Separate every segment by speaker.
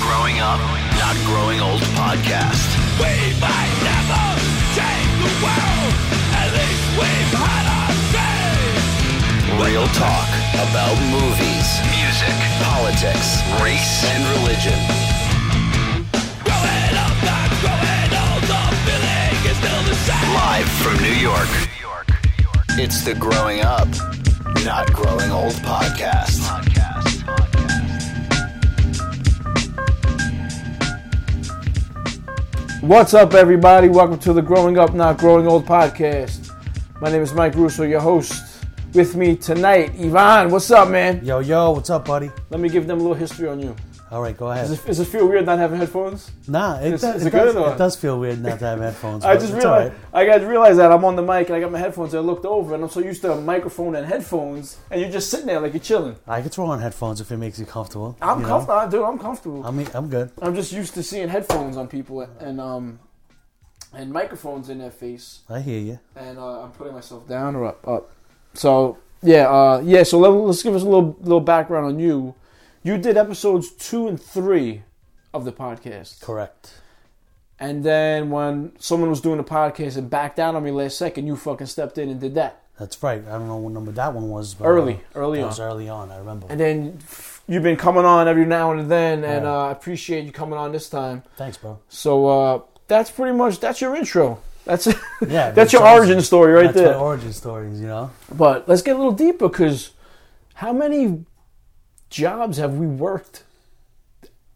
Speaker 1: Growing Up, Not Growing Old podcast.
Speaker 2: We might never change the world. At least we've had our say.
Speaker 1: Real talk about movies, music, politics, race, and religion.
Speaker 2: Growing up, not growing old. The feeling is still the same.
Speaker 1: Live from New York. It's the Growing Up, Not Growing Old podcast.
Speaker 3: What's up, everybody? Welcome to the Growing Up Not Growing Old podcast. My name is Mike Russo, your host. With me tonight, Ivan. What's up, man?
Speaker 4: Yo, yo, what's up, buddy?
Speaker 3: Let me give them a little history on you.
Speaker 4: All right, go ahead.
Speaker 3: Does it, does it feel weird not having headphones?
Speaker 4: nah, it,
Speaker 3: is-
Speaker 4: does,
Speaker 3: is
Speaker 4: it,
Speaker 3: it good
Speaker 4: does,
Speaker 3: or what?
Speaker 4: it does feel weird not to have headphones.
Speaker 3: I
Speaker 4: but
Speaker 3: just
Speaker 4: it's all
Speaker 3: realized I got to realize that I'm on the mic and I got my headphones. I looked over and I'm so used to a microphone and headphones, and you're just sitting there like you're chilling.
Speaker 4: right. I could throw on headphones if it makes you comfortable.
Speaker 3: I'm
Speaker 4: you know?
Speaker 3: comfortable, dude. I'm comfortable.
Speaker 4: I mean, I'm good.
Speaker 3: I'm just used to seeing headphones on people and um and microphones in their face.
Speaker 4: I hear you.
Speaker 3: and uh, I'm putting myself down or up, up. So yeah, uh, yeah. So let, let's give us a little little background on you. You did episodes two and three of the podcast,
Speaker 4: Correct.
Speaker 3: and then when someone was doing the podcast and backed out on me last second, you fucking stepped in and did that
Speaker 4: That's right. I don't know what number that one was. But,
Speaker 3: early, early
Speaker 4: It
Speaker 3: on.
Speaker 4: was early on. I remember.
Speaker 3: And then you've been coming on every now and then, and
Speaker 4: Yeah.
Speaker 3: uh, I appreciate you coming on this time.
Speaker 4: Thanks, bro.
Speaker 3: So uh, that's pretty much that's your intro. That's it.
Speaker 4: Yeah,
Speaker 3: that's your
Speaker 4: that's-
Speaker 3: origin story right
Speaker 4: That's
Speaker 3: there.
Speaker 4: my origin stories. You know,
Speaker 3: But let's get a little deeper because how many jobs have we worked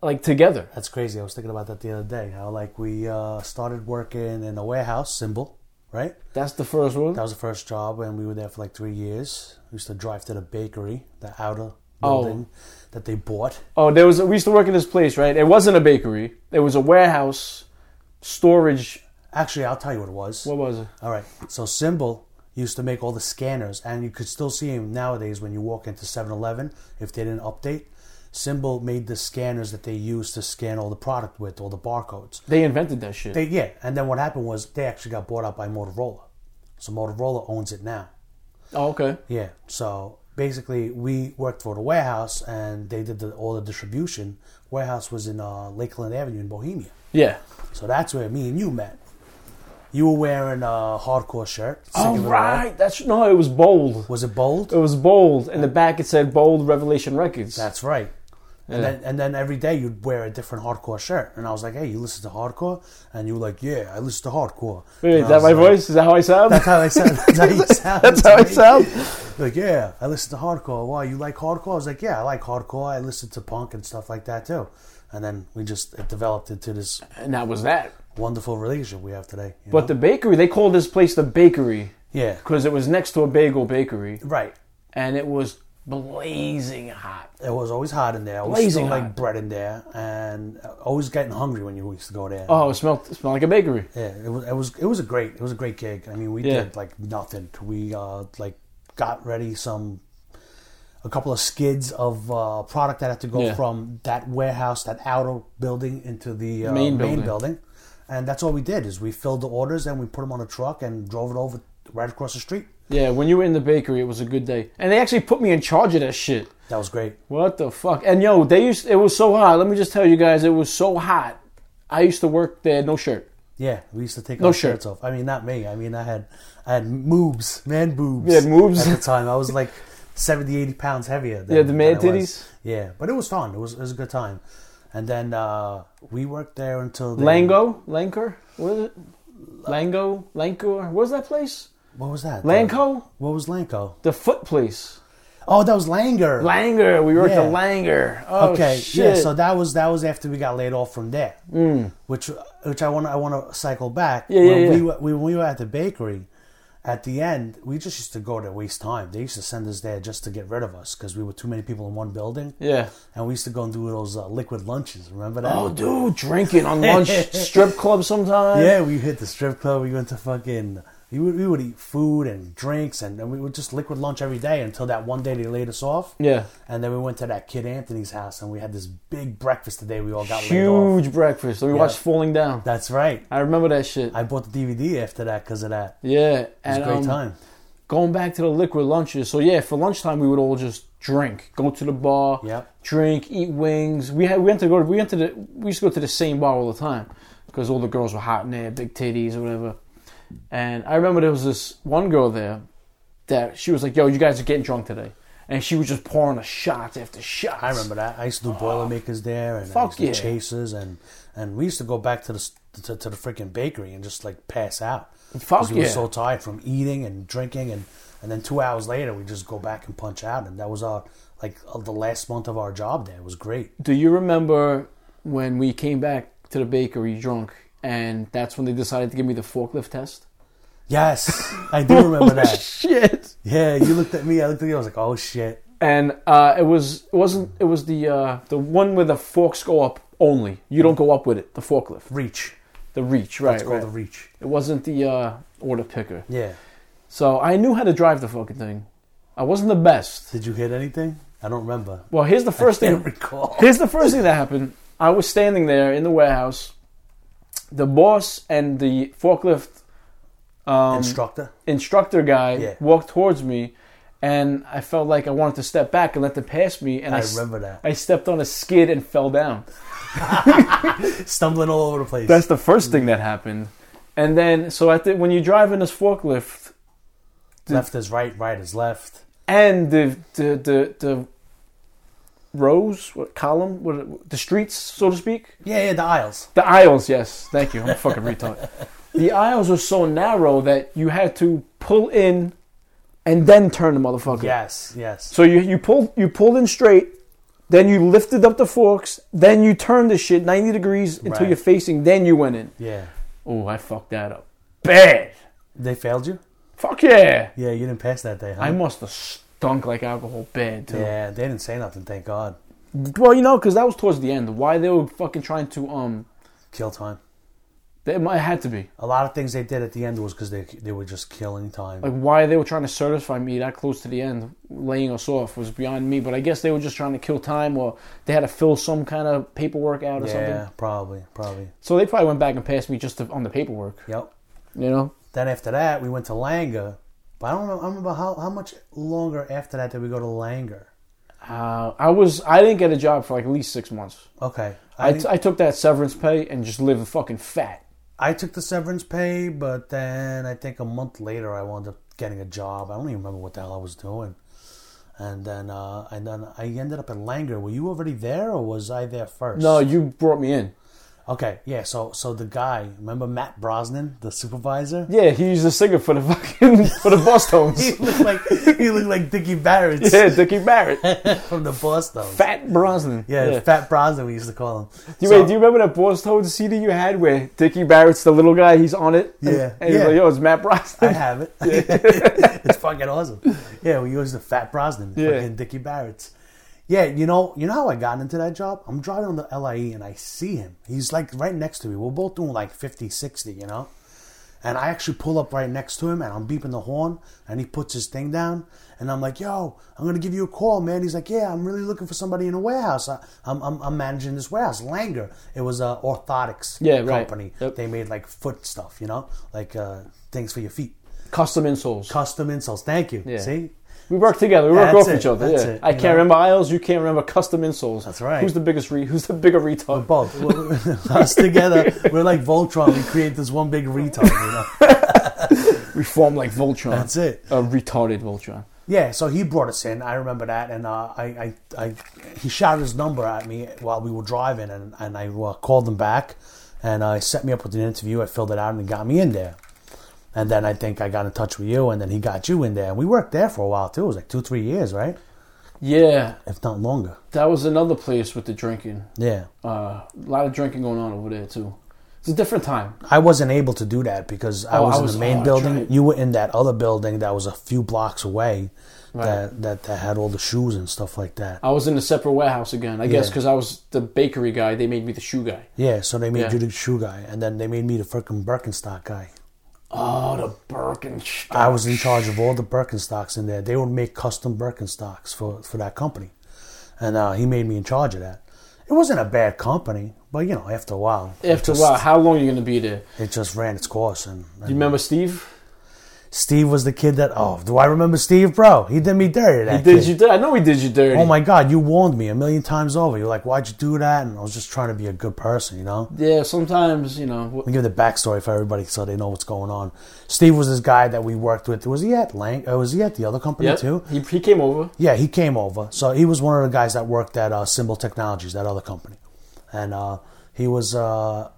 Speaker 3: like together?
Speaker 4: that's crazy. I was thinking about that the other day. How like we uh, started working in a warehouse, symbol, right?
Speaker 3: That's the first one.
Speaker 4: That was the first job, and we were there for like three years. We used to drive to the bakery, the outer
Speaker 3: Oh.
Speaker 4: building that they bought.
Speaker 3: Oh, there was we used to work in this place, right? It wasn't a bakery. It was a warehouse storage.
Speaker 4: Actually, I'll tell you what it was.
Speaker 3: What was it?
Speaker 4: all right, so Symbol used to make all the scanners, and you could still see him nowadays when you walk into 7 Eleven if they didn't update. Symbol made the scanners that they used to scan all the product with, all the barcodes.
Speaker 3: They invented that shit.
Speaker 4: They, yeah, and then what happened was they actually got bought out by Motorola. So Motorola owns it now.
Speaker 3: oh, okay.
Speaker 4: Yeah. So basically, we worked for the warehouse, and they did the, all the distribution. Warehouse was in uh, Lakeland Avenue in Bohemia,
Speaker 3: Yeah.
Speaker 4: so that's where me and you met. You were wearing a hardcore shirt. sick
Speaker 3: All
Speaker 4: of it all.
Speaker 3: Oh, right. That's no. It was bold.
Speaker 4: Was it
Speaker 3: It
Speaker 4: bold?
Speaker 3: was bold. In the back, it said "Bold Revelation Records."
Speaker 4: That's right. And
Speaker 3: Yeah.
Speaker 4: then, and then every day you'd wear a different hardcore shirt, and I was like, "Hey, you listen to hardcore?" And you were like, "Yeah, I listen to hardcore."
Speaker 3: Wait,
Speaker 4: And
Speaker 3: is
Speaker 4: I
Speaker 3: that
Speaker 4: was
Speaker 3: my
Speaker 4: like-
Speaker 3: voice? Is that how I sound?
Speaker 4: That's how I sound. That's how you sound.
Speaker 3: That's how I
Speaker 4: to me.
Speaker 3: sound.
Speaker 4: Like, yeah, I listen to hardcore. Wow, you like hardcore? I was like, yeah, I like hardcore. I listen to punk and stuff like that too. And then we just it developed into this
Speaker 3: And that was that.
Speaker 4: wonderful relationship we have today. you
Speaker 3: But
Speaker 4: know?
Speaker 3: the bakery, they called this place the bakery.
Speaker 4: yeah,
Speaker 3: because it was next to a bagel bakery
Speaker 4: right.
Speaker 3: and it was blazing hot.
Speaker 4: It was always hot in there. Always
Speaker 3: Blazing
Speaker 4: still,
Speaker 3: hot.
Speaker 4: like bread in there, and uh, always getting hungry when you used to go there.
Speaker 3: Oh, it smelled it smelled like a bakery.
Speaker 4: Yeah, it was it was it was a great it was a great gig. I mean, we
Speaker 3: Yeah.
Speaker 4: did like nothing. We uh like got ready some a couple of skids of uh, product that had to go
Speaker 3: Yeah.
Speaker 4: from that warehouse, that outer building, into the uh,
Speaker 3: Main
Speaker 4: main,
Speaker 3: building.
Speaker 4: building. and that's all we did is we filled the orders and we put them on a truck and drove it over right across the street.
Speaker 3: Yeah, when you were in the bakery, it was a good day, and they actually put me in charge of that shit.
Speaker 4: That was great.
Speaker 3: What the fuck? And yo, they used it was so hot. Let me just tell you guys, it was so hot. I used to work there, no shirt.
Speaker 4: Yeah, we used to take
Speaker 3: No
Speaker 4: our
Speaker 3: shirt.
Speaker 4: shirts off. I mean, not me. I mean, I had I had moobs, man boobs.
Speaker 3: You had moobs?
Speaker 4: at the time. I was like 70, 80 pounds heavier. Than,
Speaker 3: Yeah, the man
Speaker 4: than I was.
Speaker 3: titties.
Speaker 4: Yeah, but it was fun. It was it was a good time. And then uh, we worked there until the,
Speaker 3: Lango, Lanker, what is it? Lango, Lankor. What was that place?
Speaker 4: What was that?
Speaker 3: Lanco,
Speaker 4: What was Lanco?
Speaker 3: the foot place.
Speaker 4: Oh, that was Langer.
Speaker 3: Langer, we worked
Speaker 4: Yeah.
Speaker 3: at Langer. Oh,
Speaker 4: okay,
Speaker 3: shit.
Speaker 4: yeah. So that was that was after we got laid off from there, mm. which which I want to I want to cycle back.
Speaker 3: Yeah,
Speaker 4: when
Speaker 3: yeah,
Speaker 4: we
Speaker 3: yeah.
Speaker 4: were, we, when we were at the bakery, at the end we just used to go to waste time. They used to send us there just to get rid of us because we were too many people in one building.
Speaker 3: yeah.
Speaker 4: and we used to go and do those uh, liquid lunches. Remember that?
Speaker 3: Oh, dude, drinking on lunch, strip club sometimes.
Speaker 4: Yeah, we hit the strip club. We went to fucking. We would, we would eat food and drinks, and, and we would just liquid lunch every day until that one day they laid us off.
Speaker 3: Yeah.
Speaker 4: And then we went to that kid Anthony's house, and we had this big breakfast the day we all got laid off.
Speaker 3: Huge breakfast. And we
Speaker 4: Yeah.
Speaker 3: watched Falling Down.
Speaker 4: That's right.
Speaker 3: I remember that shit.
Speaker 4: I bought the DVD after that because of that.
Speaker 3: yeah.
Speaker 4: It was
Speaker 3: and,
Speaker 4: a great
Speaker 3: um,
Speaker 4: time.
Speaker 3: Going back to the liquid lunches. So yeah, for lunchtime we would all just drink, go to the bar,
Speaker 4: Yep.
Speaker 3: drink, eat wings. We had we went to go we went to the we used to go to the same bar all the time because all the girls were hot in there, big titties or whatever. And I remember there was this one girl there that she was like, "Yo, you guys are getting drunk today," and she was just pouring us shots after shots.
Speaker 4: I remember that. I used to do Boilermakers there, and I
Speaker 3: Fuck
Speaker 4: used to
Speaker 3: yeah.
Speaker 4: do Chasers, and, and we used to go back to the s- to, to the freaking bakery and just like pass out.
Speaker 3: Fuck
Speaker 4: we were
Speaker 3: yeah.
Speaker 4: so tired from eating and drinking, and, and then two hours later we just go back and punch out, and that was our like uh, the last month of our job there. It was great.
Speaker 3: Do you remember when we came back to the bakery drunk, and that's when they decided to give me the forklift test?
Speaker 4: Yes, I do remember that.
Speaker 3: Shit.
Speaker 4: Yeah, you looked at me. I looked at you. I was like, oh shit.
Speaker 3: And uh, it was it wasn't it was the uh, the one where the forks go up only. You don't go up with it. The forklift,
Speaker 4: Reach.
Speaker 3: the reach, right?
Speaker 4: It's called
Speaker 3: right.
Speaker 4: the reach.
Speaker 3: It wasn't the uh, order picker.
Speaker 4: Yeah.
Speaker 3: So I knew how to drive the fucking thing. I wasn't the best.
Speaker 4: Did you hit anything? I don't remember.
Speaker 3: Well, here's the first
Speaker 4: Can't
Speaker 3: thing.
Speaker 4: recall.
Speaker 3: Here's the first thing that happened. I was standing there in the warehouse. The boss and the forklift um,
Speaker 4: Instructor.
Speaker 3: instructor guy
Speaker 4: Yeah.
Speaker 3: walked towards me, and I felt like I wanted to step back and let them pass me. And I,
Speaker 4: I
Speaker 3: s-
Speaker 4: remember that.
Speaker 3: I stepped on a skid and fell down.
Speaker 4: Stumbling all over the place.
Speaker 3: That's the first thing that happened. And then, so at the, when you drive in this forklift,
Speaker 4: left is right, right is left.
Speaker 3: and the the the, the rows, what column, what the streets, so to speak,
Speaker 4: Yeah, yeah, the aisles.
Speaker 3: the aisles. Yes, thank you. I'm a fucking retard. The aisles were so narrow that you had to pull in, and then turn the motherfucker.
Speaker 4: Yes, yes.
Speaker 3: So you you pulled you pulled in straight, then you lifted up the forks, then you turned the shit 90 degrees until
Speaker 4: Right.
Speaker 3: you're facing, then you went in.
Speaker 4: yeah.
Speaker 3: Oh, I fucked that up. Bad.
Speaker 4: They failed you?
Speaker 3: Fuck yeah.
Speaker 4: Yeah, you didn't pass that day, huh?
Speaker 3: I must have stunk like alcohol bad too.
Speaker 4: yeah, they didn't say nothing, thank God.
Speaker 3: Well, you know, because that was towards the end. Why they were fucking trying to um,
Speaker 4: Kill time.
Speaker 3: they might had to be
Speaker 4: A lot of things they did at the end was because they, they were just killing time.
Speaker 3: like why they were trying to certify me that close to the end, laying us off was beyond me. But I guess they were just trying to kill time, or they had to fill some kind of paperwork out or
Speaker 4: yeah,
Speaker 3: something.
Speaker 4: probably, probably.
Speaker 3: So they probably went back and passed me just to, on the paperwork.
Speaker 4: Yep.
Speaker 3: You know,
Speaker 4: Then after that, we went to Langer. But I don't know, I don't remember how, how much longer after that did we go to Langer?
Speaker 3: Uh, I was I didn't get a job for like at least six months.
Speaker 4: Okay.
Speaker 3: I,
Speaker 4: I,
Speaker 3: t- I took that severance pay and just lived fucking fat.
Speaker 4: I took the severance pay, but then I think a month later I wound up getting a job. I don't even remember what the hell I was doing. And then, uh, and then I ended up in Langer. Were you already there, or was I there first?
Speaker 3: No, you brought me in.
Speaker 4: Okay, yeah. So, so the guy, remember Matt Brosnan, the supervisor?
Speaker 3: Yeah, he used a singer for the fucking for the
Speaker 4: He
Speaker 3: Boston's.
Speaker 4: looked like he looked like Dickie Barrett
Speaker 3: yeah, Dickie Barrett,
Speaker 4: from the Boston.
Speaker 3: Fat Brosnan.
Speaker 4: yeah, Fat Brosnan, we used to call him.
Speaker 3: Do you,
Speaker 4: So-
Speaker 3: wait, do you remember that Boston CD you had where Dickie Barrett's the little guy? He's on it. and-
Speaker 4: Yeah,
Speaker 3: and, he's
Speaker 4: yeah.
Speaker 3: like, "Yo, it's Matt
Speaker 4: I
Speaker 3: Brosnan."
Speaker 4: have it. it's fucking awesome. Yeah, we used the Fat Brosnan,
Speaker 3: Yeah.
Speaker 4: fucking Dickie Barrett's. Yeah, you know, you know how I got into that job? I'm driving on the LIE and I see him. He's like right next to me. We're both doing like 50, 60, you know? And I actually pull up right next to him and I'm beeping the horn and he puts his thing down and I'm like, yo, I'm going to give you a call, man. He's like, yeah, I'm really looking for somebody in a warehouse. I, I'm, I'm, I'm managing this warehouse. Langer, it was a orthotics
Speaker 3: Yeah, right.
Speaker 4: company.
Speaker 3: Yep.
Speaker 4: They made like foot stuff, you know, like uh, things for your feet.
Speaker 3: Custom insoles.
Speaker 4: Custom insoles. Thank you.
Speaker 3: Yeah.
Speaker 4: See?
Speaker 3: we work together. We work
Speaker 4: that's
Speaker 3: off
Speaker 4: it,
Speaker 3: each other.
Speaker 4: that's
Speaker 3: yeah.
Speaker 4: it,
Speaker 3: I
Speaker 4: you
Speaker 3: can't
Speaker 4: know.
Speaker 3: remember aisles. You can't remember custom insoles.
Speaker 4: That's right.
Speaker 3: Who's the biggest re? Who's the bigger retard?
Speaker 4: Both. We're- we're- us together, we're like Voltron. We create this one big retard, you know?
Speaker 3: We form like Voltron.
Speaker 4: That's it.
Speaker 3: A retarded Voltron.
Speaker 4: Yeah, so he brought us in. I remember that. And uh, I, I, I, he shouted his number at me while we were driving, and, and I uh, called him back. And uh, he set me up with an interview. I filled it out, and he got me in there. And then I think I got in touch with you, and then he got you in there. And we worked there for a while, too. It was like two, three years, right?
Speaker 3: Yeah,
Speaker 4: If not longer.
Speaker 3: that was another place with the drinking.
Speaker 4: Yeah.
Speaker 3: Uh, a lot of drinking going on over there too. It's a different time.
Speaker 4: I wasn't able to do that because I
Speaker 3: Oh,
Speaker 4: was
Speaker 3: I
Speaker 4: in
Speaker 3: was-
Speaker 4: the
Speaker 3: oh,
Speaker 4: main
Speaker 3: that's
Speaker 4: building.
Speaker 3: right.
Speaker 4: You were in that other building that was a few blocks away, that, that that had all the shoes and stuff like that.
Speaker 3: I was in a separate warehouse again. I guess 'cause guess
Speaker 4: Yeah.
Speaker 3: because I was the bakery guy, they made me the shoe guy.
Speaker 4: Yeah, so they made
Speaker 3: Yeah.
Speaker 4: you the shoe guy, and then they made me the freaking Birkenstock guy.
Speaker 3: Oh, the Birkenstock.
Speaker 4: I was in charge of all the Birkenstocks in there. They would make custom Birkenstocks for for that company, and uh, he made me in charge of that. It wasn't a bad company, but you know, after a while, it
Speaker 3: After a
Speaker 4: just-
Speaker 3: while, how long are you gonna be there?
Speaker 4: it just ran its course. And, and
Speaker 3: You remember Steve?
Speaker 4: Steve was the kid that. Oh, do I remember Steve, bro? He did me dirty. That
Speaker 3: He did
Speaker 4: kid.
Speaker 3: you? Di- I know he did you dirty.
Speaker 4: Oh my God! You warned me a million times over. You're like, "Why'd you do that?" And I was just trying to be a good person, you know.
Speaker 3: Yeah, sometimes you know.
Speaker 4: Let
Speaker 3: wh-
Speaker 4: me give the backstory for everybody so they know what's going on. Steve was this guy that we worked with. Was he at Lang? Or was he at the other company
Speaker 3: Yep.
Speaker 4: too?
Speaker 3: He, he came over.
Speaker 4: Yeah, he came over. So he was one of the guys that worked at uh, Symbol Technologies, that other company, and uh, he was uh,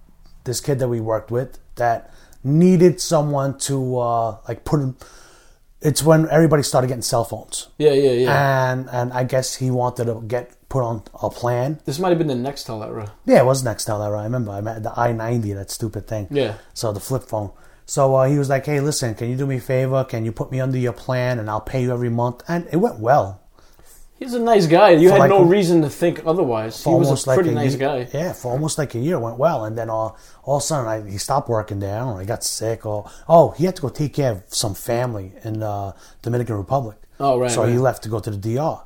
Speaker 4: this kid that we worked with that needed someone to uh, like put him. It's when everybody started getting cell phones,
Speaker 3: Yeah, yeah, yeah.
Speaker 4: and and I guess he wanted to get put on a plan.
Speaker 3: this might have been the next tell that run.
Speaker 4: Yeah, it was Nextel that I remember. I met the I ninety, that stupid thing.
Speaker 3: Yeah.
Speaker 4: So the flip phone. So uh, he was like, "Hey, listen, can you do me a favor? Can you put me under your plan, and I'll pay you every month?" And it went well.
Speaker 3: He's a nice guy. You
Speaker 4: For
Speaker 3: had
Speaker 4: like
Speaker 3: no
Speaker 4: a-
Speaker 3: reason to think otherwise. He
Speaker 4: For
Speaker 3: was a pretty nice
Speaker 4: year,
Speaker 3: guy.
Speaker 4: Yeah, for almost like a year, it went well, and then all, all of a sudden, I, he stopped working there. I don't know, he got sick, or oh, he had to go take care of some family in uh, Dominican Republic.
Speaker 3: Oh, right,
Speaker 4: So he
Speaker 3: right.
Speaker 4: left to go to the DR.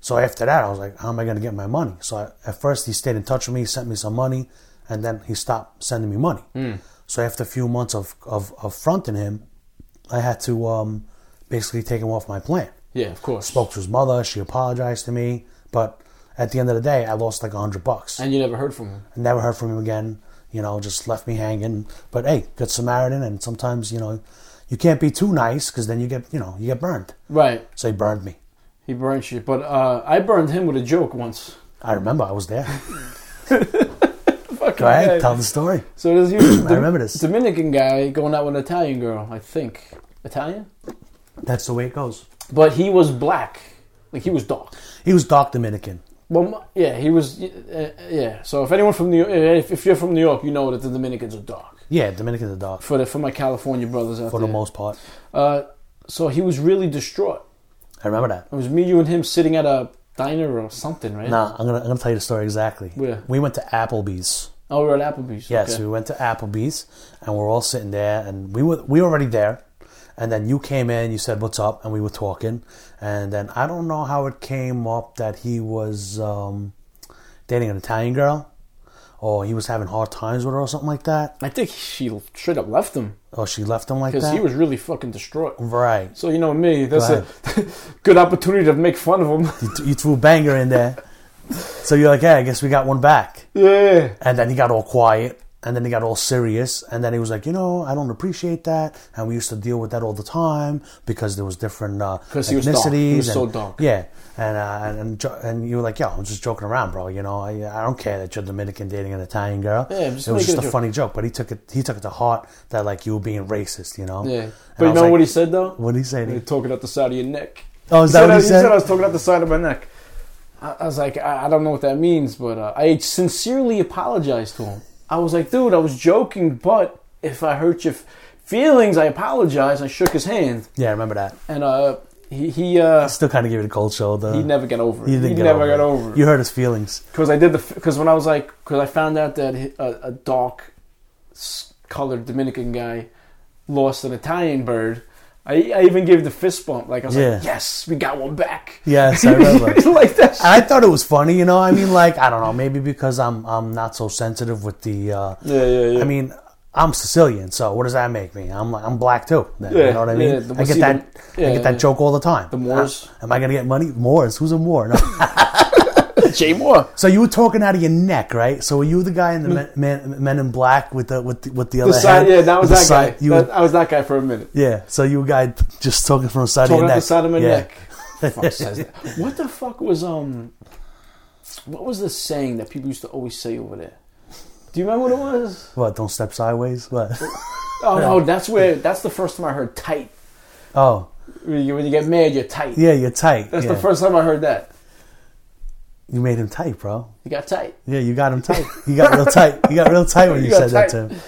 Speaker 4: So after that, I was like, how am I going to get my money? So I, at first, he stayed in touch with me, sent me some money, and then he stopped sending me money.
Speaker 3: Hmm.
Speaker 4: So after a few months of, of, of fronting him, I had to um, basically take him off my plan
Speaker 3: Yeah, of course.
Speaker 4: spoke to his mother. She apologized to me, but at the end of the day, I lost like a hundred bucks.
Speaker 3: And you never heard from him.
Speaker 4: Never heard from him again. You know, just left me hanging. But hey, good Samaritan, and sometimes you know, you can't be too nice because then you get you know you get burned.
Speaker 3: Right.
Speaker 4: So he burned me.
Speaker 3: He burnt you. But uh, I burned him with a joke once.
Speaker 4: I remember I was there.
Speaker 3: Fuck
Speaker 4: Go ahead, tell the story.
Speaker 3: So this huge
Speaker 4: I remember this.
Speaker 3: Dominican guy going out with an Italian girl, I think. Italian?
Speaker 4: That's the way it goes.
Speaker 3: But he was black. Like he was dark.
Speaker 4: He was dark Dominican.
Speaker 3: Well, m- yeah, he was. Uh, yeah. So if anyone from New York, if, if you're from New York, you know that the Dominicans are dark.
Speaker 4: Yeah, Dominicans are dark
Speaker 3: For the for my California brothers out
Speaker 4: for
Speaker 3: there.
Speaker 4: the most part.
Speaker 3: Uh, so he was really distraught.
Speaker 4: I remember that.
Speaker 3: It was me, you, and him sitting at a diner or something, right?
Speaker 4: Nah, I'm gonna I'm gonna tell you the story exactly.
Speaker 3: Where?
Speaker 4: We went to Applebee's.
Speaker 3: Oh, we were at Applebee's.
Speaker 4: Yes,
Speaker 3: Okay.
Speaker 4: we went to Applebee's and we're all sitting there and we were we were already there. And then you came in, you said what's up, and we were talking. And then I don't know how it came up that he was um, dating an Italian girl, or he was having hard times with her, or something like that,
Speaker 3: I think she straight up left him
Speaker 4: or she left him like
Speaker 3: because
Speaker 4: that.
Speaker 3: he was really fucking distraught.
Speaker 4: right.
Speaker 3: So you know me, that's a good opportunity to make fun of him.
Speaker 4: You, th- you threw a banger in there, so you're like, "Yeah, I guess we got one back."
Speaker 3: yeah.
Speaker 4: And then he got all quiet. And then he got all serious. And then he was like, you know, I don't appreciate that. And we used to deal with that all the time because there was different uh,
Speaker 3: 'Cause he was dark. He was
Speaker 4: ethnicities
Speaker 3: so
Speaker 4: and-
Speaker 3: dark.
Speaker 4: Yeah. And, uh, and and jo- and you were like, yo, I'm just joking around, bro. You know, I, I don't care that you're Dominican dating an Italian girl.
Speaker 3: Yeah, I'm just
Speaker 4: it was
Speaker 3: making
Speaker 4: just a
Speaker 3: a joke.
Speaker 4: funny joke. But he took it he took it to heart that like you were being racist, you know.
Speaker 3: Yeah.
Speaker 4: And
Speaker 3: But
Speaker 4: I
Speaker 3: you
Speaker 4: was
Speaker 3: know
Speaker 4: like,
Speaker 3: what he said though?
Speaker 4: What did he say?
Speaker 3: You're talking out the side of your neck.
Speaker 4: Oh, is that what he said?
Speaker 3: He said I was talking out the side of my neck. I, I was like, I, I don't know what that means, but uh, I sincerely apologized to him. I was like, dude, I was joking, but if I hurt your f- feelings, I apologize. I shook his hand,
Speaker 4: yeah, I remember that.
Speaker 3: and uh, he he uh,
Speaker 4: Still kind of gave it a cold shoulder.
Speaker 3: he never got over it.
Speaker 4: Uh, He didn't get
Speaker 3: never
Speaker 4: over
Speaker 3: got
Speaker 4: it.
Speaker 3: over it.
Speaker 4: You hurt his feelings.
Speaker 3: because I did the because when I was like because I found out that he- a, a dark s- colored Dominican guy lost an Italian bird. I, I even gave the fist bump like I was
Speaker 4: Yeah.
Speaker 3: like yes we got one back
Speaker 4: Yes, I remember.
Speaker 3: like that
Speaker 4: And I thought it was funny, you know. I mean, like I don't know, maybe because I'm I'm not so sensitive with the. Uh,
Speaker 3: yeah yeah yeah
Speaker 4: I mean, I'm Sicilian, so what does that make me? I'm I'm black too. Then,
Speaker 3: Yeah,
Speaker 4: you know what I mean?
Speaker 3: yeah, the-
Speaker 4: I get
Speaker 3: see,
Speaker 4: that.
Speaker 3: the-
Speaker 4: I
Speaker 3: yeah,
Speaker 4: get that
Speaker 3: yeah.
Speaker 4: joke all the time. The
Speaker 3: Moors.
Speaker 4: am I gonna get money? Moors? Who's a Moor? No.
Speaker 3: Jay Moore
Speaker 4: so you were talking out of your neck, right? So were you the guy in the men, men, men in black with the with the, with the other
Speaker 3: Mm. the side
Speaker 4: head?
Speaker 3: yeah that was
Speaker 4: The
Speaker 3: that
Speaker 4: side-
Speaker 3: guy
Speaker 4: You
Speaker 3: That-
Speaker 4: were-
Speaker 3: I was that guy for a minute
Speaker 4: yeah. So you were guy just talking from the side of
Speaker 3: talking
Speaker 4: your
Speaker 3: out
Speaker 4: neck.
Speaker 3: the side of my
Speaker 4: Yeah.
Speaker 3: neck Fuck says that. what the fuck was um what was the saying that people used to always say over there do you remember what it was
Speaker 4: What? Don't step sideways. What?
Speaker 3: oh no that's where that's the first time I heard tight
Speaker 4: oh,
Speaker 3: When you, when you get mad, you're tight.
Speaker 4: yeah. You're tight.
Speaker 3: That's
Speaker 4: Yeah.
Speaker 3: the first time I heard that.
Speaker 4: You made him tight, bro.
Speaker 3: You got tight.
Speaker 4: Yeah, you got him tight. You got real tight. You got real tight when you,
Speaker 3: You got
Speaker 4: said that
Speaker 3: tight.
Speaker 4: to him.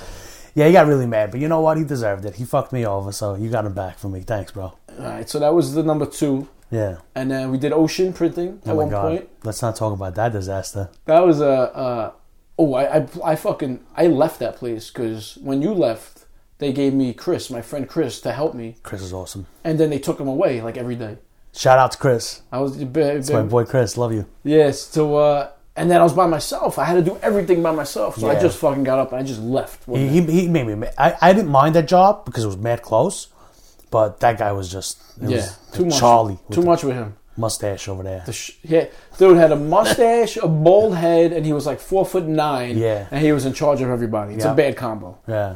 Speaker 4: Yeah, he got really mad, but you know what? He deserved it. He fucked me over, so you got him back for me. Thanks, bro.
Speaker 3: All right, so that was the number two,
Speaker 4: Yeah.
Speaker 3: and then we did ocean printing
Speaker 4: Oh
Speaker 3: at
Speaker 4: my
Speaker 3: one
Speaker 4: god.
Speaker 3: point.
Speaker 4: Let's not talk about that disaster.
Speaker 3: That was a. Uh, oh, I, I I fucking I left that place because when you left, they gave me Chris, my friend Chris, to help me,
Speaker 4: Chris is awesome.
Speaker 3: and then they took him away like every day.
Speaker 4: Shout out to Chris.
Speaker 3: I was
Speaker 4: It's my boy Chris. Love you.
Speaker 3: yes, so uh, and then I was by myself. I had to do everything by myself, so I
Speaker 4: Yeah.
Speaker 3: just fucking got up and I just left. one
Speaker 4: He,
Speaker 3: day.
Speaker 4: he, he made me. ma- I, I didn't mind that job because it was mad close, But that guy was just it
Speaker 3: yeah,
Speaker 4: was
Speaker 3: too much.
Speaker 4: Charlie with
Speaker 3: too
Speaker 4: the
Speaker 3: much with him.
Speaker 4: mustache over there.
Speaker 3: The sh- yeah, dude had a mustache, a bald head, and he was like four foot nine.
Speaker 4: Yeah.
Speaker 3: and he was in charge of everybody. It's
Speaker 4: Yeah.
Speaker 3: a bad combo.
Speaker 4: Yeah,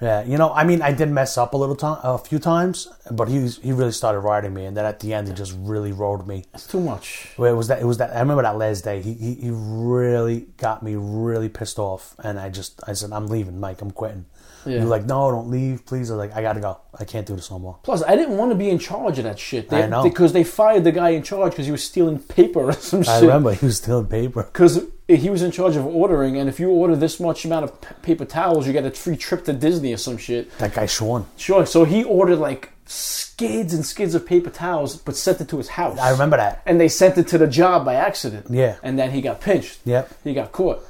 Speaker 4: yeah. You know, I mean, I did mess up a little time, a few times, but he was, he really started riding me, and then at the end, he just really rode me.
Speaker 3: It's too much.
Speaker 4: Well, It was that. It was that. I remember that last day. He, he he really got me really pissed off, and I just I said, "I'm leaving, Mike. I'm quitting."
Speaker 3: Yeah.
Speaker 4: He was like, "No, don't leave, please." I was like, "I gotta go. I can't do this no more."
Speaker 3: Plus, I didn't want to be in charge of that shit. They,
Speaker 4: I know.
Speaker 3: because they fired the guy in charge because he was stealing paper or some
Speaker 4: I
Speaker 3: shit.
Speaker 4: remember he was stealing paper.
Speaker 3: because he was in charge of ordering, and if you order this much amount of p- paper towels, you get a free trip to Disney or some shit.
Speaker 4: That guy Sean.
Speaker 3: Sure. So he ordered like skids and skids of paper towels, but sent it to his house.
Speaker 4: I remember that.
Speaker 3: And they sent it to the job by accident.
Speaker 4: Yeah.
Speaker 3: And then he got pinched.
Speaker 4: Yep.
Speaker 3: He got caught.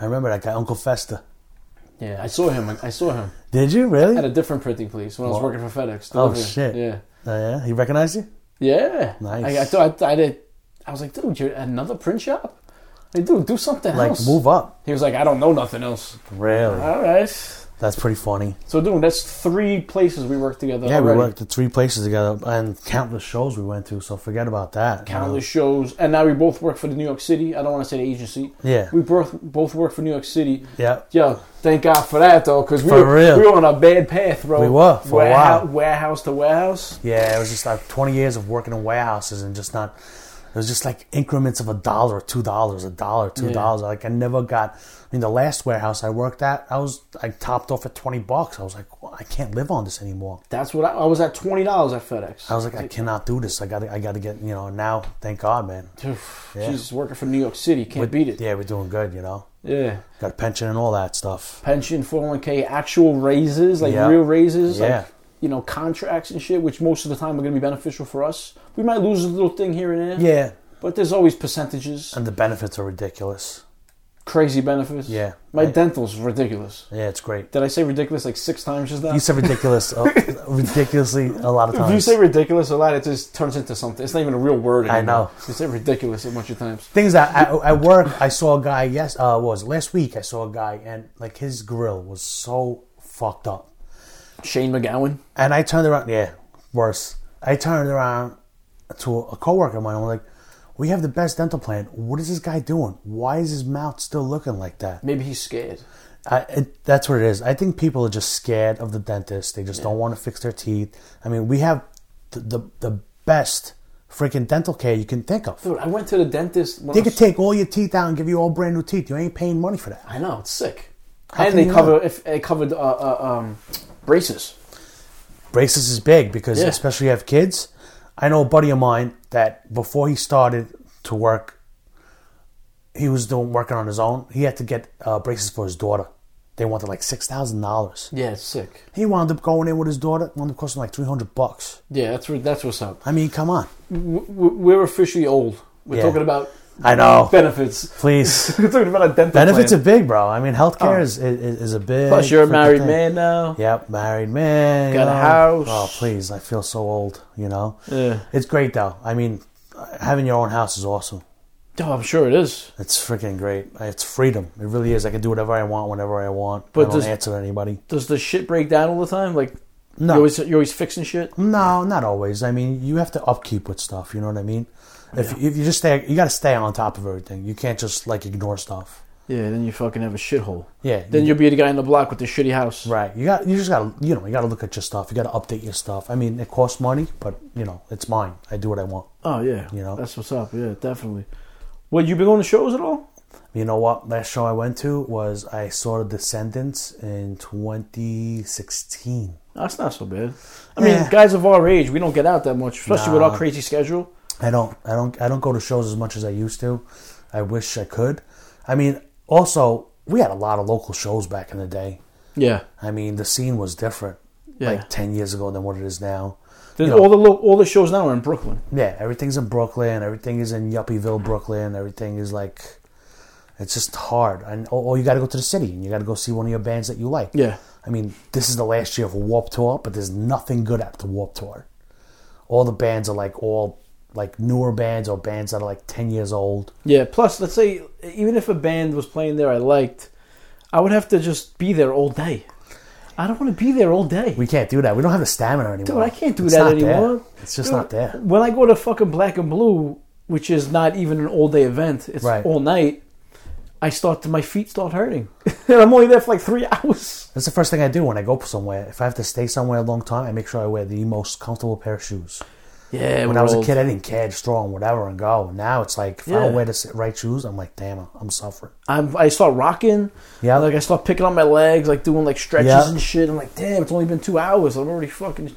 Speaker 4: I remember that guy Uncle Festa.
Speaker 3: Yeah, I saw him. I saw him
Speaker 4: Did you really?
Speaker 3: at a different printing place when I was
Speaker 4: What?
Speaker 3: working for FedEx.
Speaker 4: Oh,
Speaker 3: delivering.
Speaker 4: shit.
Speaker 3: Yeah.
Speaker 4: Oh, yeah, he recognized you.
Speaker 3: Yeah.
Speaker 4: Nice.
Speaker 3: I, I thought I, I did. I was like, dude, you're at another print shop. Like, dude, do something
Speaker 4: Like
Speaker 3: else.
Speaker 4: move up.
Speaker 3: He was like, I don't know nothing else.
Speaker 4: Really?
Speaker 3: All right.
Speaker 4: That's pretty funny.
Speaker 3: So, dude, that's three places we worked together.
Speaker 4: Yeah, we
Speaker 3: already.
Speaker 4: worked at three places together and countless shows we went to. So forget about that. you know.
Speaker 3: Countless shows, and now we both work for the New York City. I don't want to say the agency.
Speaker 4: Yeah.
Speaker 3: we both both work for New York City.
Speaker 4: Yeah.
Speaker 3: Yo, thank God for that though, because we
Speaker 4: For
Speaker 3: were,
Speaker 4: real.
Speaker 3: we were on a bad path, bro.
Speaker 4: We were, for a
Speaker 3: Warehouse-
Speaker 4: while.
Speaker 3: warehouse to warehouse.
Speaker 4: Yeah, it was just like 20 years of working in warehouses and just not. It was just like increments of a dollar, two dollars, a dollar, two
Speaker 3: Yeah.
Speaker 4: dollars. Like I never got. I mean, the last warehouse I worked at, I was I topped off at 20 bucks. I was like, "Well, I can't live on this anymore.
Speaker 3: That's what I, I was at twenty dollars at FedEx.
Speaker 4: I was like, I cannot do this. I got to I got to get you know. Now, thank God, man.
Speaker 3: Oof,
Speaker 4: Yeah.
Speaker 3: Jesus, working for New York City, can't beat it.
Speaker 4: Yeah, we're doing good. You know,
Speaker 3: Yeah.
Speaker 4: got a pension and all that stuff.
Speaker 3: pension, four hundred one k, actual raises, like
Speaker 4: Yeah.
Speaker 3: real raises,
Speaker 4: Yeah.
Speaker 3: like you know contracts and shit, which most of the time are going to be beneficial for us. We might lose a little thing here and there,
Speaker 4: Yeah,
Speaker 3: but there's always percentages.
Speaker 4: and the benefits are ridiculous.
Speaker 3: crazy benefits.
Speaker 4: Yeah.
Speaker 3: My
Speaker 4: Right.
Speaker 3: dental's ridiculous.
Speaker 4: Yeah, it's great.
Speaker 3: Did I say ridiculous like six times just now?
Speaker 4: You said ridiculous, uh, ridiculously a lot of times.
Speaker 3: if you say ridiculous a lot, it just turns into something. It's not even a real word.
Speaker 4: I
Speaker 3: Anymore.
Speaker 4: know.
Speaker 3: You say ridiculous a bunch of times.
Speaker 4: things that at, at work I saw a guy yes uh what was it? last week I saw a guy and like his grill was so fucked up
Speaker 3: Shane McGowan.
Speaker 4: and I turned around yeah worse I turned around to a coworker of mine and was like we have the best dental plan what is this guy doing why is his mouth still looking like that
Speaker 3: Maybe he's scared.
Speaker 4: I, it, that's what it is I think people are just scared of the dentist they just don't want to fix their teeth I mean we have the the, the best freaking dental care you can think of
Speaker 3: Dude, I went to the dentist. When I
Speaker 4: they could
Speaker 3: was-
Speaker 4: take all your teeth out and give you all brand new teeth you ain't paying money for that
Speaker 3: I know it's sick.
Speaker 4: How
Speaker 3: and
Speaker 4: can
Speaker 3: they
Speaker 4: you
Speaker 3: cover
Speaker 4: not?
Speaker 3: if they covered uh, uh, um, braces.
Speaker 4: braces is big because
Speaker 3: Yeah.
Speaker 4: especially you have kids. I know a buddy of mine that before he started to work, he was doing working on his own. He had to get uh, braces for his daughter. They wanted like six thousand dollars.
Speaker 3: Yeah, it's sick.
Speaker 4: He wound up going in with his daughter. Wound up costing like three hundred bucks.
Speaker 3: Yeah, that's what- that's what's up.
Speaker 4: I mean, come on.
Speaker 3: W- w- We're officially old. We're
Speaker 4: Yeah.
Speaker 3: talking about
Speaker 4: I know.
Speaker 3: benefits.
Speaker 4: Please,
Speaker 3: We're talking about a dental
Speaker 4: benefits are
Speaker 3: plan.
Speaker 4: big, bro. I mean, healthcare
Speaker 3: Oh.
Speaker 4: is, is is a big.
Speaker 3: Plus, you're a
Speaker 4: freaking
Speaker 3: married
Speaker 4: thing.
Speaker 3: man now.
Speaker 4: Yep, married man.
Speaker 3: Got a
Speaker 4: you know.
Speaker 3: house.
Speaker 4: Oh, please! I feel so old. You know.
Speaker 3: Yeah.
Speaker 4: It's great though. I mean, having your own house is awesome.
Speaker 3: Oh, I'm sure it is.
Speaker 4: It's freaking great. It's freedom. It really is. I can do whatever I want, whenever I want.
Speaker 3: But
Speaker 4: I don't
Speaker 3: does-
Speaker 4: answer to anybody.
Speaker 3: Does the shit break down all the time? Like,
Speaker 4: No.
Speaker 3: you're always, you're always fixing shit.
Speaker 4: No, not always. I mean, you have to upkeep with stuff. You know what I mean? If, if you just stay, you got to stay on top of everything. You can't just like ignore stuff.
Speaker 3: Yeah, then you fucking have a shithole.
Speaker 4: Yeah.
Speaker 3: Then you'll be the guy in the block with the shitty house.
Speaker 4: right. You got. You just got. to You know. You got to look at your stuff. You got to update your stuff. I mean, it costs money, but you know, it's mine. I do what I want.
Speaker 3: Oh yeah,
Speaker 4: You know?
Speaker 3: that's what's up. Yeah, definitely. Well, you been going to shows at all?
Speaker 4: You know what? Last show I went to was I saw The Descendants in 2016.
Speaker 3: That's not so bad. I mean,
Speaker 4: Yeah.
Speaker 3: guys of our age, we don't get out that much, especially with
Speaker 4: Nah.
Speaker 3: our crazy schedule.
Speaker 4: I don't I don't I don't go to shows as much as I used to. I wish I could. I mean, also we had a lot of local shows back in the day.
Speaker 3: Yeah,
Speaker 4: I mean, the scene was different
Speaker 3: yeah.
Speaker 4: like 10 years ago than what it is now.
Speaker 3: Then
Speaker 4: you know.
Speaker 3: all the lo- all the shows now are in Brooklyn.
Speaker 4: Yeah, everything's in Brooklyn, everything is in Yuppieville, Brooklyn, everything is like it's just hard. And or, or you got to go to the city and you got to go see one of your bands that you like.
Speaker 3: Yeah.
Speaker 4: I mean, this is the last year of a Warp Tour, but there's nothing good at the Warp Tour. All the bands are like all like newer bands or bands that are like 10 years old.
Speaker 3: Yeah. Plus, let's say even if a band was playing there, I liked, I would have to just be there all day. I don't want to be there all day.
Speaker 4: We can't do that. We don't have the stamina anymore.
Speaker 3: Dude, I can't do
Speaker 4: It's
Speaker 3: that
Speaker 4: not there.
Speaker 3: anymore.
Speaker 4: It's just
Speaker 3: Dude,
Speaker 4: not there.
Speaker 3: When I go to fucking black and blue, which is not even an all day event, it's
Speaker 4: Right.
Speaker 3: all night. I start to, my feet start hurting, and I'm only there for like three hours.
Speaker 4: That's the first thing I do when I go somewhere. If I have to stay somewhere a long time, I make sure I wear the most comfortable pair of shoes.
Speaker 3: Yeah,
Speaker 4: When I was a kid, I didn't care, just throw on whatever and go. Now it's like, if I
Speaker 3: Yeah.
Speaker 4: don't wear the s- right shoes, I'm like, damn, I'm suffering.
Speaker 3: I'm, I start rocking.
Speaker 4: Yeah.
Speaker 3: like I start picking up my legs, like doing like stretches
Speaker 4: Yeah.
Speaker 3: and shit. I'm like, damn, it's only been two hours. I'm already fucking.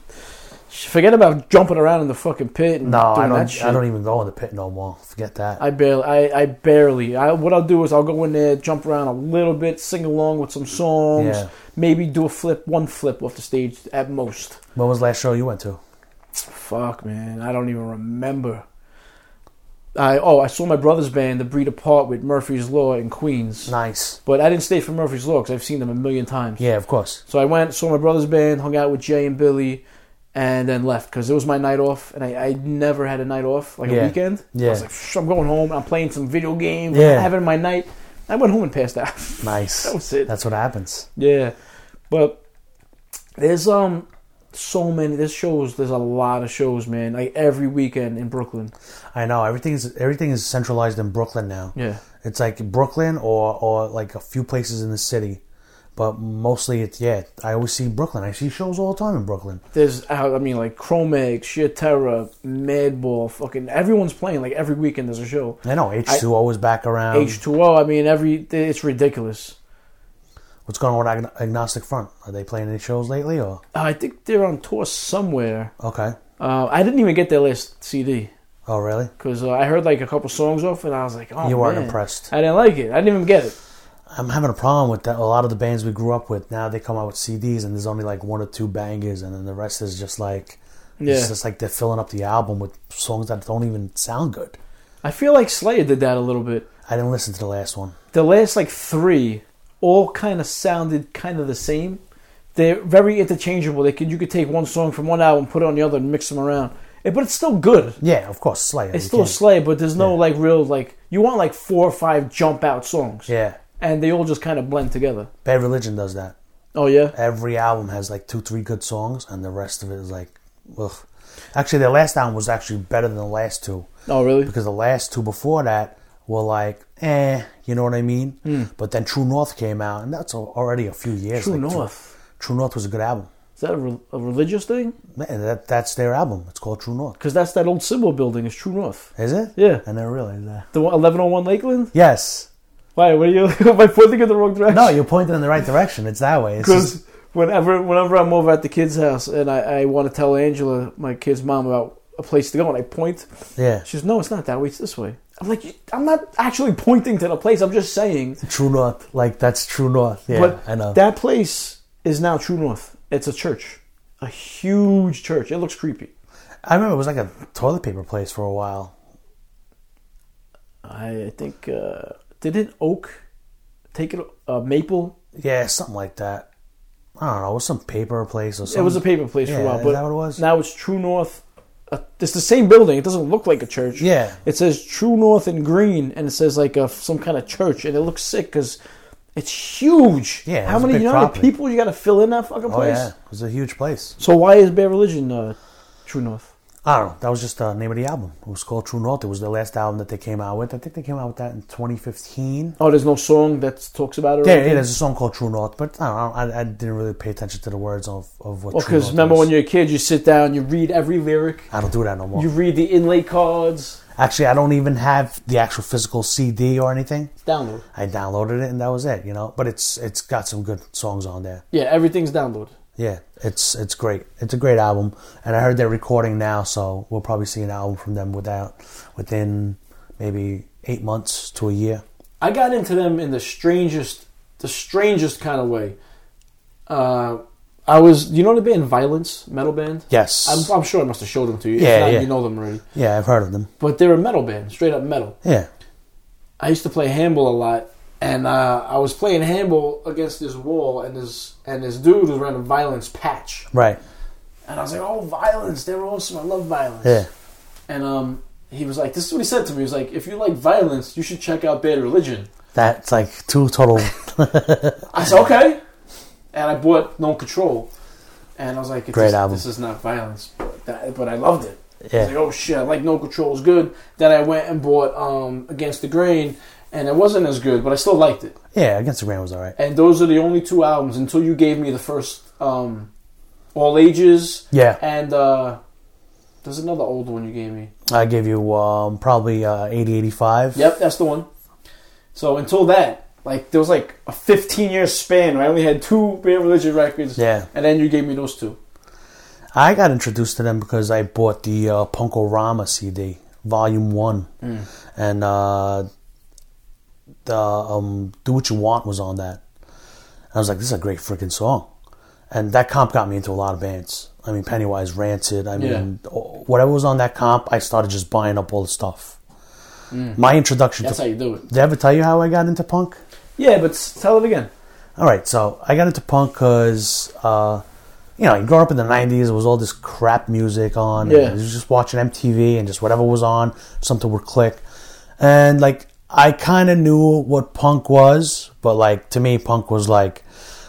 Speaker 3: Forget about jumping around in the fucking pit. And
Speaker 4: No,
Speaker 3: doing
Speaker 4: I
Speaker 3: That
Speaker 4: don't.
Speaker 3: shit.
Speaker 4: I don't even go in the pit no more. Forget that.
Speaker 3: I barely, I, I barely. I, what I'll do is I'll go in there, jump around a little bit, sing along with some songs,
Speaker 4: Yeah.
Speaker 3: maybe do a flip, one flip off the stage at most.
Speaker 4: when was the last show you went to?
Speaker 3: Fuck, man, I don't even remember. I oh, I saw my brother's band, The Breed Apart, with Murphy's Law in Queens,
Speaker 4: Nice.
Speaker 3: but I didn't stay for Murphy's Law because I've seen them a million times.
Speaker 4: Yeah, of course.
Speaker 3: So I went, saw my brother's band, hung out with Jay and Billy, and then left because it was my night off, and I, I never had a night off like a
Speaker 4: Yeah.
Speaker 3: weekend. I
Speaker 4: Yeah.
Speaker 3: was like, "Psh, I'm going home. I'm playing some video games.
Speaker 4: Yeah.
Speaker 3: I'm having my night. I went home and passed out.
Speaker 4: Nice.
Speaker 3: That was it.
Speaker 4: That's what happens.
Speaker 3: yeah, but there's um so many. There's shows. There's a lot of shows, man. Like every weekend in Brooklyn.
Speaker 4: I know everything is everything is centralized in Brooklyn now.
Speaker 3: Yeah.
Speaker 4: It's like Brooklyn or or like a few places in the city, but mostly it's yeah. I always see Brooklyn. I see shows all the time in Brooklyn.
Speaker 3: There's uh, I mean like Chromex, Sheer Terror, Madball, fucking everyone's playing. Like every weekend there's a show.
Speaker 4: I know H two O is back around.
Speaker 3: H2O. I mean every it's ridiculous.
Speaker 4: What's going on with Agn- Agnostic Front? Are they playing any shows lately or
Speaker 3: Uh, I think they're on tour somewhere.
Speaker 4: okay?
Speaker 3: Uh, I didn't even get their last CD
Speaker 4: Oh really?
Speaker 3: because uh, I heard like a couple songs off, and I was like, "Oh,
Speaker 4: You weren't
Speaker 3: man.
Speaker 4: impressed.
Speaker 3: I didn't like it. I didn't even get it.
Speaker 4: I'm having a problem with that. A lot of the bands we grew up with now they come out with CDs and there's only like one or two bangers and then the rest is just like
Speaker 3: Yeah,
Speaker 4: it's just like they're filling up the album with songs that don't even sound good.
Speaker 3: I feel like Slayer did that a little bit.
Speaker 4: I didn't listen to the last one.
Speaker 3: The last like three all kind of sounded kind of the same. They're very interchangeable. They could you could take one song from one album, put it on the other, and mix them around. Eh, But it's still good.
Speaker 4: Yeah, of course, Slayer.
Speaker 3: It's
Speaker 4: you
Speaker 3: still
Speaker 4: can't-
Speaker 3: Slayer, but there's no like real like you want like four or five jump out songs.
Speaker 4: Yeah,
Speaker 3: and they all just kind of blend together.
Speaker 4: Bad Religion does that.
Speaker 3: Oh yeah,
Speaker 4: Every album has like two, three good songs, and the rest of it is like, ugh. Actually, their last album was actually better than the last two
Speaker 3: oh really?
Speaker 4: because the last two before that were like, eh, you know what I mean? But then True North came out, and that's al- already a few years.
Speaker 3: Hmm. True
Speaker 4: like,
Speaker 3: North.
Speaker 4: True North was a good album.
Speaker 3: Is that a, re- a religious thing?
Speaker 4: Man, that that's their album. It's called True North.
Speaker 3: Because that's that old Sybil building. Is True North.
Speaker 4: Is it?
Speaker 3: Yeah.
Speaker 4: I never realized that.
Speaker 3: The one- 1101 Lakeland.
Speaker 4: Yes.
Speaker 3: Why? What are you? am I pointing in the wrong direction?
Speaker 4: No, you're pointing in the right direction. It's that way. It's just-
Speaker 3: Because whenever whenever I'm over at the kids' house and I, I want to tell Angela, my kid's mom, about a place to go, and I point,
Speaker 4: yeah.
Speaker 3: she says, "No, it's not that way. It's this way." I'm like, "You- "I'm not actually pointing to the place. I'm just saying."
Speaker 4: True North. Like that's True North. Yeah,
Speaker 3: but
Speaker 4: I know.
Speaker 3: that place is now True North. It's a church, a huge church. It looks creepy.
Speaker 4: I remember it was like a toilet paper place for a while.
Speaker 3: I think uh, didn't Oak take it? Uh, Maple.
Speaker 4: Yeah, something like that. I don't know. It was some paper place or something.
Speaker 3: it was a paper place for a
Speaker 4: Yeah,
Speaker 3: while,
Speaker 4: is
Speaker 3: but
Speaker 4: that what it was?
Speaker 3: now it's True North. Uh, it's the same building. It doesn't look like a church.
Speaker 4: Yeah.
Speaker 3: It says True North in green, and it says like a, some kind of church, and it looks sick because it's huge.
Speaker 4: Yeah, it
Speaker 3: How
Speaker 4: was a
Speaker 3: many
Speaker 4: big
Speaker 3: you know how many
Speaker 4: property.
Speaker 3: people you got to fill in that fucking
Speaker 4: Oh
Speaker 3: place?
Speaker 4: yeah, it was a huge place.
Speaker 3: So why is Bear Religion uh, True North?
Speaker 4: I don't know. That was just the name of the album. It was called True North. It was the last album that they came out with. I think they came out with that in 2015.
Speaker 3: Oh, there's no song that talks about it.
Speaker 4: Yeah,
Speaker 3: it
Speaker 4: yeah,
Speaker 3: is.
Speaker 4: there's a song called True North, but I don't know. I, I didn't really pay attention to the words of, of what.
Speaker 3: Well,
Speaker 4: True
Speaker 3: because
Speaker 4: North
Speaker 3: remember
Speaker 4: was.
Speaker 3: when you're a kid, you sit down, you read every lyric,
Speaker 4: I don't do that no more.
Speaker 3: you read the inlay cards,
Speaker 4: Actually, I don't even have the actual physical CD or anything.
Speaker 3: download.
Speaker 4: I downloaded it and that was it. You know, but it's it's got some good songs on there.
Speaker 3: Yeah, everything's downloaded.
Speaker 4: Yeah, it's it's great. It's a great album, and I heard they're recording now, so we'll probably see an album from them without within maybe eight months to a year.
Speaker 3: I got into them in the strangest, the strangest kind of way. Uh, I was, you know the band Violence, metal band.
Speaker 4: Yes,
Speaker 3: I'm, I'm sure I must have showed them to you.
Speaker 4: Yeah,
Speaker 3: if not,
Speaker 4: yeah.
Speaker 3: you know them already.
Speaker 4: yeah, I've heard of them.
Speaker 3: But they're a metal band, straight up metal.
Speaker 4: Yeah,
Speaker 3: I used to play handball a lot, and uh, I was playing handball against this wall, and this and this dude was wearing a Violence patch,
Speaker 4: right.
Speaker 3: and I was like, "Oh, Violence! They're awesome. I love Violence."
Speaker 4: Yeah,
Speaker 3: And um, he was like, "This is what he said to me. He was like, if you like Violence, you should check out Bad Religion."
Speaker 4: that's like two total.
Speaker 3: I said, okay. and I bought No Control, and I was like, it's
Speaker 4: Great
Speaker 3: just-
Speaker 4: album.
Speaker 3: This is not violence, but, that, but I loved it. I
Speaker 4: Yeah.
Speaker 3: was like, oh shit, I like No Control is good. Then I went and bought um, Against the Grain, and it wasn't as good, but I still liked it.
Speaker 4: Yeah, Against the Grain was all right.
Speaker 3: And those are the only two albums until you gave me the first um, All Ages
Speaker 4: Yeah,
Speaker 3: and uh, there's another old one you gave me.
Speaker 4: I give you um, probably uh, 80, 85.
Speaker 3: Yep, that's the one. So until that, like there was like a 15 year span where I only had two Band Religion records.
Speaker 4: Yeah.
Speaker 3: And then you gave me those two.
Speaker 4: I got introduced to them because I bought the uh, Punkorama CD, Volume One, and uh, the um, "Do What You Want" was on that. I was like, "This is a great freaking song," and that comp got me into a lot of bands. I mean, Pennywise, Rancid. I mean, whatever was on that comp, I started just buying up all the stuff. My introduction
Speaker 3: That's
Speaker 4: to
Speaker 3: how you do it.
Speaker 4: did I ever tell you how I got into punk?
Speaker 3: Yeah, but s- tell it again.
Speaker 4: All right, so I got into punk because, uh, you know, growing up in the 90s, it was all this crap music on. and
Speaker 3: Yeah.
Speaker 4: I was just watching MTV and just whatever was on, something would click. And, like, I kind of knew what punk was, but, like, to me, punk was like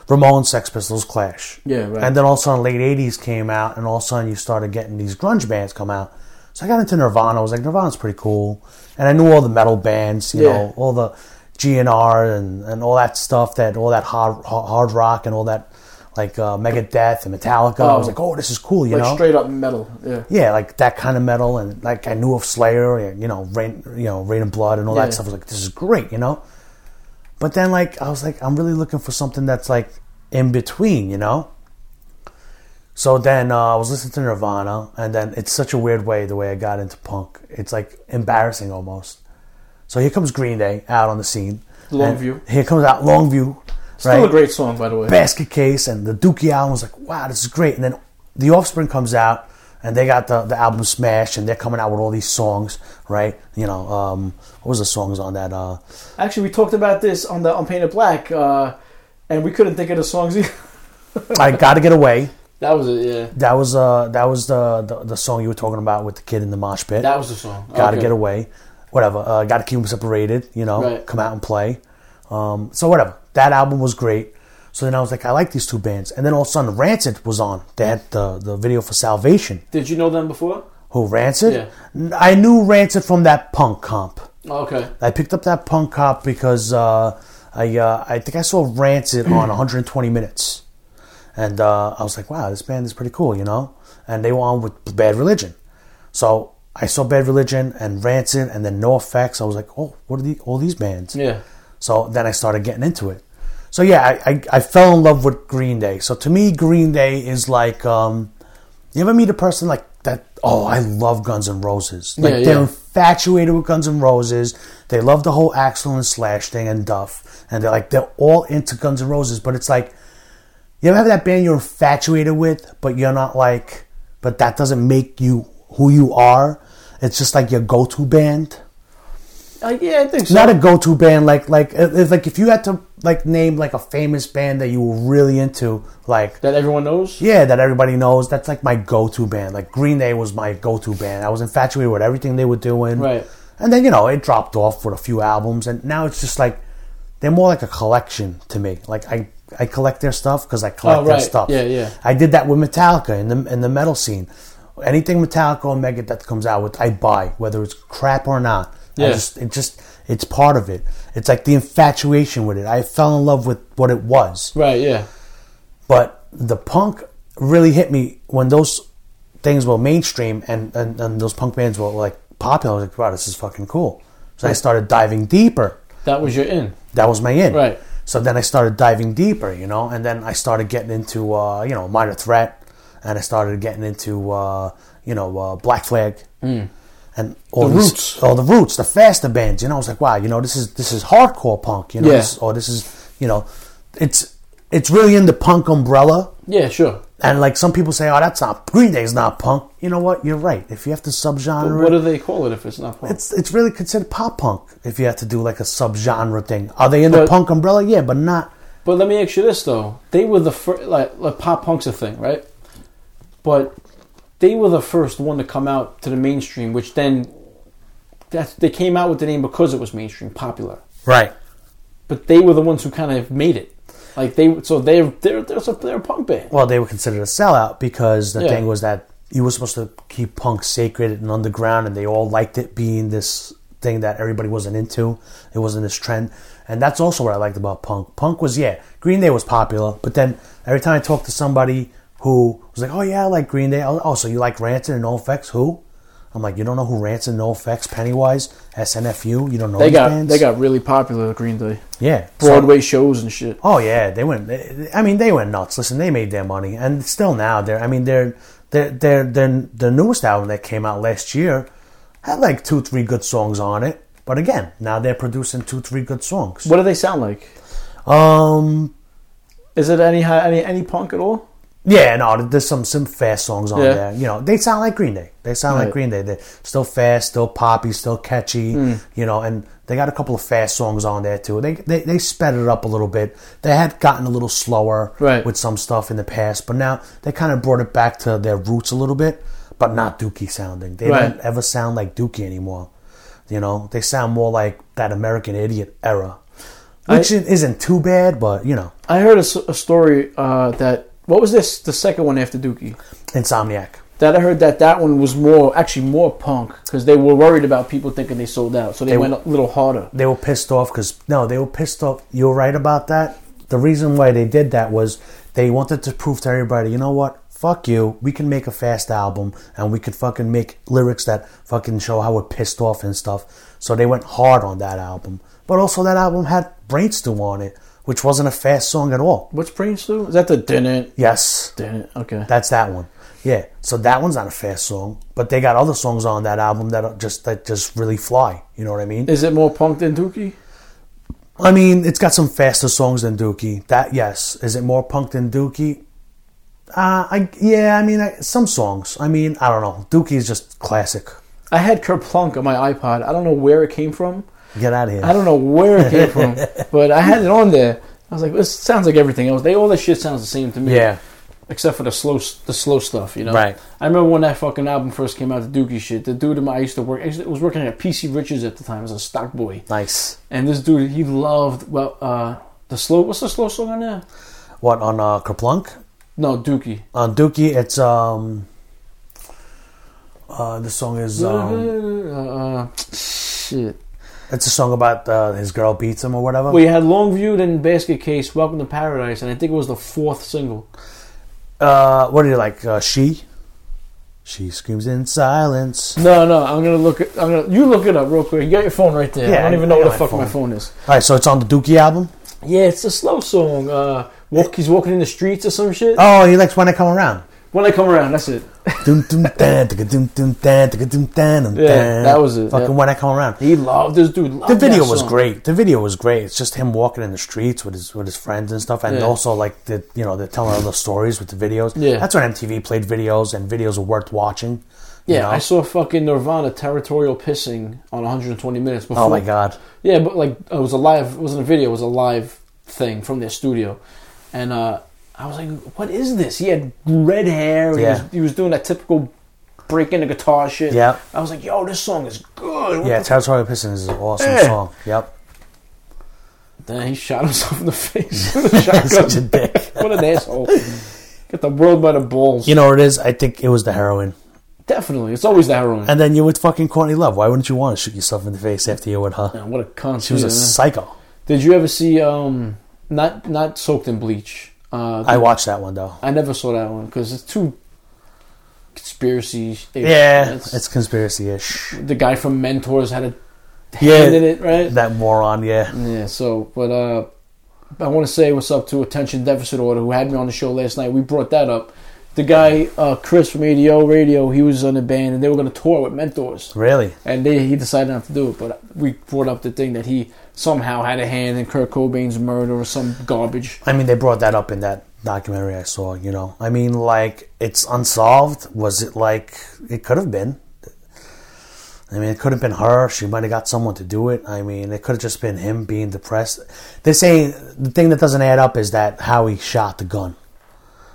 Speaker 4: Ramones, Sex Pistols, Clash.
Speaker 3: Yeah, right.
Speaker 4: And then all of a sudden, late 80s came out, and all of a sudden, you started getting these grunge bands come out. So I got into Nirvana. I was like, Nirvana's pretty cool. And I knew all the metal bands, you
Speaker 3: Yeah.
Speaker 4: know, all the GNR and, and all that stuff that all that hard hard hard rock and all that like uh, Megadeth and Metallica. I
Speaker 3: Oh.
Speaker 4: was like, oh, this is cool, you
Speaker 3: Like
Speaker 4: know?
Speaker 3: straight up metal. Yeah.
Speaker 4: yeah, like that kind of metal, and like I knew of Slayer, and, you know, Rain, you know, Rain and Blood, and all
Speaker 3: Yeah.
Speaker 4: that stuff. I was like, this is great, you know. But then, like, I was like, I'm really looking for something that's like in between, you know. So then uh, I was listening to Nirvana, and then it's such a weird way the way I got into punk. It's like embarrassing almost. So here comes Green Day out on the scene.
Speaker 3: Longview.
Speaker 4: And Here comes out Longview.
Speaker 3: Still a great song, by the way.
Speaker 4: Basket Case and the Dookie album was like, wow, this is great. And then The Offspring comes out and they got the, the album Smash and they're coming out with all these songs, right? You know, um, what was the songs on that? Uh,
Speaker 3: Actually, we talked about this on the on Painted Black, uh, and we couldn't think of the songs either.
Speaker 4: I Gotta Get Away.
Speaker 3: that was it. Yeah.
Speaker 4: That was uh, that was the, the the song you were talking about with the kid in the mosh pit.
Speaker 3: That was the song.
Speaker 4: gotta
Speaker 3: Okay.
Speaker 4: get away, whatever. Uh, gotta keep them separated, you know.
Speaker 3: Right.
Speaker 4: Come out and play. Um, so whatever. That album was great. So then I was like, I like these two bands. And then all of a sudden, Rancid was on. They had the the video for Salvation.
Speaker 3: Did you know them before?
Speaker 4: Who Rancid?
Speaker 3: Yeah.
Speaker 4: N- I knew Rancid from that punk comp.
Speaker 3: Oh, Okay.
Speaker 4: I picked up that punk comp because uh, I uh, I think I saw Rancid on 120 Minutes, and uh, I was like, wow, this band is pretty cool, you know. And they were on with Bad Religion, so I saw Bad Religion and Rancid, and then No Effects. I was like, oh, what are the, all these bands?
Speaker 3: Yeah.
Speaker 4: So then I started getting into it. So yeah, I, I, I fell in love with Green Day. So to me, Green Day is like um, you ever meet a person like that? Oh, I love Guns N' Roses. Like
Speaker 3: Yeah, yeah.
Speaker 4: they're infatuated with Guns N' Roses. They love the whole Axl and Slash thing and Duff, and they're like they're all into Guns N' Roses. But it's like you ever have that band you're infatuated with, but you're not like, but that doesn't make you who you are. It's just like your go-to band
Speaker 3: Like, Uh, yeah, I think so.
Speaker 4: not a go-to band like like if, like if you had to like name like a famous band that you were really into like
Speaker 3: that everyone knows.
Speaker 4: yeah that everybody knows that's like my go-to band like green day was my go-to band i was infatuated with everything they were doing
Speaker 3: Right.
Speaker 4: and then you know it dropped off with a few albums and now it's just like they're more like a collection to me like i i collect their stuff because i collect
Speaker 3: Oh,
Speaker 4: their
Speaker 3: right.
Speaker 4: stuff
Speaker 3: Yeah, yeah.
Speaker 4: i did that with metallica in the in the metal scene anything metallica or megadeth comes out with i buy whether it's crap or not I
Speaker 3: Yeah.
Speaker 4: just it just it's part of it it's like the infatuation with it i fell in love with what it was
Speaker 3: Right. Yeah.
Speaker 4: but the punk really hit me when those things were mainstream and, and, and those punk bands were like popular. I was like, wow, this is fucking cool. So I started diving deeper.
Speaker 3: That was your in.
Speaker 4: That was my in.
Speaker 3: Right.
Speaker 4: So then I started diving deeper, you know, and then I started getting into, uh, you know, Minor Threat and I started getting into, uh, you know, uh, Black Flag. And all
Speaker 3: Mm. The
Speaker 4: these-
Speaker 3: roots.
Speaker 4: all the roots, the faster bands. You know, I was like, wow, you know, this is this is hardcore punk. You know,
Speaker 3: Yeah.
Speaker 4: this, or this is, you know, it's it's really in the punk umbrella.
Speaker 3: Yeah. Sure.
Speaker 4: And like some people say, oh, that's not Green Day's not punk. You know what? You're right. If you have to
Speaker 3: But
Speaker 4: subgenre,
Speaker 3: what do they call it if it's not punk?
Speaker 4: it's it's really considered pop punk. If you have to do like a subgenre thing, are they in the
Speaker 3: But-
Speaker 4: punk umbrella? Yeah, but not.
Speaker 3: But let me ask you this though: they were the first, like, like pop punk's a thing, right? But they were the first one to come out to the mainstream, which then that they came out with the name because it was mainstream, popular.
Speaker 4: Right.
Speaker 3: But they were the ones who kind of made it. Like they, so they, they're they're, so they're a punk band.
Speaker 4: Well, they were considered a sellout because the
Speaker 3: Yeah.
Speaker 4: thing was that you were supposed to keep punk sacred and underground, and they all liked it being this thing that everybody wasn't into. It wasn't this trend, and that's also what I liked about punk. Punk was yeah, Green Day was popular, but then every time I talked to somebody who was like, "Oh yeah, I like Green Day," I was, "Oh, so you like Rancid and NoFX? Who?" I'm like, "You don't know who Rancid, NoFX, Pennywise, SNFU? You don't know
Speaker 3: They
Speaker 4: these
Speaker 3: got
Speaker 4: bands?"
Speaker 3: they got really popular. Green Day,
Speaker 4: yeah, So-
Speaker 3: Broadway shows and shit.
Speaker 4: Oh yeah, they went. they- I mean, they went nuts. Listen, they made their money, and still now they're. I mean, they're their their their their newest album that came out last year had like two three good songs on it. But again, now they're producing two three good songs.
Speaker 3: What do they sound like?
Speaker 4: Um,
Speaker 3: Is it any hi- any any punk at all?
Speaker 4: yeah, no, there's some some fast songs on
Speaker 3: Yeah.
Speaker 4: there. You know, they sound like Green Day. They sound
Speaker 3: Right. Hmm.
Speaker 4: like Green Day. They're still fast, still poppy, still catchy. You know, and they got a couple of fast songs on there too. They, they they sped it up a little bit. They had gotten a little slower
Speaker 3: Right.
Speaker 4: with some stuff in the past, but now they kind of brought it back to their roots a little bit, but not Dookie sounding. They
Speaker 3: Hmm. Right.
Speaker 4: don't ever sound like Dookie anymore. You know, they sound more like that American Idiot era, which isn't too bad, but you know,
Speaker 3: I heard a, s- a story uh, that what was this the second one after Dookie
Speaker 4: Insomniac.
Speaker 3: that I heard that that one was more actually more punk because they were worried about people thinking they sold out, so they, went a little harder.
Speaker 4: they were pissed off because no, they were pissed off. You're right about that. The reason why they did that was they wanted to prove to everybody, you know what? Fuck you. We can make a fast album and we could fucking make lyrics that fucking show how we're pissed off and stuff. So they went hard on that album. But also that album had Brainstew on it, which wasn't a fast song at all.
Speaker 3: What's Brainstorm? Is that the didn't
Speaker 4: Yes.
Speaker 3: didn't? Okay,
Speaker 4: That's that one. Yeah. So that one's not a fast song, but they got other songs on that album that are just that just really fly. You know what I mean?
Speaker 3: is it more punk than Dookie?
Speaker 4: I mean, it's got some faster songs than Dookie. That yes, is it more punk than Dookie? Uh, I yeah, I mean, I, some songs. I mean, I don't know. Dookie is just classic.
Speaker 3: I had Kerplunk on my iPod. I don't know where it came from.
Speaker 4: Get out of here.
Speaker 3: I don't know where it came from, but I had it on there. I was like, this sounds like everything else. They all that shit sounds the same to me.
Speaker 4: Yeah.
Speaker 3: Except for the slow, the slow stuff, you know.
Speaker 4: Right.
Speaker 3: I remember when that fucking album first came out, the Dookie shit. The dude in my I used to work, I used to- was working at PC Richards at the time as a stock boy,
Speaker 4: Nice.
Speaker 3: and this dude he loved well uh, the slow. What's the slow song on there?
Speaker 4: What on uh, Kerplunk?
Speaker 3: No, Dookie.
Speaker 4: On Dookie, it's um. Uh, the song is um,
Speaker 3: uh, shit.
Speaker 4: it's a song about uh, his girl beats him or whatever.
Speaker 3: We had Longview, then Basket Case, Welcome to Paradise, and I think it was the fourth single.
Speaker 4: Uh, what do you like? Uh, she. She screams in silence.
Speaker 3: No, no, I'm gonna look. It, I'm gonna you look it up real quick. You got your phone right there.
Speaker 4: Yeah,
Speaker 3: I don't
Speaker 4: I-
Speaker 3: even
Speaker 4: I
Speaker 3: know where
Speaker 4: got
Speaker 3: the
Speaker 4: my
Speaker 3: fuck my phone is.
Speaker 4: All right, so it's on the Dookie album.
Speaker 3: Yeah, it's a slow song. Uh, walk. He's walking in the streets or some shit.
Speaker 4: Oh, he likes when I come around.
Speaker 3: When I come around, that's it.
Speaker 4: Dum, dum, dan, tika, dum, dum, dan, tika, dum, dan, dum,
Speaker 3: Yeah,
Speaker 4: dan.
Speaker 3: that was it,
Speaker 4: Fucking
Speaker 3: yeah. Oh,
Speaker 4: when I come around.
Speaker 3: He loved this dude. Loved
Speaker 4: the video
Speaker 3: that
Speaker 4: was
Speaker 3: song.
Speaker 4: great. The video was great. It's just him walking in the streets with his with his friends and stuff, and
Speaker 3: Yeah.
Speaker 4: also like the you know they're telling other stories with the videos.
Speaker 3: Yeah.
Speaker 4: that's when MTV played videos, and videos were worth watching. you
Speaker 3: Yeah,
Speaker 4: know?
Speaker 3: I saw fucking Nirvana territorial pissing on 120 minutes before.
Speaker 4: Oh my god!
Speaker 3: Yeah, but like it was a live. It wasn't a video. It was a live thing from their studio, and uh, I was like, "What is this?" He had red hair. and
Speaker 4: Yeah.
Speaker 3: he, was, he was doing that typical breaking the guitar shit.
Speaker 4: Yeah.
Speaker 3: I was like, "Yo, this song is good." What
Speaker 4: Yeah,
Speaker 3: the
Speaker 4: Territorial Pistons is an awesome
Speaker 3: Yeah.
Speaker 4: song. Yep,
Speaker 3: Then he shot himself in the face with a shotgun.
Speaker 4: such a dick.
Speaker 3: what an asshole. Get the world by the balls.
Speaker 4: You know what it is? I think it was the heroin.
Speaker 3: Definitely. It's always the heroin.
Speaker 4: And then you with fucking Courtney Love. Why wouldn't you want to shoot yourself in the face after you with her?
Speaker 3: Man, what a cunt.
Speaker 4: She was
Speaker 3: either,
Speaker 4: a
Speaker 3: man.
Speaker 4: psycho.
Speaker 3: Did you ever see, um, not not Soaked in Bleach? Uh,
Speaker 4: I watched that one though.
Speaker 3: I never saw that one because it's too conspiracy.
Speaker 4: Yeah, it's conspiracy ish.
Speaker 3: the guy from Mentors had a
Speaker 4: Yeah, Mm.
Speaker 3: hand in it, right?
Speaker 4: that moron. Yeah,
Speaker 3: Yeah, so, but uh, I want to say what's up to Attention Deficit Order, who had me on the show last night. We brought that up. The guy, uh, Chris from ADO Radio, he was in a band and they were going to tour with Mentors.
Speaker 4: really.
Speaker 3: And they, he decided not to do it, but we brought up the thing that he somehow had a hand in Kurt Cobain's murder or some garbage.
Speaker 4: I mean, they brought that up in that documentary I saw. You know, I mean, like it's unsolved. Was it like it could have been? I mean, it could have been her. She might have got someone to do it. I mean, it could have just been him being depressed. They say the thing that doesn't add up is that how he shot the gun.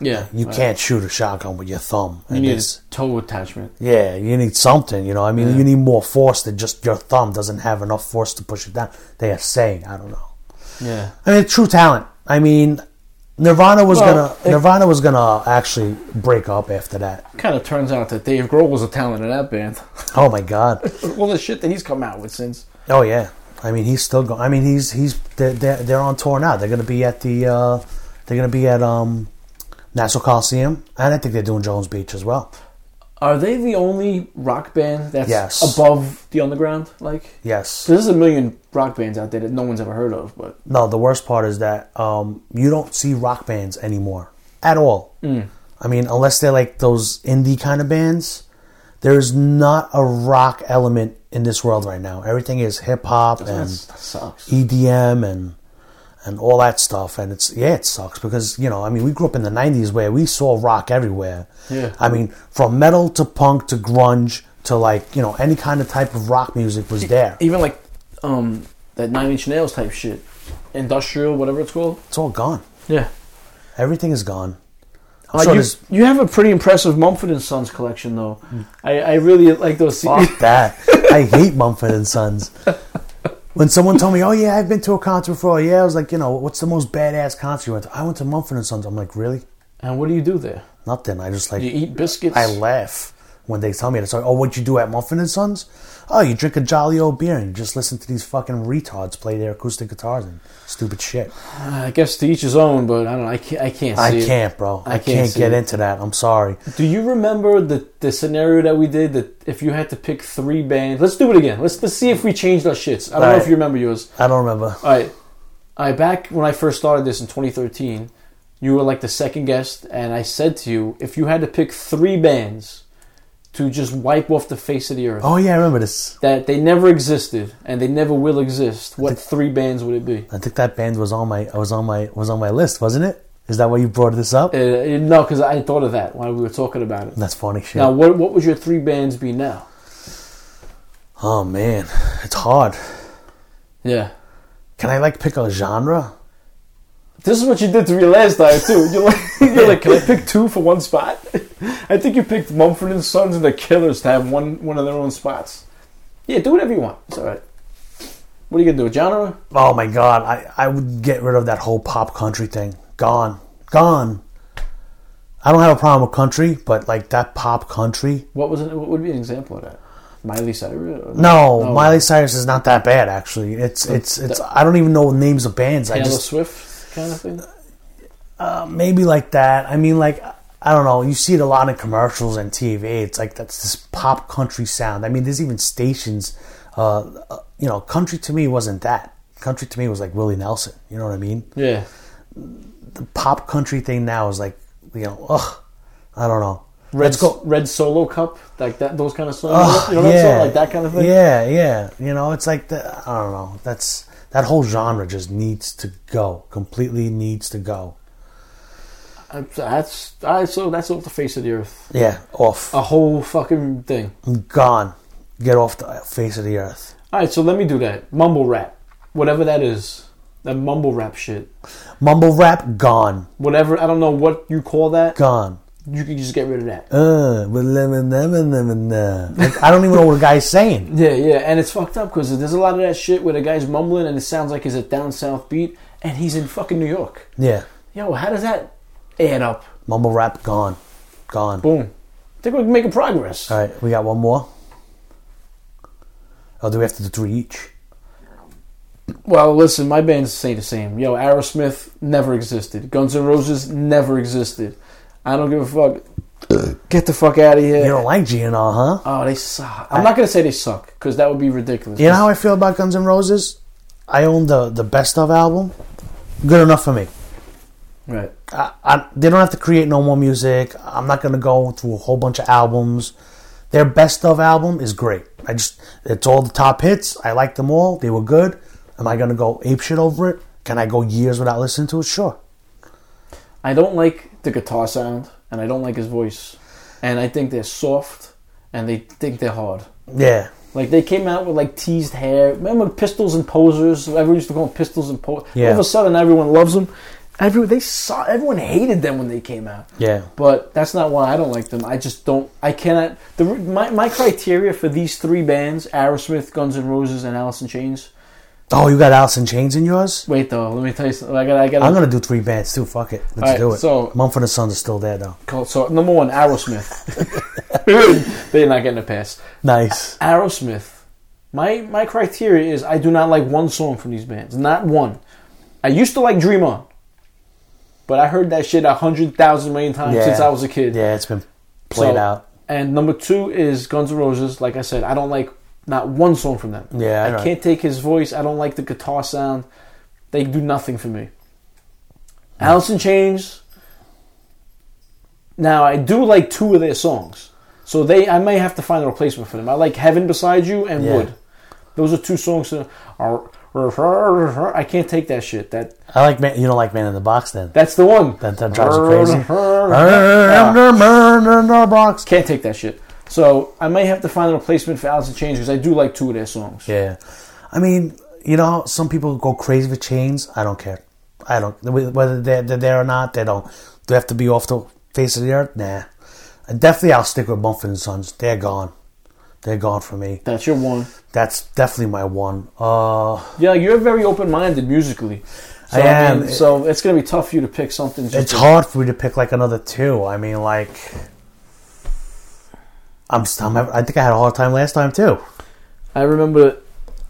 Speaker 3: Yeah.
Speaker 4: You
Speaker 3: uh,
Speaker 4: can't shoot a shotgun with your thumb.
Speaker 3: You
Speaker 4: And
Speaker 3: need a
Speaker 4: it's-
Speaker 3: toe attachment.
Speaker 4: Yeah, you need something, you know. I mean, you need more force than just your thumb doesn't have enough force to push it down. They are saying, I don't know.
Speaker 3: Yeah.
Speaker 4: I mean, true talent. I mean, Nirvana was
Speaker 3: Well,
Speaker 4: gonna
Speaker 3: it-
Speaker 4: Nirvana was gonna actually break up after that.
Speaker 3: Kind of turns out that Dave Grohl was a talent in that band.
Speaker 4: Oh my god.
Speaker 3: All the shit that he's come out with since.
Speaker 4: Oh yeah. I mean he's still going. I mean he's he's they're, they're they're on tour now. They're gonna be at the uh, they're gonna be at um Nassau Coliseum, and I think they're doing Jones Beach as well.
Speaker 3: Are they the only rock band that's
Speaker 4: Yes.
Speaker 3: above the underground? Like,
Speaker 4: Yes.
Speaker 3: so there's a million rock bands out there that no one's ever heard of, but
Speaker 4: No, the worst part is that um, you don't see rock bands anymore at all.
Speaker 3: Mm.
Speaker 4: I mean, unless they're like those indie kind of bands, there's not a rock element in this world right now. Everything is hip hop and
Speaker 3: that's, that sucks.
Speaker 4: EDM and and all that stuff. And it's yeah, it sucks because you know, I mean, we grew up in the '90s where we saw rock everywhere.
Speaker 3: Yeah.
Speaker 4: I mean, from metal to punk to grunge to like you know any kind of type of rock music
Speaker 3: E
Speaker 4: was there.
Speaker 3: Even like um, that Nine Inch Nails type shit, industrial, whatever it's called.
Speaker 4: It's all gone.
Speaker 3: Yeah.
Speaker 4: Everything is gone. I'm
Speaker 3: Uh,
Speaker 4: sure
Speaker 3: you,
Speaker 4: there's-
Speaker 3: you have a pretty impressive Mumford and Sons collection, though.
Speaker 4: Hmm.
Speaker 3: I, I really like those. CDs.
Speaker 4: Fuck that. I hate Mumford and Sons. When someone told me, "Oh yeah, I've been to a concert before," yeah, I was like, you know, what's the most badass concert you went to? I went to Mumford and Sons. I'm like, really?
Speaker 3: And what do you do there?
Speaker 4: Nothing. I just like
Speaker 3: You eat biscuits.
Speaker 4: I laugh when they tell me it's like, oh, what you do at Mumford and Sons? Oh, you drink a jolly old beer and you just listen to these fucking retards play their acoustic guitars and stupid shit.
Speaker 3: Uh, I guess to each his own, but I don't. know. I can't. I can't. See
Speaker 4: I
Speaker 3: it.
Speaker 4: can't, bro.
Speaker 3: I
Speaker 4: I,
Speaker 3: can't
Speaker 4: can't,
Speaker 3: see
Speaker 4: get
Speaker 3: it.
Speaker 4: into that. I'm sorry.
Speaker 3: Do you remember the the scenario that we did? That if you had to pick three bands, let's do it again. Let's let's see if we changed our shits. I don't know
Speaker 4: Alright.
Speaker 3: if you remember yours.
Speaker 4: I don't remember.
Speaker 3: All right, I back when I first started this in 2013. You were like the second guest, and I said to you, if you had to pick three bands to just wipe off the face of the earth,
Speaker 4: Oh yeah, I remember this.
Speaker 3: that they never existed and they never will exist, what three bands would it be?
Speaker 4: I think that band was on my I was on my was on my list, wasn't it? Is that why you brought this up?
Speaker 3: Uh, uh, no, because I thought of that while we were talking about it.
Speaker 4: That's funny shit.
Speaker 3: Now, what what would your three bands be now?
Speaker 4: Oh man, it's hard.
Speaker 3: Yeah.
Speaker 4: Can I like pick a genre?
Speaker 3: This is what you did to me last time too. You're like, you're like, can I pick two for one spot? I think you picked Mumford and Sons and the Killers to have one one of their own spots. Yeah, do whatever you want. It's all right. What are you gonna do? Genre?
Speaker 4: Oh my god, I, I would get rid of that whole pop country thing. Gone. Gone. I don't have a problem with country, but like that pop country.
Speaker 3: What was it? What would be an example of that? Miley Cyrus? or-
Speaker 4: No, Miley Cyrus is not that bad actually. It's it's it's I don't even know names of bands. I
Speaker 3: Taylor
Speaker 4: just
Speaker 3: Swift kind of thing.
Speaker 4: maybe like that. I mean like I don't know. You see it a lot in commercials and TV. It's like that's this pop country sound. I mean, there's even stations uh, uh, you know, country to me wasn't that. Country to me was like Willie Nelson, you know what I mean?
Speaker 3: Yeah.
Speaker 4: pop country thing now is like, you know, ugh, I don't know.
Speaker 3: Red,
Speaker 4: Let's go.
Speaker 3: Red Solo Cup, like that, those kind of songs.
Speaker 4: Ugh,
Speaker 3: you know what I'm saying? Like that kind of thing.
Speaker 4: Yeah, yeah. You know, it's like the I don't know. That's that whole genre just needs to go. Completely needs to go.
Speaker 3: I'm- That's I so that's off the face of the earth.
Speaker 4: Yeah, off,
Speaker 3: A whole fucking thing.
Speaker 4: gone. Get off the face of the earth.
Speaker 3: All right, so let me do that. Mumble rap, whatever that is, that mumble rap shit.
Speaker 4: Mumble rap gone,
Speaker 3: Whatever I don't know what you call that.
Speaker 4: gone.
Speaker 3: You can just get rid of that.
Speaker 4: Uh, but lemon, lemon, lemon, lemon. Like, I don't even know what a guy's saying.
Speaker 3: Yeah, yeah, and it's fucked up because there's a lot of that shit where the guy's mumbling and it sounds like he's a down south beat, and he's in fucking New York.
Speaker 4: Yeah,
Speaker 3: Yo, how does that add up?
Speaker 4: mumble rap gone, gone.
Speaker 3: Boom. I think we're making progress.
Speaker 4: All right, we got one more. Oh, do we have to do three each?
Speaker 3: Well, listen, my bands say the same. Yo, Aerosmith never existed. Guns N' Roses never existed. I don't give a fuck. Get the fuck out of here.
Speaker 4: You don't like GNR, huh?
Speaker 3: oh, they suck. I'm not gonna say they suck because that would be ridiculous.
Speaker 4: You know how I feel about Guns N' Roses? I own the, the best of album. Good enough for me.
Speaker 3: right?
Speaker 4: I, I, they don't have to create no more music. I'm not gonna go through a whole bunch of albums. Their best of album is great. I just it's all the top hits. I like them all. They were good. Am I gonna go ape shit over it? Can I go years without listening to it? Sure.
Speaker 3: I don't like the guitar sound, and I don't like his voice, and I think they're soft, and they think they're hard.
Speaker 4: Yeah.
Speaker 3: Like they came out with like teased hair. Remember Pistols and Posers? Everyone used to call them Pistols and Posers.
Speaker 4: Yeah.
Speaker 3: All of a sudden, everyone loves them. Everyone they saw. Everyone hated them when they came out.
Speaker 4: Yeah.
Speaker 3: But that's not why I don't like them. I just don't. I cannot. The my my criteria for these three bands: Aerosmith, Guns N' Roses, and Alice in Chains.
Speaker 4: Oh, you got Alice in Chains in yours?
Speaker 3: Wait though, let me tell you something. I got I got
Speaker 4: I'm gonna do three bands too. Fuck it, let's
Speaker 3: Alright,
Speaker 4: do it.
Speaker 3: so-
Speaker 4: Mumford and Sons is still there though.
Speaker 3: call so number one, Aerosmith. They're not getting a pass.
Speaker 4: Nice.
Speaker 3: Aerosmith. My my criteria is I do not like one song from these bands. Not one. I used to like Dream On. But I heard that shit a hundred thousand million times since I was a kid.
Speaker 4: Yeah, it's been played
Speaker 3: So-
Speaker 4: out.
Speaker 3: And number two is Guns N' Roses. Like I said, I don't like not one song from them.
Speaker 4: Yeah,
Speaker 3: I
Speaker 4: right.
Speaker 3: can't take his voice. I don't like the guitar sound. They do nothing for
Speaker 4: Mm.
Speaker 3: me. Alice in Chains. Now I do like two of their songs, so they I may have to find a replacement for them. I like Heaven Beside You and
Speaker 4: Yeah.
Speaker 3: Wood. Those are two songs that are. I can't take that shit. That
Speaker 4: I like man. You don't like Man in the Box then?
Speaker 3: that's the one.
Speaker 4: That, that drives you crazy.
Speaker 3: Yeah.
Speaker 4: Man in the Box.
Speaker 3: Can't take that shit. So I may have to find a replacement for Alice in Chains because I do like two of their songs.
Speaker 4: Yeah, I mean, you know, some people go crazy with chains. I don't care. I don't whether they're, they're there or not. They don't. Do they have to be off the face of the earth? Nah. And definitely, I'll stick with Mumford and Sons. They're gone. They're gone for me.
Speaker 3: That's your one.
Speaker 4: That's definitely my one. Uh,
Speaker 3: Yeah, you're very open minded musically. So,
Speaker 4: I am.
Speaker 3: mean, so it's gonna be tough for you to pick something. Just
Speaker 4: it's hard for me to pick like another two. I mean, like, I'm. st- I'm I think I had a hard time last time too.
Speaker 3: I remember.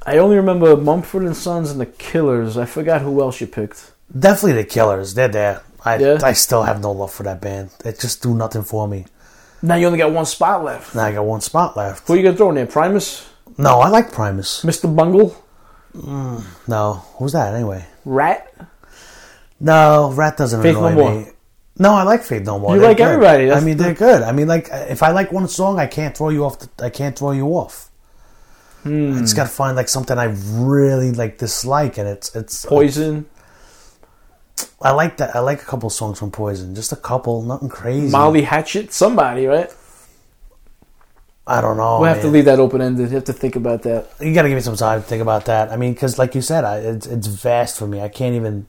Speaker 3: I only remember Mumford and Sons and the Killers. I forgot who else you picked.
Speaker 4: Definitely the Killers. They're there. I
Speaker 3: Yeah.
Speaker 4: I still have no love for that band. They just do nothing for me.
Speaker 3: Now you only got one spot left.
Speaker 4: Now I got one spot left.
Speaker 3: Who you gonna throw in there? Primus,
Speaker 4: No, I like Primus.
Speaker 3: Mr. Bungle,
Speaker 4: No, who's that anyway?
Speaker 3: Rat.
Speaker 4: No, Rat doesn't
Speaker 3: Faith
Speaker 4: annoy
Speaker 3: No More.
Speaker 4: me. No, I like Faith No More.
Speaker 3: You
Speaker 4: They're
Speaker 3: like
Speaker 4: good.
Speaker 3: everybody. That's
Speaker 4: I mean, they're good. I mean, like if I like one song, I can't throw you off. The, I can't throw you off. I
Speaker 3: Hmm.
Speaker 4: just gotta find like something I really like dislike, and it's it's.
Speaker 3: Poison,
Speaker 4: I like that. I like a couple songs from Poison, just a couple, nothing crazy.
Speaker 3: Molly Hatchet, somebody, right?
Speaker 4: I don't know.
Speaker 3: we'll have to
Speaker 4: man.
Speaker 3: leave that open ended. You have to think about that.
Speaker 4: You gotta give me some time to think about that. I mean, because like you said, I, it's it's vast for me. I can't even.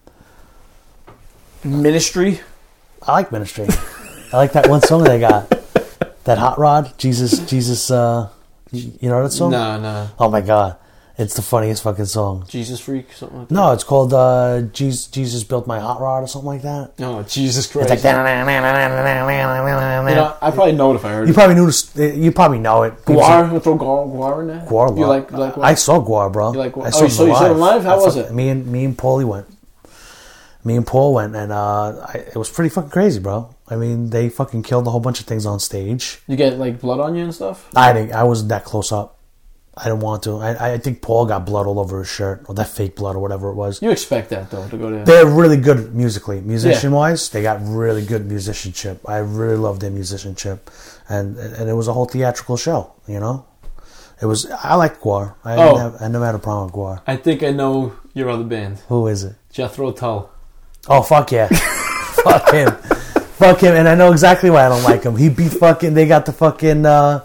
Speaker 3: Ministry.
Speaker 4: I like Ministry. I like that one song they got. That Hot Rod, Jesus, Jesus. uh You know that song?
Speaker 3: No, no.
Speaker 4: Oh my god, it's the funniest fucking song.
Speaker 3: Jesus freak, something like that.
Speaker 4: No, it's called uh, Jesus, Jesus built my hot rod or something like that.
Speaker 3: No, Oh, Jesus
Speaker 4: It's
Speaker 3: Christ.
Speaker 4: like
Speaker 3: You know, I probably know it if I heard
Speaker 4: You
Speaker 3: it.
Speaker 4: probably knew. This, you probably know it.
Speaker 3: Guar, you throw Guar, Guar in there.
Speaker 4: Guar.
Speaker 3: You like, you like Guar?
Speaker 4: I saw Guar, bro.
Speaker 3: You like Guar?
Speaker 4: I
Speaker 3: Oh, you saw- you saw him live? How
Speaker 4: I
Speaker 3: was
Speaker 4: saw-
Speaker 3: it?
Speaker 4: Me and me and Paulie went. Me and Paul went, and uh, I, it was pretty fucking crazy, bro. I mean, they fucking killed a whole bunch of things on stage.
Speaker 3: You get like blood on you and stuff.
Speaker 4: I didn't. I wasn't that close up. I didn't want to. I, I think Paul got blood all over his shirt, or that fake blood, or whatever it was.
Speaker 3: You expect that though to go there.
Speaker 4: They're really good musically, musician wise. They got really good musicianship. I really love their musicianship, and and it was a whole theatrical show. You know, it was. I liked Guar. I,
Speaker 3: Oh.
Speaker 4: didn't have, I never had a problem with Guar.
Speaker 3: I think I know your other band,
Speaker 4: Who is it?
Speaker 3: Jethro Tull.
Speaker 4: Oh fuck yeah, fuck him, fuck him. And I know exactly why I don't like him. He beat fucking. They got the fucking. Uh,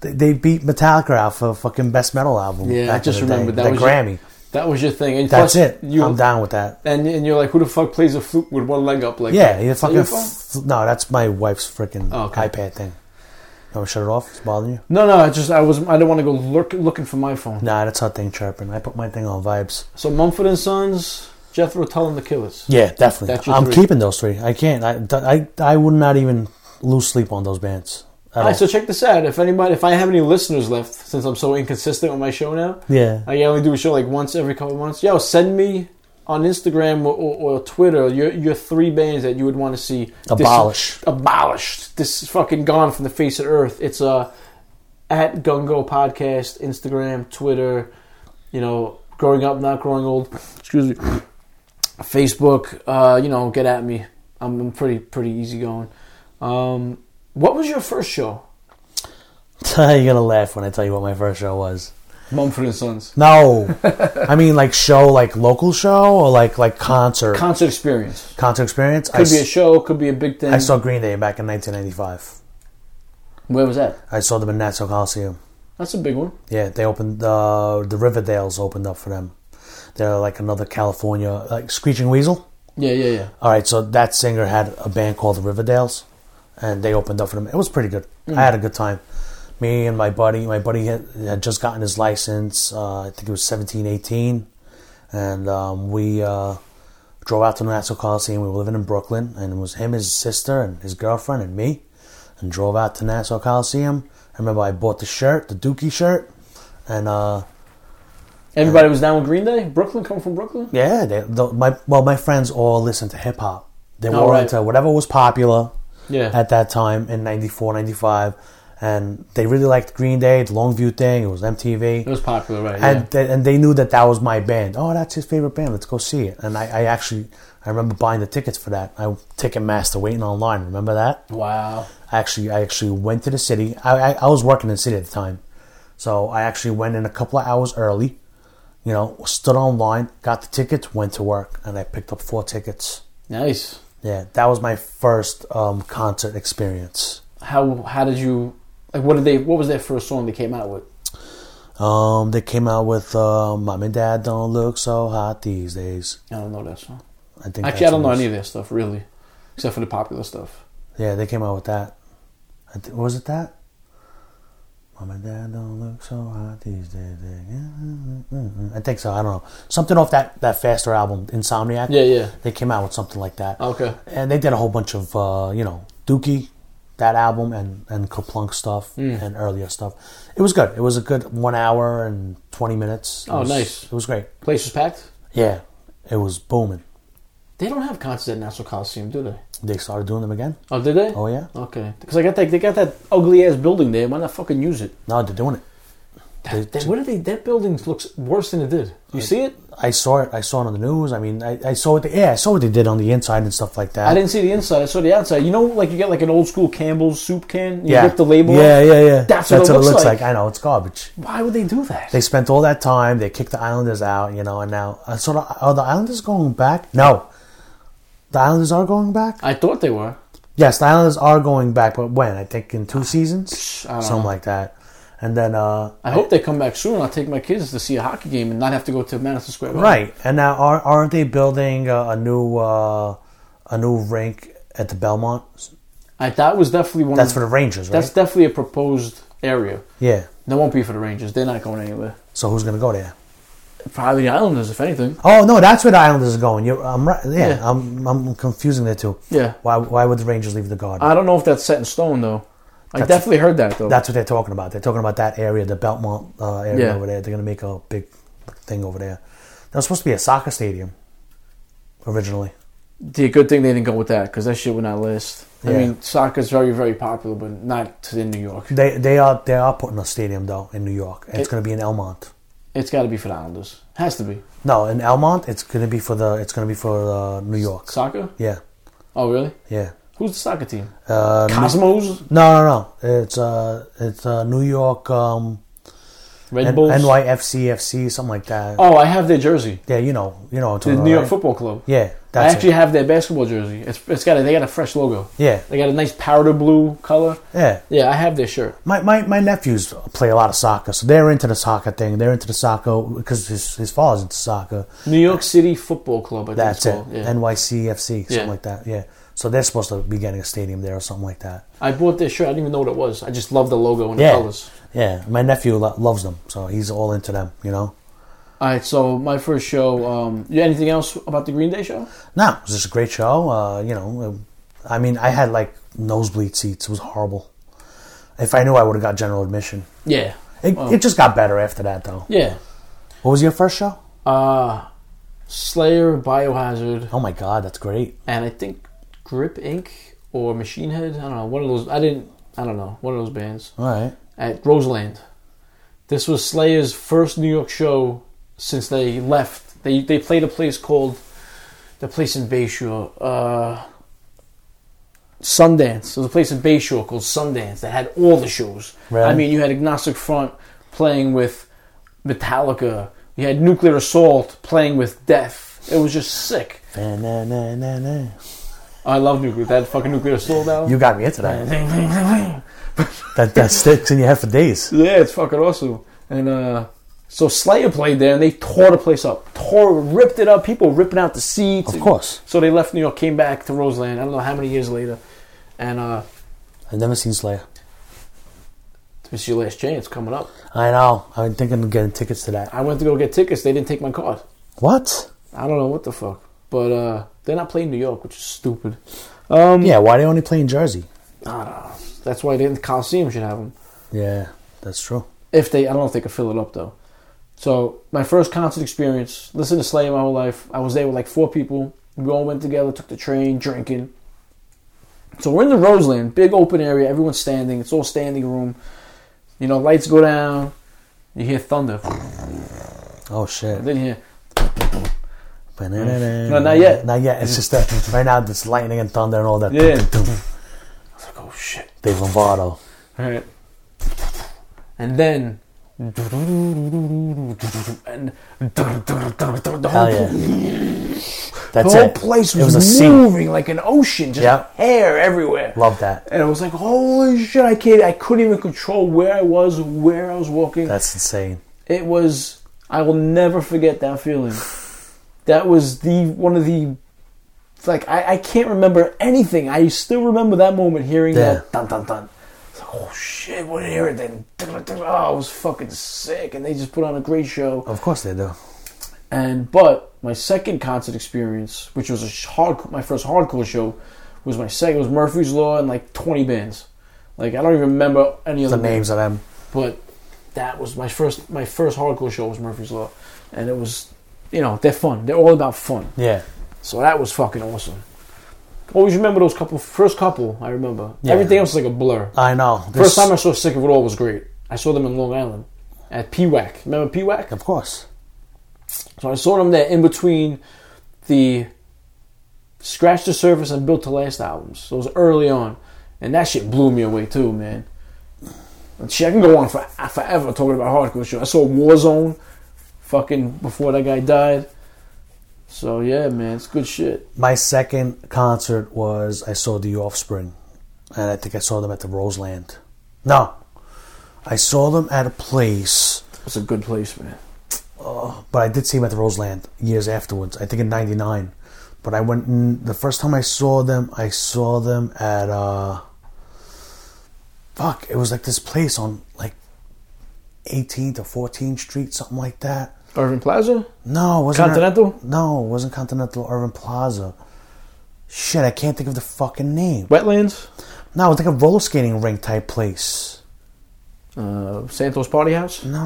Speaker 4: they, they beat Metallica out for fucking best metal album.
Speaker 3: Yeah, I
Speaker 4: back in
Speaker 3: just
Speaker 4: the day.
Speaker 3: remembered that was your-
Speaker 4: Grammy.
Speaker 3: That was your thing. And
Speaker 4: That's
Speaker 3: plus,
Speaker 4: it.
Speaker 3: You
Speaker 4: I'm down with that.
Speaker 3: and and you're like, who the fuck plays a flute with one leg up? Like,
Speaker 4: Yeah,
Speaker 3: that?
Speaker 4: you
Speaker 3: Is that
Speaker 4: fucking.
Speaker 3: your phone?
Speaker 4: F- no, that's my wife's freaking
Speaker 3: Oh, okay.
Speaker 4: iPad thing. You want to shut it off? It's bothering you?
Speaker 3: no, no. I just I was I didn't want to go look, looking for my phone.
Speaker 4: Nah, that's her thing chirping. I put my thing on vibes.
Speaker 3: So Mumford and Sons, Jethro Tull and the Killers.
Speaker 4: Yeah, definitely.
Speaker 3: That's your
Speaker 4: I'm
Speaker 3: three.
Speaker 4: keeping those three. I can't. I, I, I would not even lose sleep on those bands. At
Speaker 3: All
Speaker 4: all.
Speaker 3: right, so check this out. If anybody, if I have any listeners left, since I'm so inconsistent with my show now,
Speaker 4: yeah.
Speaker 3: I only Uh, do a show like once every couple of months. Yo, send me on Instagram or, or, or Twitter your your three bands that you would want to see dis-
Speaker 4: Abolish.
Speaker 3: abolished. This is fucking gone from the face of the earth. It's uh, at Gungo Podcast, Instagram, Twitter. You know, growing up, not growing old. Excuse me. Facebook. Uh, you know, get at me. I'm, I'm pretty pretty easygoing. Um, what was your first show?
Speaker 4: You're gonna laugh when I tell you what my first show was.
Speaker 3: Mumford and Sons
Speaker 4: No, I mean like show, like local show, or like like concert,
Speaker 3: concert experience.
Speaker 4: concert experience. I
Speaker 3: Could be a
Speaker 4: s-
Speaker 3: show. Could be a big thing.
Speaker 4: I saw Green Day back in 1995.
Speaker 3: Where was that?
Speaker 4: I saw them in Nassau Coliseum.
Speaker 3: That's a big one.
Speaker 4: Yeah, they opened uh, the Riverdales opened up for them. They're like another California, like Screeching Weasel.
Speaker 3: Yeah, yeah, yeah.
Speaker 4: All right, so that singer had a band called the Riverdales, and they opened up for them. It was pretty good. I had a good time. Me and my buddy, my buddy had, had just gotten his license. Uh, I think it was 17, 18. and um, we uh, drove out to the Nassau Coliseum. We were living in Brooklyn, and it was him, his sister, and his girlfriend, and me, and drove out to Nassau Coliseum. I remember I bought the shirt, the Dookie shirt, and uh,
Speaker 3: Everybody was down with Green Day. Brooklyn, come from Brooklyn.
Speaker 4: yeah, they, the, my well, my friends all listened to hip hop. They were
Speaker 3: Oh, right.
Speaker 4: into whatever was popular
Speaker 3: Yeah,
Speaker 4: at that time in 94, 95. And they really liked Green Day, the Longview thing. It was MTV.
Speaker 3: it was popular, right?
Speaker 4: and
Speaker 3: yeah.
Speaker 4: they, and they knew that that was my band. Oh, that's his favorite band. Let's go see it. And I, I actually I remember buying the tickets for that. I Ticketmaster waiting online. Remember that?
Speaker 3: Wow.
Speaker 4: I actually I actually went to the city. I, I, I was working in the city at the time, so I actually went in a couple of hours early. You know, stood online, got the tickets, went to work, and I picked up four tickets.
Speaker 3: Nice.
Speaker 4: Yeah, that was my first um, concert experience.
Speaker 3: How how did you like? What did they? What was their first song they came out with?
Speaker 4: Um, they came out with uh, "Mom and Dad Don't Look So Hot These Days."
Speaker 3: I don't know that song.
Speaker 4: I think
Speaker 3: Actually, I don't know
Speaker 4: either.
Speaker 3: any of their stuff really, except for the popular stuff.
Speaker 4: Yeah, they came out with that. I th- was it that? Mom and dad don't look so hot these days. I think so. I don't know. Something off that, that faster album, Insomniac.
Speaker 3: Yeah, yeah.
Speaker 4: They came out with something like that.
Speaker 3: Okay.
Speaker 4: And they did a whole bunch of, uh, you know, Dookie, that album, and, and Kaplunk stuff
Speaker 3: Mm.
Speaker 4: and earlier stuff. It was good. It was a good one hour and 20 minutes. It
Speaker 3: Oh,
Speaker 4: was-
Speaker 3: nice.
Speaker 4: It was great.
Speaker 3: Place was packed.
Speaker 4: Yeah. It was booming.
Speaker 3: They don't have concerts at Nassau Coliseum, do they?
Speaker 4: They started doing them again.
Speaker 3: Oh, did they?
Speaker 4: Oh, yeah.
Speaker 3: Okay, because I got that. They got that ugly ass building there. Why not fucking use it?
Speaker 4: No, they're doing it. They-
Speaker 3: That- what did they? That building looks worse than it did. You see it?
Speaker 4: I saw it. I saw it on the news. I mean, I, I saw it. Yeah, I saw what they did on the inside and stuff like that.
Speaker 3: I didn't see the inside. I saw the outside. You know, like you get like an old school Campbell's soup can. You
Speaker 4: yeah.
Speaker 3: rip the label.
Speaker 4: Yeah,
Speaker 3: off?
Speaker 4: yeah, yeah.
Speaker 3: That's what it looks like.
Speaker 4: I know it's garbage.
Speaker 3: Why would they do that?
Speaker 4: They spent all that time. They kicked the Islanders out, you know, and now uh, so the, are the Islanders going back? No, the Islanders are going back.
Speaker 3: I thought they were.
Speaker 4: Yes, the Islanders are going back, but when? I think in two seasons,
Speaker 3: I don't
Speaker 4: something
Speaker 3: know.
Speaker 4: like that. And then uh,
Speaker 3: I hope they come back soon. I'll take my kids to see a hockey game and not have to go to Madison Square Garden.
Speaker 4: Right, and now are, aren't they building uh, a new uh, a new rink at the Belmont?
Speaker 3: I, that was definitely one.
Speaker 4: That's
Speaker 3: of,
Speaker 4: for the Rangers, right?
Speaker 3: That's definitely a proposed area.
Speaker 4: yeah.
Speaker 3: That won't be for the Rangers. They're not going anywhere.
Speaker 4: So who's going to go there?
Speaker 3: Probably the Islanders, if anything.
Speaker 4: Oh no, that's where the Islanders are going. You're, I'm right. Yeah,
Speaker 3: Yeah.
Speaker 4: I'm I'm confusing the two.
Speaker 3: Yeah.
Speaker 4: Why why would the Rangers leave the Garden?
Speaker 3: I don't know if that's set in stone though. I
Speaker 4: That's-
Speaker 3: definitely heard that though.
Speaker 4: that's what they're talking about. They're talking about that area, the Belmont uh, area
Speaker 3: Yeah.
Speaker 4: over there. They're going to make a big thing over there. That was supposed to be a soccer stadium originally.
Speaker 3: the good thing they didn't go with that because that shit would not list. I
Speaker 4: Yeah.
Speaker 3: mean, soccer's very, very popular, but not in New York.
Speaker 4: They they are they are putting a stadium though in New York. And it's
Speaker 3: It-
Speaker 4: going to be in Elmont.
Speaker 3: It's got to be for the Islanders. Has to be
Speaker 4: No, in Elmont it's going to be for the it's going to be for uh, New York.
Speaker 3: soccer.
Speaker 4: Yeah,
Speaker 3: Oh, really?
Speaker 4: yeah.
Speaker 3: Who's the soccer team?
Speaker 4: Uh, New-
Speaker 3: Cosmos,
Speaker 4: no, no, no. It's uh it's uh, New York um,
Speaker 3: Red
Speaker 4: N-
Speaker 3: Bulls.
Speaker 4: NYFCFC something like that.
Speaker 3: oh, I have their jersey.
Speaker 4: Yeah, you know, you know, what I'm
Speaker 3: The
Speaker 4: talking
Speaker 3: New York
Speaker 4: about, right?
Speaker 3: Football Club.
Speaker 4: Yeah,
Speaker 3: I
Speaker 4: that's
Speaker 3: actually
Speaker 4: it.
Speaker 3: have their basketball jersey. It's it's got a, they got a fresh logo.
Speaker 4: Yeah,
Speaker 3: They got a nice powder blue color.
Speaker 4: yeah.
Speaker 3: Yeah, I have their shirt.
Speaker 4: My, my my nephews play a lot of soccer, so they're into the soccer thing. They're into the soccer because his his father's into soccer.
Speaker 3: New York City Football Club. I think
Speaker 4: That's
Speaker 3: it's
Speaker 4: it.
Speaker 3: called. Yeah.
Speaker 4: NYCFC, something
Speaker 3: Yeah.
Speaker 4: like that. Yeah. So they're supposed to be getting a stadium there or something like that.
Speaker 3: I bought their shirt. I didn't even know what it was. I just love the logo and
Speaker 4: Yeah.
Speaker 3: the colors.
Speaker 4: Yeah. My nephew lo- loves them, so he's all into them. You know.
Speaker 3: All right, so my first show. Um, you anything else about the Green Day show?
Speaker 4: No, it was just a great show. Uh, you know, I mean, I had like nosebleed seats. It was horrible. If I knew, I would have got general admission.
Speaker 3: Yeah,
Speaker 4: It, it just got better after that, though.
Speaker 3: yeah.
Speaker 4: What was your first show?
Speaker 3: Uh, Slayer, Biohazard,
Speaker 4: Oh my God, that's great.
Speaker 3: and I think Grip Inc. or Machine Head. I don't know. One of those. I didn't. I don't know. One of those bands
Speaker 4: All right.
Speaker 3: at Roseland. This was Slayer's first New York show since they left. They they played a place called the place in Bayshore. Uh, Sundance. There was a place in Bayshore called Sundance that had all the shows.
Speaker 4: Really?
Speaker 3: I mean, you had Agnostic Front playing with Metallica. You had Nuclear Assault playing with Death. It was just sick.
Speaker 4: Na-na-na-na-na.
Speaker 3: I love Nuclear. That fucking Nuclear Assault album.
Speaker 4: You got me into that. That that sticks in your head for days.
Speaker 3: Yeah, it's fucking awesome. And uh, so Slayer played there, and they tore the place up, tore, ripped it up. People were ripping out the seats.
Speaker 4: Of course.
Speaker 3: So they left New York, came back to Roseland. I don't know how many years later, and uh,
Speaker 4: I've never seen Slayer.
Speaker 3: this is your last chance coming up.
Speaker 4: I know. I've been thinking of getting tickets to that.
Speaker 3: I went to go get tickets. They didn't take my card.
Speaker 4: What?
Speaker 3: I don't know what the fuck. But uh, they're not playing New York, which is stupid. Um,
Speaker 4: Yeah, why they only play in Jersey?
Speaker 3: I don't know. That's why they, the Coliseum should have them.
Speaker 4: Yeah, that's true.
Speaker 3: If they, I don't know if they could fill it up though. So my first concert experience, listened to Slay my whole life. I was there with like four people. We all went together, took the train, drinking. So we're in the Roseland, big open area. Everyone's standing. It's all standing room. You know, lights go down. You hear thunder.
Speaker 4: Oh shit.
Speaker 3: Then you hear
Speaker 4: No,
Speaker 3: not yet.
Speaker 4: Not yet. It's just that right now it's lightning and thunder and all that.
Speaker 3: Yeah. I was like, oh shit.
Speaker 4: Dave Lombardo.
Speaker 3: All right. And then. And the whole,
Speaker 4: Hell yeah. That's
Speaker 3: the whole
Speaker 4: it.
Speaker 3: place
Speaker 4: it
Speaker 3: was,
Speaker 4: was a scene.
Speaker 3: moving like an ocean, just
Speaker 4: Yep.
Speaker 3: hair everywhere.
Speaker 4: Love that.
Speaker 3: And I was like, holy shit, I can't, I couldn't even control where I was, where I was walking.
Speaker 4: That's insane.
Speaker 3: it was, I will never forget that feeling. That was the, one of the, like, I, I can't remember anything. I still remember that moment hearing
Speaker 4: Yeah.
Speaker 3: that dun dun dun. It's like, oh shit, what hear it then? Oh, I was fucking sick. And they just put on a great show.
Speaker 4: Of course they do.
Speaker 3: And but my second concert experience, which was a sh- hard, my first hardcore show, was my second was Murphy's Law and like twenty bands. Like I don't even remember any
Speaker 4: The
Speaker 3: other
Speaker 4: names of them.
Speaker 3: but that was my first my first hardcore show was Murphy's Law, and it was, you know, they're fun. They're all about fun.
Speaker 4: Yeah.
Speaker 3: So that was fucking awesome. Always remember those couple first couple. I remember
Speaker 4: Yeah.
Speaker 3: everything else is like a blur.
Speaker 4: I know.
Speaker 3: First time I saw Sick of It All was great. I saw them in Long Island at PWAC. Remember PWAC?
Speaker 4: Of course.
Speaker 3: So I saw them there in between the Scratch the Surface and Built to Last albums. Those early on. And that shit blew me away too, man. And shit, I can go on for forever talking about hardcore shit. I saw Warzone fucking before that guy died. So yeah, man, it's good shit.
Speaker 4: My second concert was I saw The Offspring, and I think I saw them at the Roseland. No, I saw them at a place,
Speaker 3: It's a good place, man.
Speaker 4: but I did see them at the Roseland years afterwards. I think in '99, but I went in, the first time I saw them. I saw them at uh, fuck, it was like this place on like 18th or 14th Street, something like that.
Speaker 3: Irving Plaza?
Speaker 4: No, it wasn't
Speaker 3: Continental?
Speaker 4: no, it wasn't Continental Irving Plaza. Shit, I can't think of the fucking name.
Speaker 3: Wetlands?
Speaker 4: No, it's like a roller skating rink type place.
Speaker 3: Uh, Santos Party House?
Speaker 4: No.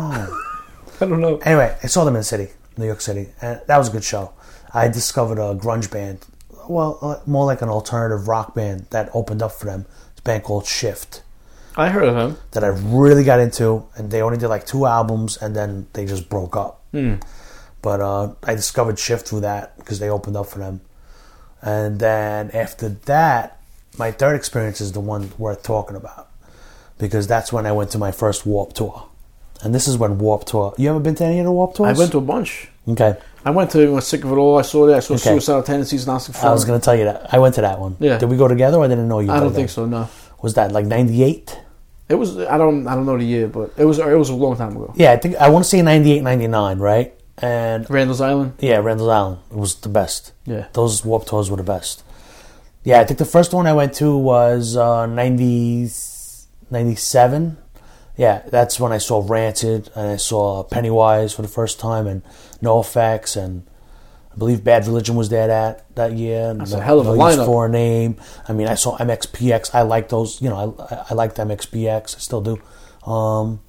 Speaker 3: I don't know.
Speaker 4: anyway, I saw them in the city, New York City, and that was a good show. I discovered a grunge band, well, uh, more like an alternative rock band that opened up for them. It's a band called Shift
Speaker 3: I heard of him.
Speaker 4: that I really got into, and they only did like two albums, and then they just broke up.
Speaker 3: Hmm.
Speaker 4: But uh, I discovered Shift through that because they opened up for them, and then after that, my third experience is the one worth talking about because that's when I went to my first Warp tour, and this is when Warp tour. You ever been to any of the Warp
Speaker 3: I
Speaker 4: tours?
Speaker 3: went to a bunch.
Speaker 4: Okay,
Speaker 3: I went to Sick of It All. I saw that. I saw
Speaker 4: Okay.
Speaker 3: Suicidal Tendencies, Gnostic
Speaker 4: I was
Speaker 3: Fun.
Speaker 4: gonna tell you that I went to that one.
Speaker 3: Yeah.
Speaker 4: Did we go together? I didn't know you.
Speaker 3: I don't
Speaker 4: did.
Speaker 3: think so, no.
Speaker 4: Was that like '98?
Speaker 3: It was I don't I don't know the year, but it was it was a long time ago.
Speaker 4: Yeah, I think I want to say '98, '99, right? And
Speaker 3: Randall's Island.
Speaker 4: Yeah, Randall's Island It was the best.
Speaker 3: Yeah.
Speaker 4: Those warp tours were the best. Yeah, I think the first one I went to was uh, 90, 97. Yeah, that's when I saw Ranted and I saw Pennywise for the first time and No Effects and I believe Bad Religion was there that, that year. That's
Speaker 3: a hell of a lineup.
Speaker 4: For a name. I mean, I saw MXPX. I like those. You know, I, I- I liked MXPX. I still do. Um,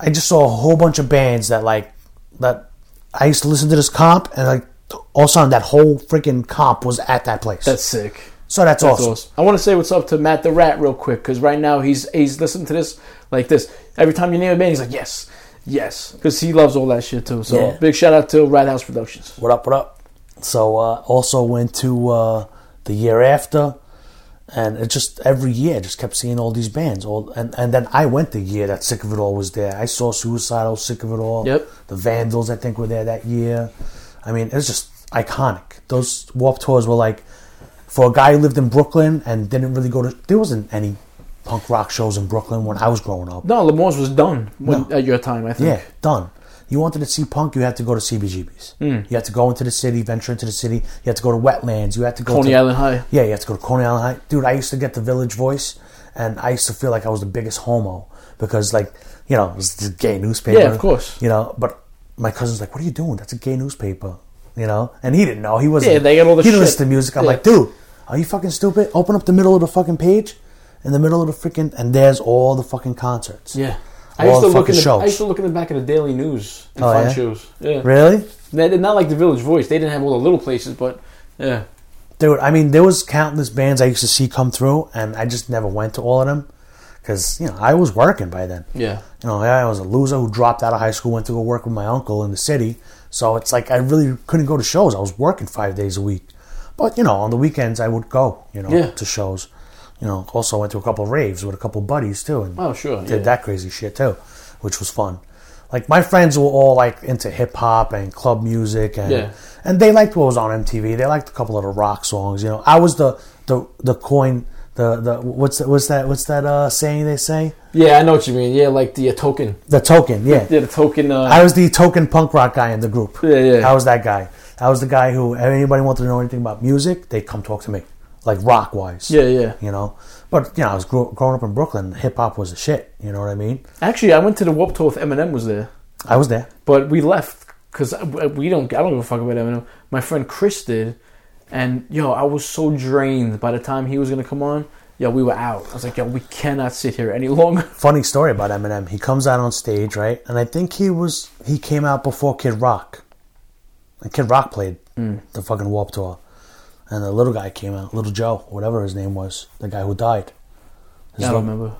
Speaker 4: I just saw a whole bunch of bands that like that I used to listen to this comp and like all of a sudden that whole freaking comp was at that place.
Speaker 3: That's sick.
Speaker 4: so that's,
Speaker 3: That's
Speaker 4: awesome.
Speaker 3: awesome. I want to say what's up to Matt the Rat real quick because right now he's he's listening to this like this every time you name a band he's like yes yes because he loves all that shit too. So
Speaker 4: Yeah.
Speaker 3: big shout out to Rat House Productions.
Speaker 4: What up, what up? So uh also went to uh the year after and it just every year I just kept seeing all these bands. All and, and then I went the year that Sick of It All was there. I saw Suicidal, Sick of It All.
Speaker 3: Yep.
Speaker 4: The Vandals I think were there that year. I mean, it was just iconic. Those warp tours were like for a guy who lived in Brooklyn and didn't really go to there wasn't any punk rock shows in Brooklyn when I was growing up.
Speaker 3: No, Lamore's was done when, at your time I think.
Speaker 4: Yeah, done. You wanted to see punk, you had to go to CBGBs.
Speaker 3: Hmm.
Speaker 4: You had to go into the city, venture into the city. You had to go to wetlands. You had to go
Speaker 3: Coney
Speaker 4: to,
Speaker 3: Island High.
Speaker 4: Yeah, you had to go to Coney Island High. Dude, I used to get the Village Voice, and I used to feel like I was the biggest homo because, like, you know, it was the gay newspaper.
Speaker 3: Yeah, of course.
Speaker 4: You know, but my cousin's like, "What are you doing? That's a gay newspaper," you know. And he didn't know. He wasn't.
Speaker 3: Yeah, they got all the
Speaker 4: He didn't
Speaker 3: shit.
Speaker 4: listen to music. I'm
Speaker 3: Yeah.
Speaker 4: like, dude, are you fucking stupid? Open up the middle of the fucking page, in the middle of the freaking, and there's all the fucking concerts.
Speaker 3: Yeah. I
Speaker 4: All
Speaker 3: used, to
Speaker 4: the
Speaker 3: look in
Speaker 4: fucking
Speaker 3: the, I
Speaker 4: shows.
Speaker 3: used to look in the back of the Daily News and
Speaker 4: Oh,
Speaker 3: find
Speaker 4: yeah?
Speaker 3: shows. Yeah.
Speaker 4: Really,
Speaker 3: They did not like the Village Voice. They didn't have all the little places, but yeah.
Speaker 4: dude? I mean, there was countless bands I used to see come through, and I just never went to all of them because you know I was working by then.
Speaker 3: Yeah.
Speaker 4: you know, I was a loser who dropped out of high school, went to go work with my uncle in the city. So it's like I really couldn't go to shows. I was working five days a week, but you know, on the weekends I would go, you know,
Speaker 3: Yeah.
Speaker 4: to shows. You know, also went to a couple of raves with a couple of buddies too, and
Speaker 3: Oh, sure,
Speaker 4: did
Speaker 3: yeah.
Speaker 4: that crazy shit too, which was fun. Like my friends were all like into hip hop and club music, and
Speaker 3: Yeah.
Speaker 4: and they liked what was on MTV. They liked a couple of the rock songs. You know, I was the the the coin. The, the what's that, what's that what's that uh, saying they say
Speaker 3: Yeah, I know what you mean. Yeah, like the uh, token.
Speaker 4: the token yeah
Speaker 3: Yeah, the token. Uh,
Speaker 4: I was the token punk rock guy in the group.
Speaker 3: Yeah, yeah.
Speaker 4: I was that guy. I was the guy who if anybody wanted to know anything about music, they'd come talk to me, like rock wise.
Speaker 3: yeah, yeah.
Speaker 4: You know, but you know, I was grow- growing up in Brooklyn. Hip hop was the shit. You know what I mean?
Speaker 3: Actually, I went to the Warped Tour with Eminem was there,
Speaker 4: I was there.
Speaker 3: but we left because we don't. I don't give a fuck about Eminem. My friend Chris did, and yo, I was so drained by the time he was gonna come on. Yo, we were out. I was like, yo, we cannot sit here any longer.
Speaker 4: Funny story about Eminem. He comes out on stage, right? And I think he was he came out before Kid Rock. And Kid Rock played
Speaker 3: Mm.
Speaker 4: the fucking Warped Tour, and the little guy came out, little Joe, whatever his name was, the guy who died.
Speaker 3: I don't remember.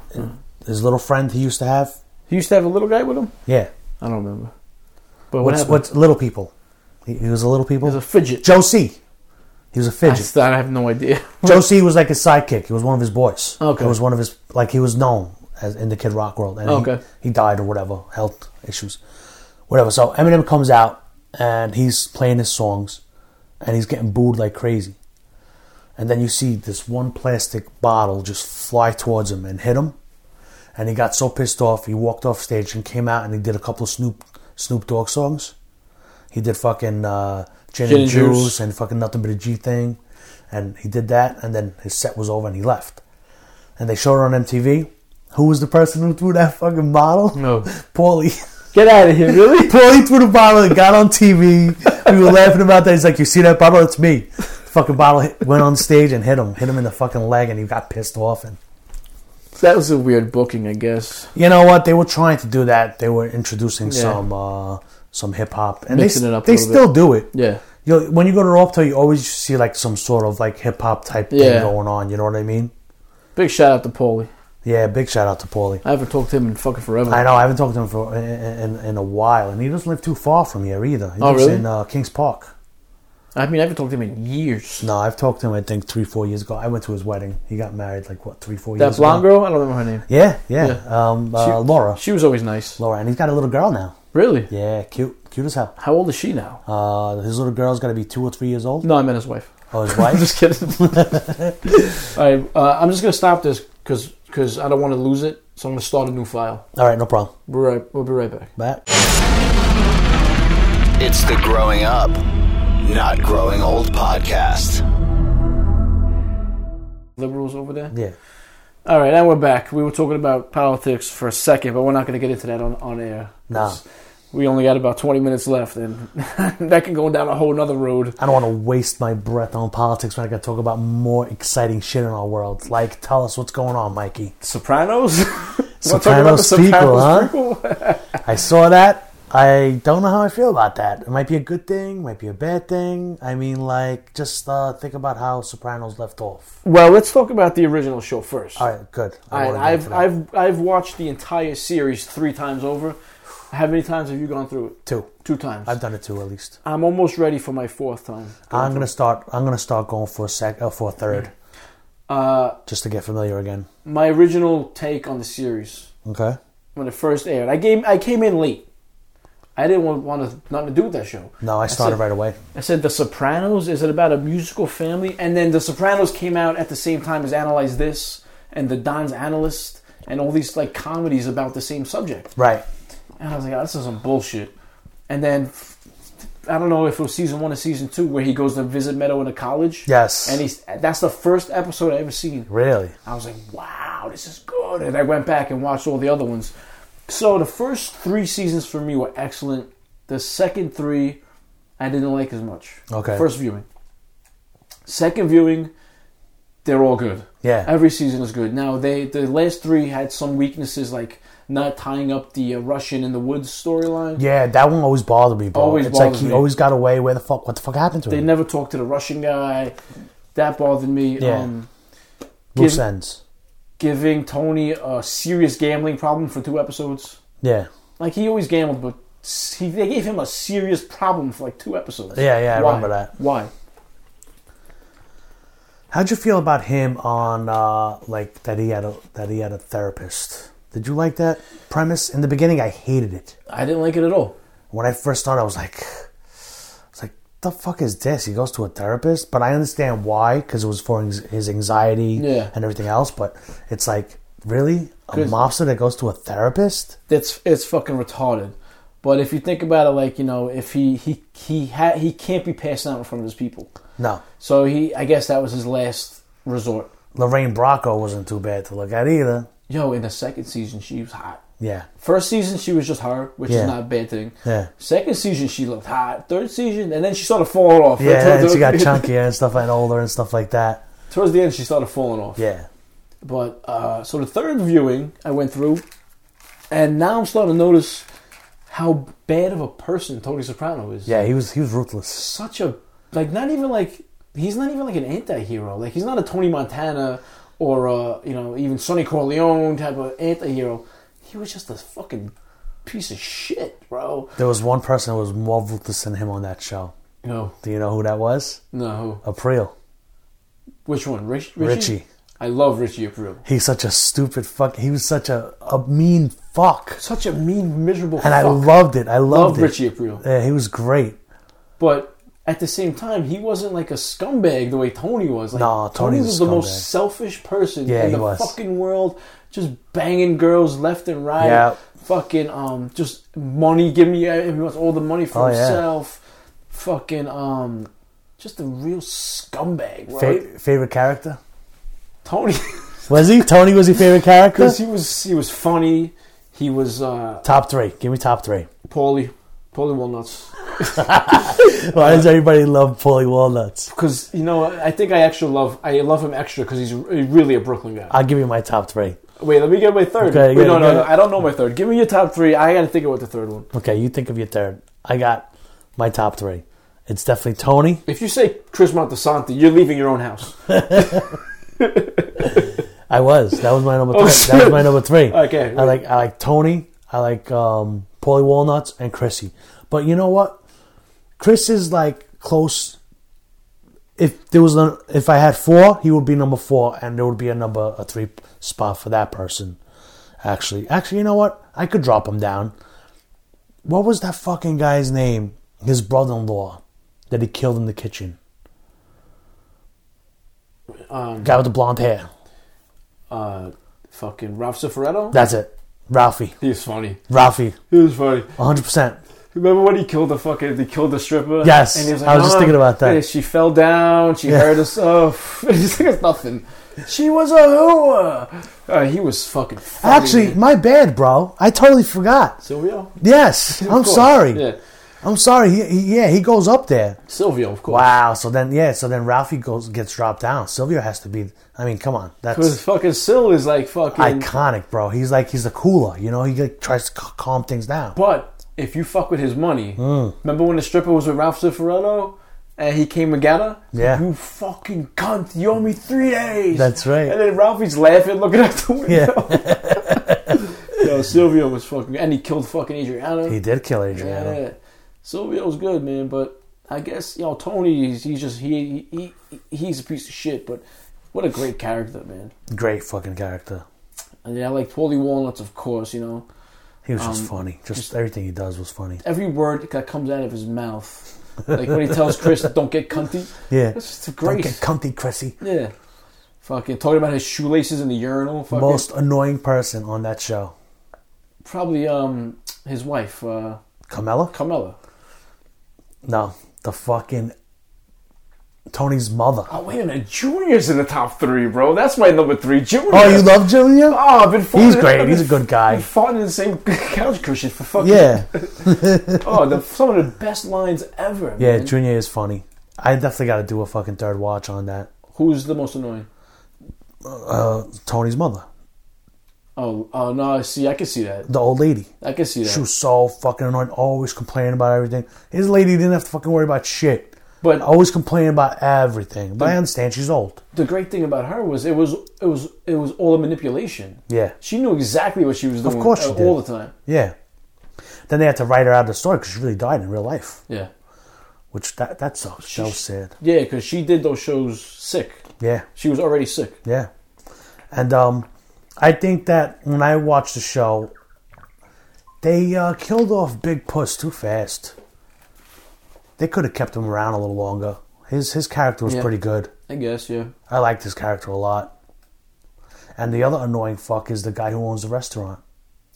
Speaker 4: His little friend he used to have.
Speaker 3: He used to have a little guy with him.
Speaker 4: Yeah,
Speaker 3: I don't remember. But what
Speaker 4: What's
Speaker 3: happened?
Speaker 4: what's little people? He, he was a little people.
Speaker 3: There's a fidget.
Speaker 4: Joe C. He was a
Speaker 3: I,
Speaker 4: fidget.
Speaker 3: just, I have no idea.
Speaker 4: Joe C. was like his sidekick. He was one of his boys.
Speaker 3: Okay.
Speaker 4: He was one of his like he was known as in the Kid Rock world. And he-
Speaker 3: Okay.
Speaker 4: He, died or whatever health issues, whatever. So Eminem comes out and he's playing his songs, and he's getting booed like crazy. And then you see this one plastic bottle just fly towards him and hit him. And he got so pissed off, he walked off stage and came out and he did a couple of Snoop Snoop Dogg songs. He did fucking uh, Gin, and Juice, and fucking Nothing But a G thing. And he did that, and then his set was over and he left. And they showed it on MTV. Who was the person who threw that fucking bottle?
Speaker 3: No.
Speaker 4: Paulie.
Speaker 3: Get out of here, really?
Speaker 4: Paulie E threw the bottle and got on TV. We were laughing about that. He's like, "You see that bottle? It's me." The fucking bottle hit, went on stage and hit him, hit him in the fucking leg, and he got pissed off. And
Speaker 3: that was a weird booking, I guess.
Speaker 4: you know what? They were trying to do that. They were introducing
Speaker 3: Yeah.
Speaker 4: some uh, some hip hop, and
Speaker 3: Mixing
Speaker 4: they
Speaker 3: it up a
Speaker 4: they
Speaker 3: little
Speaker 4: still do it.
Speaker 3: Yeah.
Speaker 4: You know, when you go to Ropta, you always see like some sort of like hip hop type
Speaker 3: Yeah.
Speaker 4: thing going on. You know what I mean?
Speaker 3: Big shout out to Paulie.
Speaker 4: Yeah. Big shout out to Paulie.
Speaker 3: I haven't talked to him in fucking forever.
Speaker 4: I know I haven't talked to him for in, in, in a while, and he doesn't live too far from here either. He
Speaker 3: Oh,
Speaker 4: lives
Speaker 3: really?
Speaker 4: in uh, Kings Park.
Speaker 3: I mean, I haven't talked to him in years.
Speaker 4: No, I've talked to him. I think three, four years ago. I went to his wedding. He got married like what three, four
Speaker 3: That
Speaker 4: years
Speaker 3: blonde
Speaker 4: ago.
Speaker 3: girl, I don't remember her name.
Speaker 4: Yeah, yeah.
Speaker 3: Yeah.
Speaker 4: Um, uh, Laura,
Speaker 3: She was always nice.
Speaker 4: Laura, and he's got a little girl now.
Speaker 3: Really?
Speaker 4: Yeah, cute, cute as hell.
Speaker 3: How old is she now?
Speaker 4: Uh, his little girl's got to be two or three years old.
Speaker 3: No, I meant his wife.
Speaker 4: Oh, his
Speaker 3: I'm
Speaker 4: wife.
Speaker 3: just kidding. All right, uh, I'm just gonna stop this because I don't want to lose it. So I'm gonna start a new file.
Speaker 4: All right, no problem.
Speaker 3: We're right. We'll be right back.
Speaker 4: Matt.
Speaker 1: It's the Growing Up, Not Growing Old podcast.
Speaker 3: Liberals over there.
Speaker 4: Yeah.
Speaker 3: All right, and we're back. We were talking about politics for a second, but we're not gonna get into that on on air.
Speaker 4: Nah.
Speaker 3: We only got about 20 minutes left, and that can go down a whole nother road.
Speaker 4: I don't want to waste my breath on politics when I got to talk about more exciting shit in our world. Like, tell us what's going on, Mikey.
Speaker 3: Sopranos?
Speaker 4: Sopranos sequel, huh?
Speaker 3: huh?
Speaker 4: I saw that. I don't know how I feel about that. It might be a good thing, might be a bad thing. I mean, like, just uh, think about how Sopranos left off.
Speaker 3: Well, let's talk about the original show first.
Speaker 4: All right, good. I
Speaker 3: All
Speaker 4: wanna
Speaker 3: right,
Speaker 4: get into
Speaker 3: I've
Speaker 4: that.
Speaker 3: I've I've watched the entire series three times over. How many times have you gone through it?
Speaker 4: two.
Speaker 3: Two times.
Speaker 4: I've done it two at least.
Speaker 3: I'm almost ready for my fourth time.
Speaker 4: I'm gonna start. I'm gonna start going for a sec uh, for a third,
Speaker 3: Mm. Uh,
Speaker 4: just to get familiar again.
Speaker 3: my original take on the series
Speaker 4: Okay.
Speaker 3: when it first aired. I came I came in late. I didn't want, want to, nothing to do with that show.
Speaker 4: No, I started
Speaker 3: said-
Speaker 4: right away.
Speaker 3: I said The Sopranos is it about a musical family? And then The Sopranos came out at the same time as Analyze This and The Don's Analyst and all these like comedies about the same subject.
Speaker 4: Right.
Speaker 3: And I was like, oh, this is some bullshit. And then f- I don't know if it was season one or season two where he goes to visit Meadow in a college.
Speaker 4: Yes.
Speaker 3: And he's that's the first episode I ever seen.
Speaker 4: Really.
Speaker 3: I was like, wow, this is good. And I went back and watched all the other ones. So the first three seasons for me were excellent. The second three, I didn't like as much.
Speaker 4: Okay.
Speaker 3: First viewing. Second viewing, they're all good.
Speaker 4: Yeah.
Speaker 3: Every season is good. Now they the last three had some weaknesses like not tying up the uh, Russian in the woods storyline.
Speaker 4: Yeah, that one always bothered me, bro.
Speaker 3: Always
Speaker 4: it's like
Speaker 3: bothers
Speaker 4: he
Speaker 3: me.
Speaker 4: always got away. Where the fuck? What the fuck happened to
Speaker 3: They
Speaker 4: him?
Speaker 3: never talked to the Russian guy. That bothered me.
Speaker 4: Yeah.
Speaker 3: Um,
Speaker 4: Loose
Speaker 3: give-
Speaker 4: ends.
Speaker 3: giving Tony a serious gambling problem for two episodes.
Speaker 4: Yeah,
Speaker 3: Like he always gambled, but s- he, they gave him a serious problem for like two episodes.
Speaker 4: Yeah, yeah, I remember that.
Speaker 3: Why?
Speaker 4: how'd you feel about him on uh like that he had a that he had a therapist? Did you like that premise in the beginning? I hated it
Speaker 3: I didn't like it at all.
Speaker 4: when I first started. I was like, I was like, the fuck is this? He goes to a therapist, but I understand why because it was for his, his anxiety
Speaker 3: Yeah.
Speaker 4: and everything else. But it's like, really, a
Speaker 3: 'Cause-
Speaker 4: mobster that goes to a therapist?
Speaker 3: That's it's fucking retarded. But if you think about it, like you know, if he he he ha- he can't be passed out in front of his people,
Speaker 4: No,
Speaker 3: so he I guess that was his last resort.
Speaker 4: Lorraine Bracco wasn't too bad to look at either.
Speaker 3: Yo, in the second season, she was hot.
Speaker 4: Yeah,
Speaker 3: First season, she was just her, which
Speaker 4: Yeah.
Speaker 3: is not a bad thing.
Speaker 4: yeah.
Speaker 3: Second season, she looked hot. Third season, and then she started falling off.
Speaker 4: Yeah, and she got
Speaker 3: Towards the-
Speaker 4: chunkier and stuff and older and stuff like that.
Speaker 3: Towards the end, she started falling off.
Speaker 4: Yeah.
Speaker 3: But uh, so the third viewing I went through, and now I'm starting to notice how bad of a person Tony Soprano is.
Speaker 4: Yeah, he was he was ruthless.
Speaker 3: such a like not even like he's not even like an anti-hero. Like he's not a Tony Montana or a, you know even Sonny Corleone type of anti-hero. He was just a fucking piece of shit, bro.
Speaker 4: There was one person who was more ruthless than him on that show.
Speaker 3: No,
Speaker 4: Do you know who that was?
Speaker 3: no.
Speaker 4: April.
Speaker 3: Which one, Rich, Richie?
Speaker 4: Richie.
Speaker 3: I love Richie April.
Speaker 4: He's such a stupid fuck. He was such a, a mean fuck.
Speaker 3: Such a mean, miserable.
Speaker 4: And I
Speaker 3: fuck.
Speaker 4: loved it. I loved
Speaker 3: love
Speaker 4: it.
Speaker 3: Richie April.
Speaker 4: Yeah, he was great.
Speaker 3: But at the same time, he wasn't like a scumbag the way Tony was. Like,
Speaker 4: No,
Speaker 3: Tony was
Speaker 4: Tony's a
Speaker 3: the
Speaker 4: scumbag.
Speaker 3: most selfish person
Speaker 4: Yeah,
Speaker 3: in
Speaker 4: he
Speaker 3: the
Speaker 4: was.
Speaker 3: fucking world, just banging girls left and right.
Speaker 4: Yeah.
Speaker 3: Fucking um, just money. Give me. uh, He wants all the money for
Speaker 4: Oh, yeah.
Speaker 3: himself. Fucking um, just a real scumbag,
Speaker 4: Fa-
Speaker 3: right?
Speaker 4: favorite character?
Speaker 3: Tony,
Speaker 4: Was he? Tony was your favorite character?
Speaker 3: because he was he was funny. He was uh,
Speaker 4: top three. Give me top three.
Speaker 3: Paulie, Paulie Walnuts.
Speaker 4: Why does everybody love Polly Walnuts?
Speaker 3: Because you know, I think I actually love I love him extra because he's really a Brooklyn guy.
Speaker 4: I'll give you my top three.
Speaker 3: Wait, let me get my third.
Speaker 4: Okay,
Speaker 3: Wait,
Speaker 4: yeah,
Speaker 3: no,
Speaker 4: you
Speaker 3: no,
Speaker 4: got
Speaker 3: no.
Speaker 4: it.
Speaker 3: I don't know my third. Give me your top three. I gotta think about the third one.
Speaker 4: Okay, you think of your third. I got my top three. It's definitely Tony.
Speaker 3: If you say Chris Montesanti, you're leaving your own house.
Speaker 4: I was. That was my number.
Speaker 3: Oh,
Speaker 4: three. That was
Speaker 3: shit.
Speaker 4: my number three.
Speaker 3: Okay,
Speaker 4: I like I like Tony. I like um, Paulie Walnuts and Chrissy. But you know what? Chris is like close. If there was a, if I had four, he would be number four, and there would be a number a three spot for that person. Actually, actually, you know what? I could drop him down. What was that fucking guy's name? His brother-in-law that he killed in the kitchen.
Speaker 3: Um,
Speaker 4: Guy with the blonde hair.
Speaker 3: uh, fucking Ralph Cifaretto.
Speaker 4: That's it. Ralphie.
Speaker 3: He's funny.
Speaker 4: Ralphie.
Speaker 3: He was funny.
Speaker 4: 100%.
Speaker 3: Remember when he killed the fucking? He killed the stripper.
Speaker 4: Yes, I was just
Speaker 3: "Ah."
Speaker 4: thinking about that.
Speaker 3: Yeah, she fell down. She
Speaker 4: Yeah.
Speaker 3: hurt herself. He's like, it's nothing. She was a hooah. Uh, he was fucking. Funny,
Speaker 4: Actually,
Speaker 3: man.
Speaker 4: my bad, bro. I totally forgot.
Speaker 3: Silvio.
Speaker 4: Yes,
Speaker 3: Of
Speaker 4: I'm
Speaker 3: course.
Speaker 4: sorry.
Speaker 3: Yeah,
Speaker 4: I'm sorry. He, he, yeah, he goes up there.
Speaker 3: Silvio, of course.
Speaker 4: Wow. So then, yeah. So then Ralphie goes gets dropped down. Silvio has to be. I mean, come on.
Speaker 3: Because
Speaker 4: That's
Speaker 3: fucking Sil is like fucking.
Speaker 4: iconic, bro. He's like he's a cooler. You know, he like, tries to c- calm things down.
Speaker 3: But if you fuck with his money,
Speaker 4: Hmm.
Speaker 3: remember when the stripper was with Ralph Cifaretto and he came and got her?
Speaker 4: Yeah.
Speaker 3: You fucking cunt, you owe me three days.
Speaker 4: That's right.
Speaker 3: And then Ralphie's laughing, looking out the window. Yeah. Yo, Silvio was fucking. And he killed fucking Adriano.
Speaker 4: He did kill Adriano.
Speaker 3: Yeah. Silvio's good, man, but I guess, you know, Tony, he's, he's just, he, he, he he's a piece of shit, but what a great character, man.
Speaker 4: Great fucking character.
Speaker 3: And then I like Paulie Walnuts, of course, you know.
Speaker 4: He was
Speaker 3: Um,
Speaker 4: just funny. Just, everything he does was funny.
Speaker 3: every word that comes out of his mouth. Like when he tells Chris, "Don't get cunty."
Speaker 4: Yeah.
Speaker 3: that's just a
Speaker 4: Don't
Speaker 3: grace.
Speaker 4: get comfy, Chrissy.
Speaker 3: yeah, fucking talking about his shoelaces in the urinal. Fucking,
Speaker 4: Most annoying person on that show.
Speaker 3: probably um his wife uh,
Speaker 4: Carmella?
Speaker 3: Carmela.
Speaker 4: No, the fucking Tony's mother.
Speaker 3: Oh wait a minute, Junior's in the top three, bro. That's my number three, Junior.
Speaker 4: Oh, you love Junior?
Speaker 3: Oh, I've been farting-
Speaker 4: He's great.
Speaker 3: I've been
Speaker 4: He's a good guy.
Speaker 3: I've been farting in the same couch cushion for fucking
Speaker 4: Yeah,
Speaker 3: Oh, the, some of the best lines ever.
Speaker 4: yeah.
Speaker 3: man.
Speaker 4: Junior is funny. I definitely got to do a fucking third watch on that.
Speaker 3: Who's the most annoying?
Speaker 4: Uh, Tony's mother,
Speaker 3: Oh, oh no. See, I can see that.
Speaker 4: the old lady.
Speaker 3: I can see that.
Speaker 4: She was so fucking annoying. Always complaining about everything. His lady didn't have to fucking worry about shit.
Speaker 3: But-
Speaker 4: always complaining about everything. But I understand she's old.
Speaker 3: The great thing about her was it was it was it was all a manipulation.
Speaker 4: Yeah.
Speaker 3: She knew exactly what she was doing.
Speaker 4: course she
Speaker 3: uh,
Speaker 4: did.
Speaker 3: all the time.
Speaker 4: Yeah. Then they had to write her out of the story because she really died in real life,
Speaker 3: Yeah.
Speaker 4: which that that's so so sad.
Speaker 3: Yeah, because she did those shows sick.
Speaker 4: Yeah,
Speaker 3: She was already sick.
Speaker 4: yeah. And um, I think that when I watched the show, they uh, killed off Big Puss too fast. They could have kept him around a little longer. His his character was
Speaker 3: Yeah.
Speaker 4: pretty good.
Speaker 3: I guess. Yeah.
Speaker 4: I liked his character a lot. And the other annoying fuck is the guy who owns the restaurant,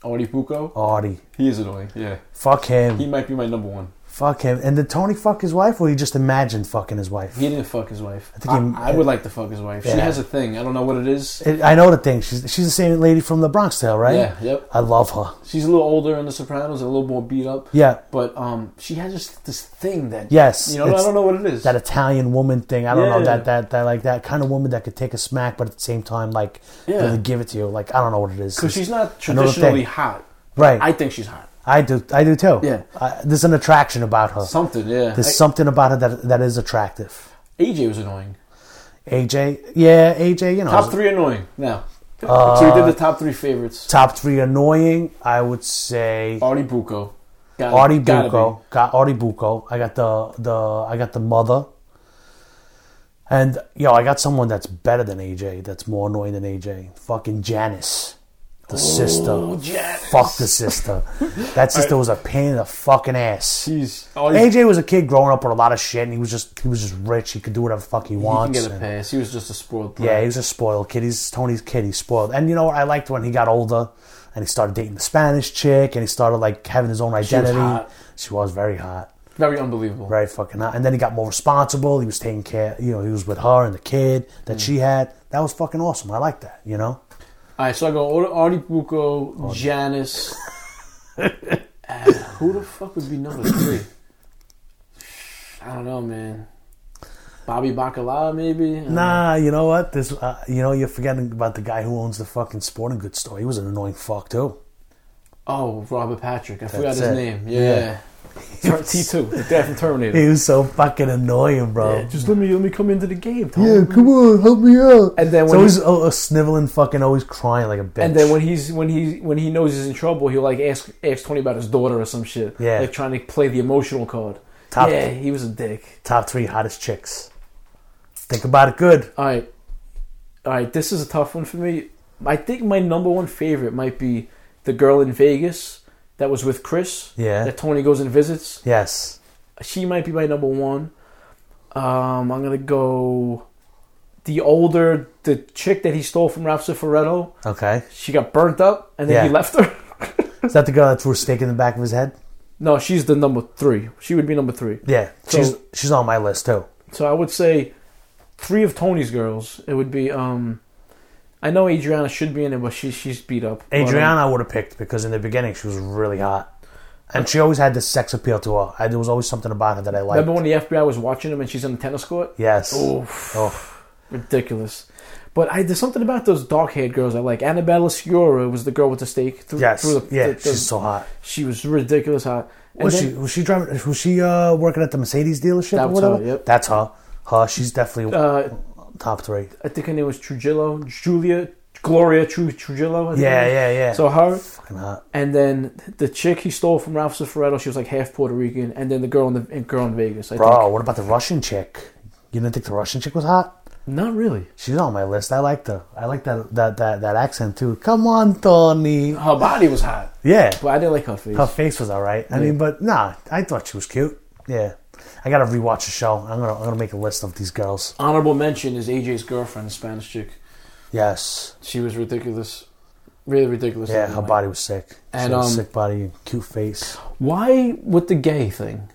Speaker 3: Artie Pucco.
Speaker 4: Artie.
Speaker 3: He is annoying. Yeah.
Speaker 4: Fuck him.
Speaker 3: He might be my number one.
Speaker 4: fuck him. And did Tony fuck his wife, or he just imagined fucking his wife?
Speaker 3: He didn't fuck his wife. I,
Speaker 4: think he-
Speaker 3: I, would like to fuck his wife. She
Speaker 4: Yeah.
Speaker 3: has a thing. I don't know what it is.
Speaker 4: It, I know the thing. She's she's the same lady from the Bronx Tale, right?
Speaker 3: Yeah, yep.
Speaker 4: I love her.
Speaker 3: She's a little older in The Sopranos, and a little more beat up.
Speaker 4: Yeah.
Speaker 3: But um, she has just this thing that
Speaker 4: Yes,
Speaker 3: you know, I
Speaker 4: it's-
Speaker 3: don't know what it is.
Speaker 4: That Italian woman thing. I don't know
Speaker 3: Yeah.
Speaker 4: that that that like that kind of woman that could take a smack, but at the same time, like
Speaker 3: Yeah.
Speaker 4: really give it to you. Like I don't know what it is.
Speaker 3: because she's not
Speaker 4: Another thing.
Speaker 3: traditionally hot.
Speaker 4: right.
Speaker 3: I
Speaker 4: I,
Speaker 3: think she's hot.
Speaker 4: do. I do too.
Speaker 3: Yeah.
Speaker 4: I, there's an attraction about her.
Speaker 3: Something, yeah.
Speaker 4: there's
Speaker 3: I-
Speaker 4: something about her that that is attractive.
Speaker 3: AJ was annoying.
Speaker 4: AJ. Yeah. AJ. You know.
Speaker 3: Top three annoying. Now,
Speaker 4: Uh,
Speaker 3: so we did the top three favorites.
Speaker 4: Top three annoying. I would say.
Speaker 3: Artie Bucco. Gotta-
Speaker 4: Artie
Speaker 3: gotta
Speaker 4: Bucco. Got Artie Bucco. I got the the I got the mother. And yo, I got someone that's better than AJ. That's more annoying than AJ. Fucking Janice, the sister.
Speaker 3: be. Janice.
Speaker 4: Fuck the sister. That sister was a pain in the fucking ass.
Speaker 3: She's Artie.
Speaker 4: AJ was a kid growing up with a lot of shit, and he was just he was just rich. He could do whatever the fuck he
Speaker 3: He can
Speaker 4: wants.
Speaker 3: get a
Speaker 4: and-
Speaker 3: pass. He was just a spoiled
Speaker 4: yeah, he
Speaker 3: player.
Speaker 4: was a spoiled kid. He's Tony's kid. He's spoiled. And you know what? I liked when he got older and he started dating the Spanish chick and he started like having his own
Speaker 3: was
Speaker 4: identity.
Speaker 3: hot.
Speaker 4: She was very hot,
Speaker 3: very unbelievable.
Speaker 4: very fucking hot. And then he got more responsible. He was taking care. You know, he was with her and the kid
Speaker 3: Mm.
Speaker 4: that she had. That was fucking awesome. I like that. You know,
Speaker 3: All right, so I go Ar- Artie Bucco, Janice. And who the fuck would be number three? I don't know, man. Bobby Bacala, maybe. Um, I don't know.
Speaker 4: nah. Ah, You know what? This, uh, you know, you're forgetting about the guy who owns the fucking sporting goods store. He was an annoying fuck too.
Speaker 3: Oh, Robert Patrick. I forgot
Speaker 4: That's
Speaker 3: his
Speaker 4: it.
Speaker 3: name.
Speaker 4: Yeah.
Speaker 3: Yeah. T two, the dad from Terminator.
Speaker 4: He was so fucking annoying, bro.
Speaker 3: Yeah, just let me let me come into the game. Tom.
Speaker 4: Yeah, come on, help me out.
Speaker 3: And then
Speaker 4: it's
Speaker 3: when
Speaker 4: always a, a uh, sniveling, fucking, always crying like a bitch.
Speaker 3: And then when he's when he when he knows he's in trouble, he'll like ask ask Tony about his daughter or some shit.
Speaker 4: Yeah.
Speaker 3: like trying to play the emotional card.
Speaker 4: Top-
Speaker 3: yeah, he was a dick.
Speaker 4: top three hottest chicks. Think about it good.
Speaker 3: All right, all right. This is a tough one for me. I think my number one favorite might be the girl in Vegas that was with Chris.
Speaker 4: Yeah.
Speaker 3: that Tony goes and visits.
Speaker 4: Yes.
Speaker 3: She might be my number one. Um, I'm gonna go the older the chick that he stole from Ralph Cifaretto.
Speaker 4: Okay.
Speaker 3: She got burnt up, and then he
Speaker 4: Yeah.
Speaker 3: left her.
Speaker 4: Is that the girl that threw a steak in the back of his head?
Speaker 3: No, she's the number three. She would be number three.
Speaker 4: Yeah.
Speaker 3: So-
Speaker 4: she's she's on my list too.
Speaker 3: So I would say three of Tony's girls. It would be um I know Adriana should be in it, but she she's beat up. But, um,
Speaker 4: Adriana I would have picked because in the beginning she was really hot, and she always had this sex appeal to her. I, there was always something about her that I liked.
Speaker 3: remember when the FBI was watching him and she's on the tennis court?
Speaker 4: yes.
Speaker 3: Oof.
Speaker 4: Oh.
Speaker 3: Ridiculous. But I there's something about those dark haired girls I like. Annabella Sciorra was the girl with the stake through,
Speaker 4: Yes.
Speaker 3: through the,
Speaker 4: yeah.
Speaker 3: the- the-
Speaker 4: she's so hot.
Speaker 3: she was ridiculous hot. And
Speaker 4: Was
Speaker 3: then-
Speaker 4: she was she driving? Was she uh, working at the Mercedes dealership
Speaker 3: That
Speaker 4: or
Speaker 3: was
Speaker 4: whatever?
Speaker 3: her, yep.
Speaker 4: That's her. Her. She's definitely
Speaker 3: uh,
Speaker 4: top three.
Speaker 3: I think her name was Trujillo, Julia Gloria Tru, Trujillo. I think
Speaker 4: Yeah,
Speaker 3: her name.
Speaker 4: yeah, yeah.
Speaker 3: So her
Speaker 4: Fucking hot.
Speaker 3: And then the chick he stole from Ralph Cifaretto, she was like half Puerto Rican. And then the girl in the and girl in Vegas, I
Speaker 4: Bro,
Speaker 3: think.
Speaker 4: what about the Russian chick? You didn't think the Russian chick was hot?
Speaker 3: Not really.
Speaker 4: She's on my list. I like the I like that that that, that accent too. Come on, Tony.
Speaker 3: Her body was hot,
Speaker 4: Yeah,
Speaker 3: but I didn't like her face.
Speaker 4: her face was all right. I mean, but nah, I thought she was cute. Yeah, I gotta rewatch the show. I'm gonna I'm gonna make a list of these girls.
Speaker 3: Honorable mention is AJ's girlfriend, the Spanish chick.
Speaker 4: Yes.
Speaker 3: She was ridiculous, really ridiculous.
Speaker 4: Yeah, her body was sick. She
Speaker 3: And,
Speaker 4: had a
Speaker 3: um,
Speaker 4: sick body, and cute face.
Speaker 3: Why with the gay thing?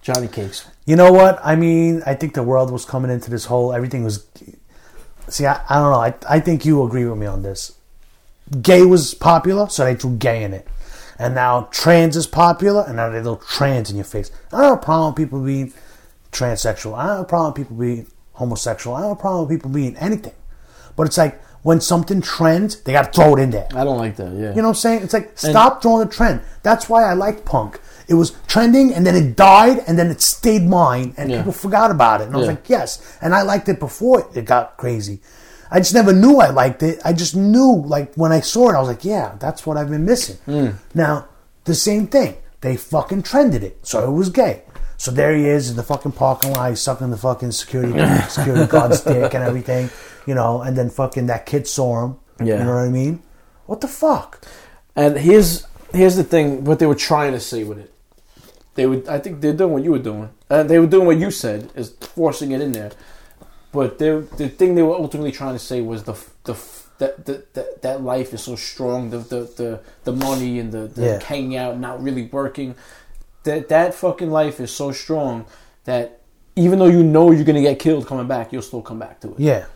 Speaker 3: Johnny Cakes.
Speaker 4: You know what? I mean, I think the world was coming into this whole everything was. See, I, I don't know. I, I think you agree with me on this. Gay was popular, so they threw gay in it. And now trans is popular, and now they throw trans in your face. I don't have a problem with people being transsexual. I don't have a problem with people being homosexual. I don't have a problem with people being anything. But it's like when something trends, they got to throw it in there.
Speaker 3: I don't like that. Yeah.
Speaker 4: You know what I'm saying? It's like stop throwing a trend. That's why I liked punk. It was trending and then it died and then it stayed mine and
Speaker 3: Yeah.
Speaker 4: people forgot about it. And I was
Speaker 3: Yeah.
Speaker 4: like, yes. And I liked it before it got crazy. I just never knew I liked it. I just knew like when I saw it, I was like, yeah, that's what I've been missing.
Speaker 3: Hmm.
Speaker 4: Now, the same thing. They fucking trended it. So it was gay. So there he is in the fucking parking lot, he's sucking the fucking security security guard's dick and everything. You know, and then fucking that kid saw him.
Speaker 3: Yeah.
Speaker 4: You know what I mean? What the fuck?
Speaker 3: And here's here's the thing: what they were trying to say with it, they would. I think they're doing what you were doing. Uh, they were doing what you said, is forcing it in there. But they- the thing they were ultimately trying to say was the f- the f- that that that, that life is so strong, the the the, the money and the, the
Speaker 4: Yeah.
Speaker 3: hanging out, not really working. That that fucking life is so strong that even though you know you're gonna get killed coming back, you'll still come back to it.
Speaker 4: Yeah.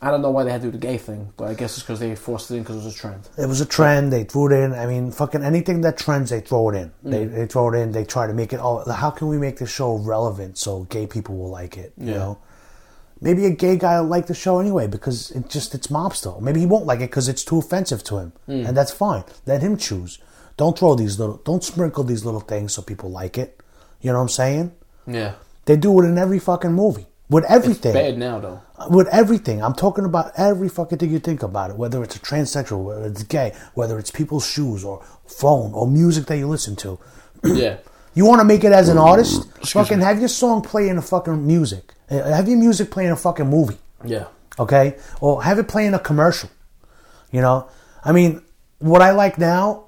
Speaker 3: I don't know why they had to do the gay thing, but I guess it's because they forced it in because it was a trend.
Speaker 4: It was a trend. They threw it in. I mean, fucking anything that trends, they throw it in.
Speaker 3: Mm.
Speaker 4: They, they throw it in. They try to make it all. How can we make the show relevant so gay people will like it? You
Speaker 3: Yeah.
Speaker 4: know, maybe a gay guy will like the show anyway because it just it's mobster. Maybe he won't like it because it's too offensive to him,
Speaker 3: Mm.
Speaker 4: and that's fine. Let him choose. Don't throw these little. Don't sprinkle these little things so people like it. You know what I'm saying?
Speaker 3: Yeah,
Speaker 4: They do it in every fucking movie with everything
Speaker 3: bad now though.
Speaker 4: with everything. I'm talking about every fucking thing you think about it, whether it's a transsexual, whether it's gay, whether it's people's shoes or phone or music that you listen to.
Speaker 3: Yeah.
Speaker 4: You want to make it as an artist? fucking have your song play in a fucking music. Uh, Have your music play in a fucking movie,
Speaker 3: Yeah.
Speaker 4: okay? Or have it play in a commercial. You know, I mean, what I like now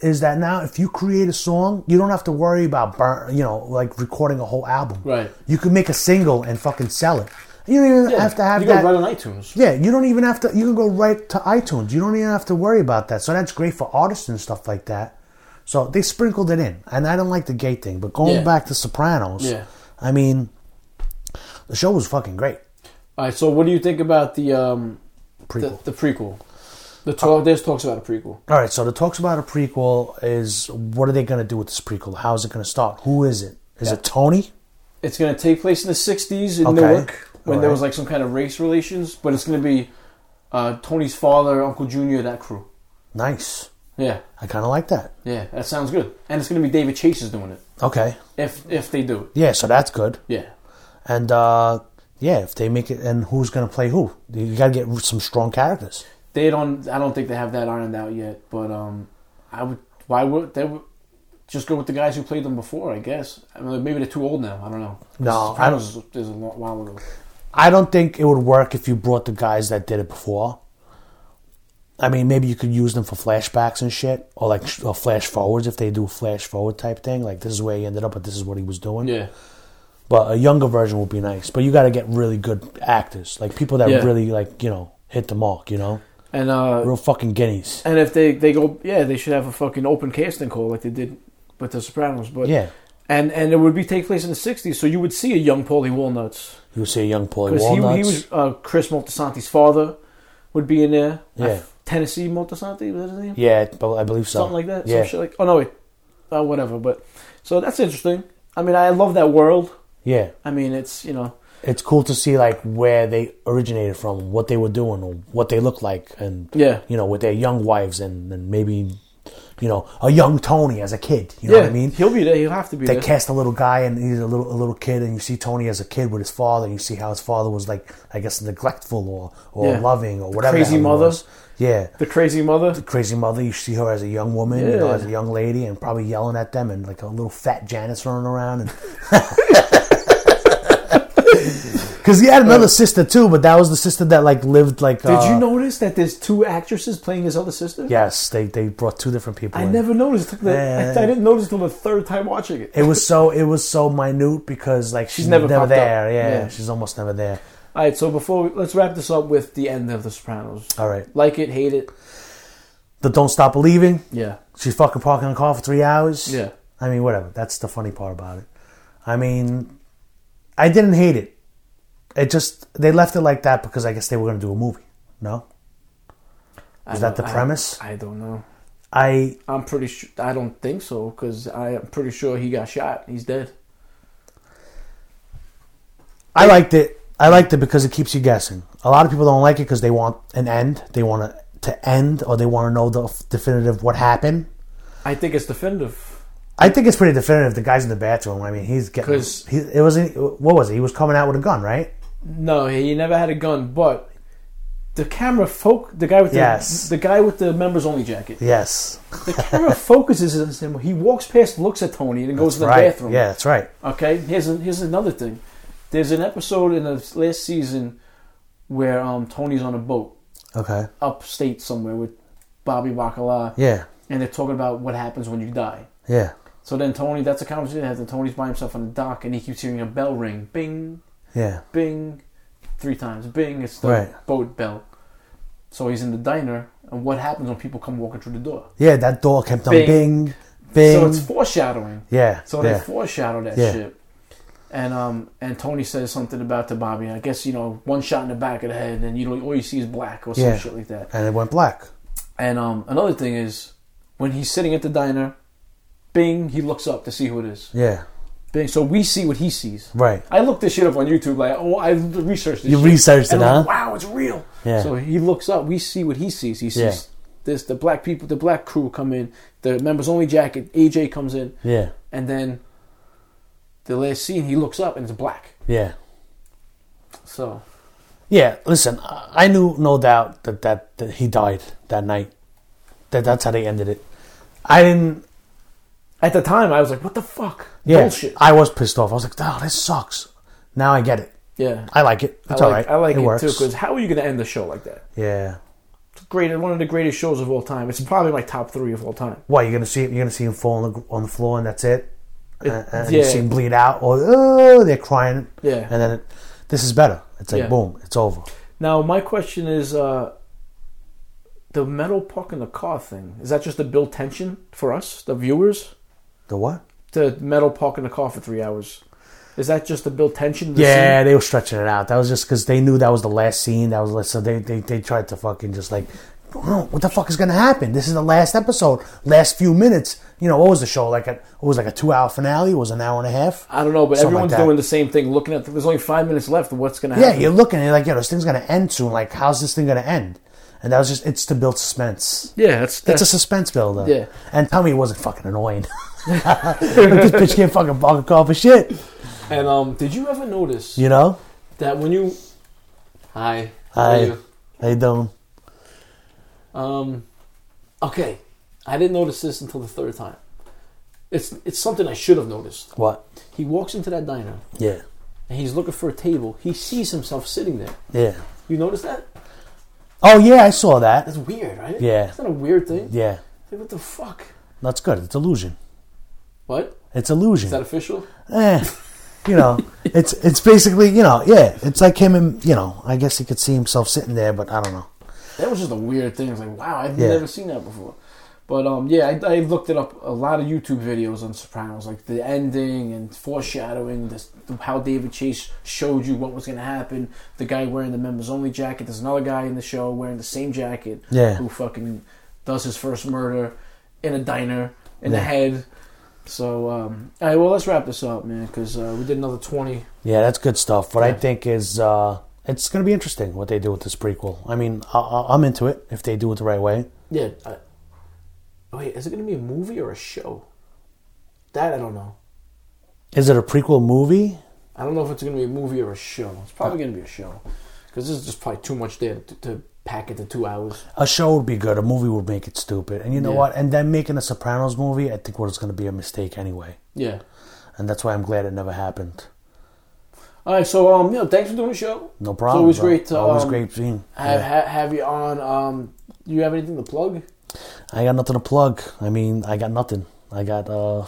Speaker 4: is that now if you create a song, you don't have to worry about burn, you know, like recording a whole album.
Speaker 3: Right.
Speaker 4: You can make a single and fucking sell it. You don't even have to have
Speaker 3: you
Speaker 4: that.
Speaker 3: go right on iTunes.
Speaker 4: Yeah, you don't even have to. You can go right to iTunes. You don't even have to worry about that. So that's great for artists and stuff like that. So they sprinkled it in, and I don't like the gay thing. But going
Speaker 3: Yeah.
Speaker 4: back to Sopranos,
Speaker 3: Yeah.
Speaker 4: I mean, the show was fucking great.
Speaker 3: All right. So, what do you think about the um
Speaker 4: Prequel. Uh,
Speaker 3: the, the prequel? The talk. there's talks about a prequel.
Speaker 4: All right, so the talks about a prequel is what are they going to do with this prequel? How is it going to start? Who is it? Is it Tony?
Speaker 3: It's going to take place in the '60s in
Speaker 4: Okay.
Speaker 3: Newark when
Speaker 4: All
Speaker 3: there
Speaker 4: right.
Speaker 3: was like some kind of race relations, but it's going to be uh, Tony's father, Uncle Junior, that crew.
Speaker 4: Nice.
Speaker 3: Yeah,
Speaker 4: I kind of like that.
Speaker 3: yeah, that sounds good. And it's going to be David Chase is doing it
Speaker 4: Okay.
Speaker 3: if if they do it.
Speaker 4: Yeah, so that's good.
Speaker 3: Yeah,
Speaker 4: And uh yeah, if they make it, and who's going to play who? You got to get some strong characters.
Speaker 3: they don't. I don't think they have that ironed out yet. But um, I would. Why would they? Would, just go with the guys who played them before, I guess. I mean, maybe they're too old now. I don't know.
Speaker 4: No, I don't-
Speaker 3: Sopranos is- is a lo- while ago.
Speaker 4: I don't think it would work if you brought the guys that did it before. I mean, maybe you could use them for flashbacks and shit, or like sh- or flash forwards if they do a flash forward type thing. Like this is where he ended up, but this is what he was doing.
Speaker 3: Yeah.
Speaker 4: But a younger version would be nice. But you got to get really good actors, like people that
Speaker 3: Yeah.
Speaker 4: really like you know hit the mark. You know,
Speaker 3: And uh
Speaker 4: real fucking guineas.
Speaker 3: and if they they go yeah, they should have a fucking open casting call like they did with the Sopranos, but
Speaker 4: Yeah,
Speaker 3: And and it would be take place in the 60s, so you would see a young Paulie Walnuts
Speaker 4: you see a young Paulie
Speaker 3: because he, he
Speaker 4: Walnuts.
Speaker 3: was uh, Chris Moltisanti's father would be in there.
Speaker 4: Yeah.
Speaker 3: Uh, Tennessee Moltisanti was that his name?
Speaker 4: yeah, but I believe so.
Speaker 3: Something like that.
Speaker 4: Yeah,
Speaker 3: Some shit like Oh no, wait. Uh, whatever, but so that's interesting. I mean, I love that world.
Speaker 4: yeah.
Speaker 3: I mean, it's, you know,
Speaker 4: It's cool to see like where they originated from, what they were doing, or what they looked like, and
Speaker 3: yeah.
Speaker 4: you know, with their young wives and, and maybe, you know, a young Tony as a kid. You know
Speaker 3: yeah,
Speaker 4: what I mean?
Speaker 3: he'll be there. He'll have to be
Speaker 4: They
Speaker 3: there.
Speaker 4: cast a little guy and he's a little a little kid, and you see Tony as a kid with his father, and you see how his father was like, I guess, neglectful or or
Speaker 3: Yeah.
Speaker 4: loving or whatever. the
Speaker 3: crazy
Speaker 4: hell he
Speaker 3: mother.
Speaker 4: was. Yeah.
Speaker 3: The crazy mother.
Speaker 4: Crazy mother, you see her as a young woman, you know,
Speaker 3: Yeah.
Speaker 4: as a young lady, and probably yelling at them, and like a little fat Janice running around, and because he had another sister too, but that was the sister that like lived like.
Speaker 3: Uh.
Speaker 4: uh,
Speaker 3: Did you notice that there's two actresses playing his other sister?
Speaker 4: Yes, they they brought two different people.
Speaker 3: I
Speaker 4: in.
Speaker 3: never noticed. That,
Speaker 4: Yeah.
Speaker 3: I, I didn't notice until the third time watching it.
Speaker 4: It was so it was so minute because like she's, never,
Speaker 3: never popped up.
Speaker 4: there. Yeah,
Speaker 3: Yeah.
Speaker 4: she's almost never there.
Speaker 3: All right, so before we, let's wrap this up with the end of The Sopranos.
Speaker 4: All right,
Speaker 3: Like it, hate it.
Speaker 4: the don't stop believing.
Speaker 3: Yeah,
Speaker 4: She's fucking parking the car for three hours.
Speaker 3: Yeah.
Speaker 4: I mean whatever. That's the funny part about it. I mean, I didn't hate it. It just they left it like that because I guess they were going to do a movie. No, was that the premise?
Speaker 3: I, I don't know.
Speaker 4: I
Speaker 3: I'm pretty sure. I don't think so because I'm pretty sure he got shot. He's dead.
Speaker 4: I liked it. I liked it because it keeps you guessing. A lot of people don't like it because they want an end. They want it to end, or they want to know the f- definitive what happened.
Speaker 3: I think it's definitive.
Speaker 4: I think it's pretty definitive. The guy's in the bathroom. I mean, he's getting.
Speaker 3: 'Cause-
Speaker 4: He, it wasn't. What was it? He was coming out with a gun, right?
Speaker 3: No, he never had a gun, but the camera folk the guy with the
Speaker 4: Yes.
Speaker 3: the guy with the members only jacket.
Speaker 4: Yes,
Speaker 3: The camera focuses on him. He walks past, looks at Tony, and then goes to the
Speaker 4: right.
Speaker 3: bathroom.
Speaker 4: Yeah, that's right.
Speaker 3: Okay, here's a, here's another thing. There's an episode in the last season where um, Tony's on a boat
Speaker 4: Okay.
Speaker 3: upstate somewhere with Bobby Bacala,
Speaker 4: Yeah.
Speaker 3: and they're talking about what happens when you die.
Speaker 4: Yeah.
Speaker 3: So then Tony, that's a conversation. Has and Tony's by himself on the dock, and he keeps hearing a bell ring, bing,
Speaker 4: Yeah.
Speaker 3: bing, three times, bing. It's the
Speaker 4: Right.
Speaker 3: boat bell. So he's in the diner, and what happens when people come walking through the door?
Speaker 4: Yeah. That door kept on
Speaker 3: Bing.
Speaker 4: bing, bing.
Speaker 3: So it's foreshadowing.
Speaker 4: yeah.
Speaker 3: So
Speaker 4: yeah.
Speaker 3: they foreshadow that
Speaker 4: Yeah.
Speaker 3: shit. And um and Tony says something about the Bobby. I guess you know one shot in the back of the head, and you know all you see is black or some
Speaker 4: Yeah.
Speaker 3: shit like that.
Speaker 4: and it went black.
Speaker 3: And um another thing is when he's sitting at the diner, Bing he looks up to see who it is.
Speaker 4: Yeah.
Speaker 3: Bing, so we see what he sees.
Speaker 4: Right.
Speaker 3: I looked this shit up on YouTube. Like oh, I researched this.
Speaker 4: You
Speaker 3: shit.
Speaker 4: researched
Speaker 3: And
Speaker 4: it,
Speaker 3: I'm like,
Speaker 4: huh?
Speaker 3: wow, it's real.
Speaker 4: Yeah.
Speaker 3: So he looks up. We see what he sees. He sees
Speaker 4: Yeah.
Speaker 3: this. The black people, the black crew come in. The members only jacket. AJ comes in.
Speaker 4: Yeah.
Speaker 3: And then the last scene, he looks up and it's black.
Speaker 4: Yeah.
Speaker 3: So
Speaker 4: Yeah, listen, I I knew no doubt that, that, that he died that night. That that's how they ended it. I didn't.
Speaker 3: at the time, I was like, "What the fuck?
Speaker 4: Yeah,
Speaker 3: Bullshit."
Speaker 4: I was pissed off. I was like, "Oh, this sucks." Now I get it.
Speaker 3: yeah,
Speaker 4: I like it. It's
Speaker 3: I
Speaker 4: all
Speaker 3: like,
Speaker 4: right.
Speaker 3: I like it,
Speaker 4: works.
Speaker 3: too because how are you going to end the show like that?
Speaker 4: yeah.
Speaker 3: It's great, one of the greatest shows of all time. It's probably my top three of all time.
Speaker 4: What you're gonna see? You're gonna see him fall on the, on the floor, and that's it. And, and you
Speaker 3: yeah.
Speaker 4: see him bleed out, or oh, they're crying.
Speaker 3: Yeah.
Speaker 4: And then it, this is better. It's like
Speaker 3: Yeah.
Speaker 4: boom, it's over.
Speaker 3: Now, my question is, uh, the metal puck in the car thing is that just to build tension for us, the viewers?
Speaker 4: The what?
Speaker 3: The metal puck in the car for three hours. Is that just to build tension? in the
Speaker 4: Yeah,
Speaker 3: scene?
Speaker 4: they were stretching it out. That was just because they knew that was the last scene. That was last- so they, they they tried to fucking just like, "Oh, what the fuck is gonna happen? This is the last episode, last few minutes. You know what was the show like? A, it was like a two hour finale. It was an hour and a half.
Speaker 3: I don't know, but
Speaker 4: Something like
Speaker 3: everyone's
Speaker 4: that.
Speaker 3: doing the same thing. Looking at there's only five minutes left. What's going to
Speaker 4: Yeah,
Speaker 3: happen?
Speaker 4: you're looking. You're like, yo, this thing's gonna end soon. Like, how's this thing gonna end? And that was just it's to build suspense.
Speaker 3: Yeah, that's
Speaker 4: It's
Speaker 3: that's
Speaker 4: a suspense builder.
Speaker 3: Yeah.
Speaker 4: And tell me it wasn't fucking annoying. Like, this bitch can't fucking fucking call for shit.
Speaker 3: And um, did you ever notice
Speaker 4: You know?
Speaker 3: that when you hi how
Speaker 4: Hi.
Speaker 3: are you?
Speaker 4: How you doing?
Speaker 3: um okay, I didn't notice this until the third time. It's it's something I should have noticed.
Speaker 4: What?
Speaker 3: He walks into that diner
Speaker 4: Yeah.
Speaker 3: and he's looking for a table. He sees himself sitting there.
Speaker 4: Yeah.
Speaker 3: You notice that?
Speaker 4: Oh yeah, I saw that.
Speaker 3: That's weird, right?
Speaker 4: Yeah.
Speaker 3: It's not a weird thing.
Speaker 4: Yeah.
Speaker 3: Like, what the fuck?
Speaker 4: That's good. It's illusion.
Speaker 3: What
Speaker 4: It's illusion.
Speaker 3: is that official?
Speaker 4: eh, you know, it's it's basically you know, yeah, it's like him and you know, I guess he could see himself sitting there, but I don't know.
Speaker 3: That was just a weird thing. It's like, wow, I've
Speaker 4: Yeah.
Speaker 3: never seen that before. But um, yeah, I, I looked it up. A lot of YouTube videos on Sopranos, like the ending and foreshadowing, this, how David Chase showed you what was going to happen. The guy wearing the members only jacket. There's another guy in the show wearing the same jacket.
Speaker 4: Yeah.
Speaker 3: Who fucking does his first murder in a diner in the head. So um, all right, well, let's wrap this up, man, because uh, we did another twenty.
Speaker 4: Yeah, that's good stuff. What I
Speaker 3: Yeah.
Speaker 4: think is uh, it's going to be interesting what they do with this prequel. I mean, I, I, I'm into it if they do it the right way.
Speaker 3: Yeah. I, wait, is it going to be a movie or a show? That I don't know.
Speaker 4: Is it a prequel movie?
Speaker 3: I don't know if it's going to be a movie or a show. It's probably going to be a show because this is just probably too much there to, to pack into two hours.
Speaker 4: A show would be good. A movie would make it stupid. And you know
Speaker 3: Yeah.
Speaker 4: what? And then making a Sopranos movie, I think was going to be a mistake anyway.
Speaker 3: Yeah.
Speaker 4: And that's why I'm glad it never happened.
Speaker 3: All right. So um, you know, thanks for doing the show.
Speaker 4: No problem.
Speaker 3: It's always
Speaker 4: bro.
Speaker 3: great to
Speaker 4: always
Speaker 3: um,
Speaker 4: great being.
Speaker 3: Have,
Speaker 4: yeah.
Speaker 3: ha- have you on. Um, do you have anything to plug?
Speaker 4: I got nothing to plug. I mean, I got nothing. I got uh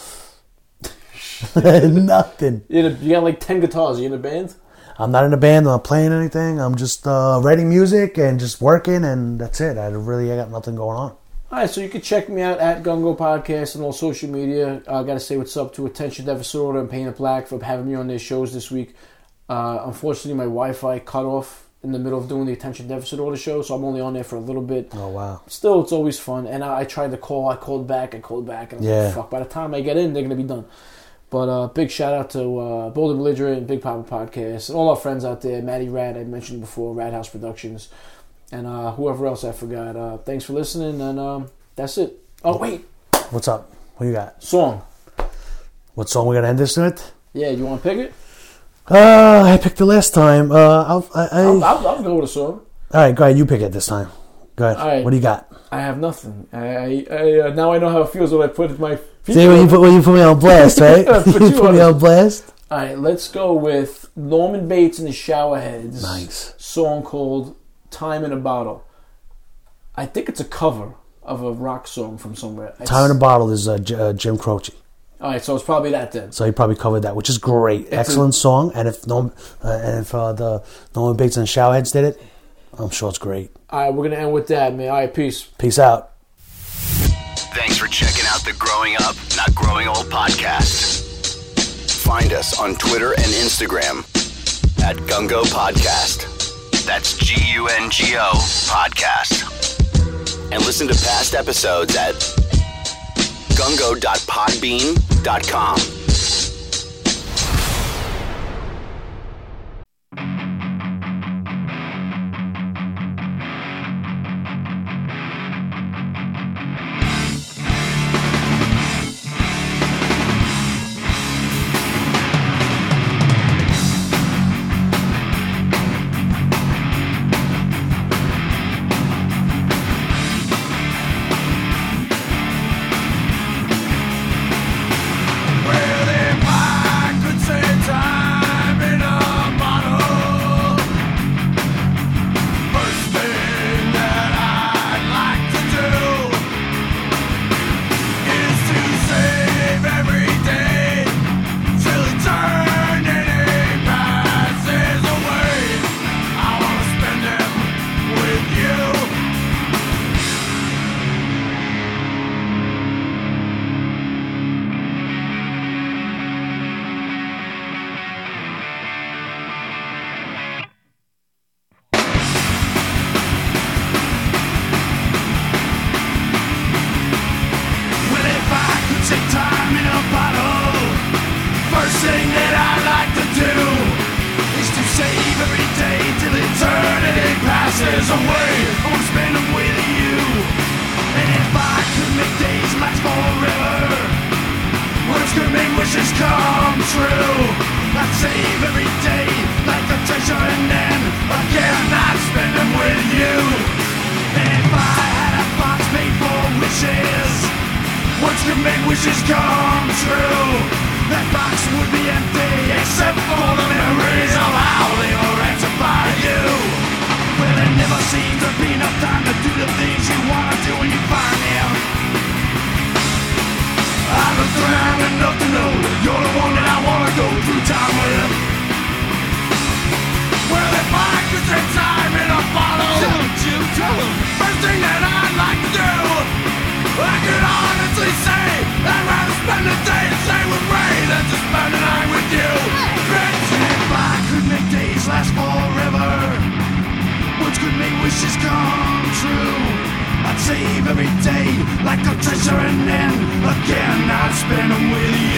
Speaker 4: nothing.
Speaker 3: You know, you got like ten guitars. Are you in a band?
Speaker 4: I'm not in a band. I'm not playing anything. I'm just uh, writing music and just working, and that's it. I really I got nothing going on.
Speaker 3: All right, so you can check me out at Gungo Podcast and all social media. I got to say what's up to Attention Deficit Order and Pain of Black for having me on their shows this week. Uh, unfortunately, my Wi-Fi cut off in the middle of doing the Attention Deficit Order show, so I'm only on there for a little bit.
Speaker 4: Oh wow.
Speaker 3: Still, it's always fun, and I, I tried to call. I called back. I called back, and I'm
Speaker 4: Yeah.
Speaker 3: like, fuck. By the time I get in, they're gonna be done. But uh, big shout out to uh, Boulder Belligerent, Big Papa Podcast, and all our friends out there. Matty Rad, I mentioned before, Rad House Productions, and uh, whoever else I forgot. Uh, thanks for listening, and um, that's it. Oh wait,
Speaker 4: What's up? What you got?
Speaker 3: song.
Speaker 4: What song we gonna end this with?
Speaker 3: Yeah, you want to pick it?
Speaker 4: Uh, I picked it last time. Uh, I'll, I, I,
Speaker 3: I'll, I'll, I'll go with a song.
Speaker 4: all right, go ahead. You pick it this time. Go ahead.
Speaker 3: All right.
Speaker 4: What do you got?
Speaker 3: I have nothing. I, I, I uh, now I know how it feels when I put my feet.
Speaker 4: See, when you put when you put me on blast, right?
Speaker 3: Put
Speaker 4: you
Speaker 3: you
Speaker 4: put me
Speaker 3: on.
Speaker 4: on blast.
Speaker 3: All right, let's go with Norman Bates and the Showerheads.
Speaker 4: Nice.
Speaker 3: song called "Time in a Bottle." I think it's a cover of a rock song from somewhere. It's-
Speaker 4: Time in a Bottle is uh, J- uh, Jim Croce,
Speaker 3: All right, so it's probably that then.
Speaker 4: so he probably covered that, which is great. Excellent song. And if Norm, uh, and if uh, the Norman Bates and the Showerheads did it, I'm sure it's great.
Speaker 3: All right, we're gonna end with that, man. All right, peace.
Speaker 4: Peace out.
Speaker 1: Thanks for checking out the Growing Up, Not Growing Old podcast. Find us on Twitter and Instagram at Gungo Podcast. That's G U N G O Podcast. And listen to past episodes at gungo.podbean.com.
Speaker 2: With you Well, if I could take time in a bottle, first thing that I'd like to do is to save every day till eternity passes away. I wanna spend them with you. And if I could make days last forever, words could make wishes come true. I'd save every day like a treasure and then again I'd spend them with you. And if I had a box made for wishes, Words can make wishes come true. That box would be empty except for the memories of how they were answered by you. Well, there never seems to be enough time to do the things you wanna do when you find them. I looked around enough to know that you're the one that I wanna go through time with. Well, if I could take time in a bottle, don't you tell him. First thing that I'd like to do, I could honestly say I'd rather spend a day and stay with Ray than to spend a night with you. Rich, if I could make days last forever, which could make wishes come true. I'd save every day like a treasure and then again I'd spend 'em with you.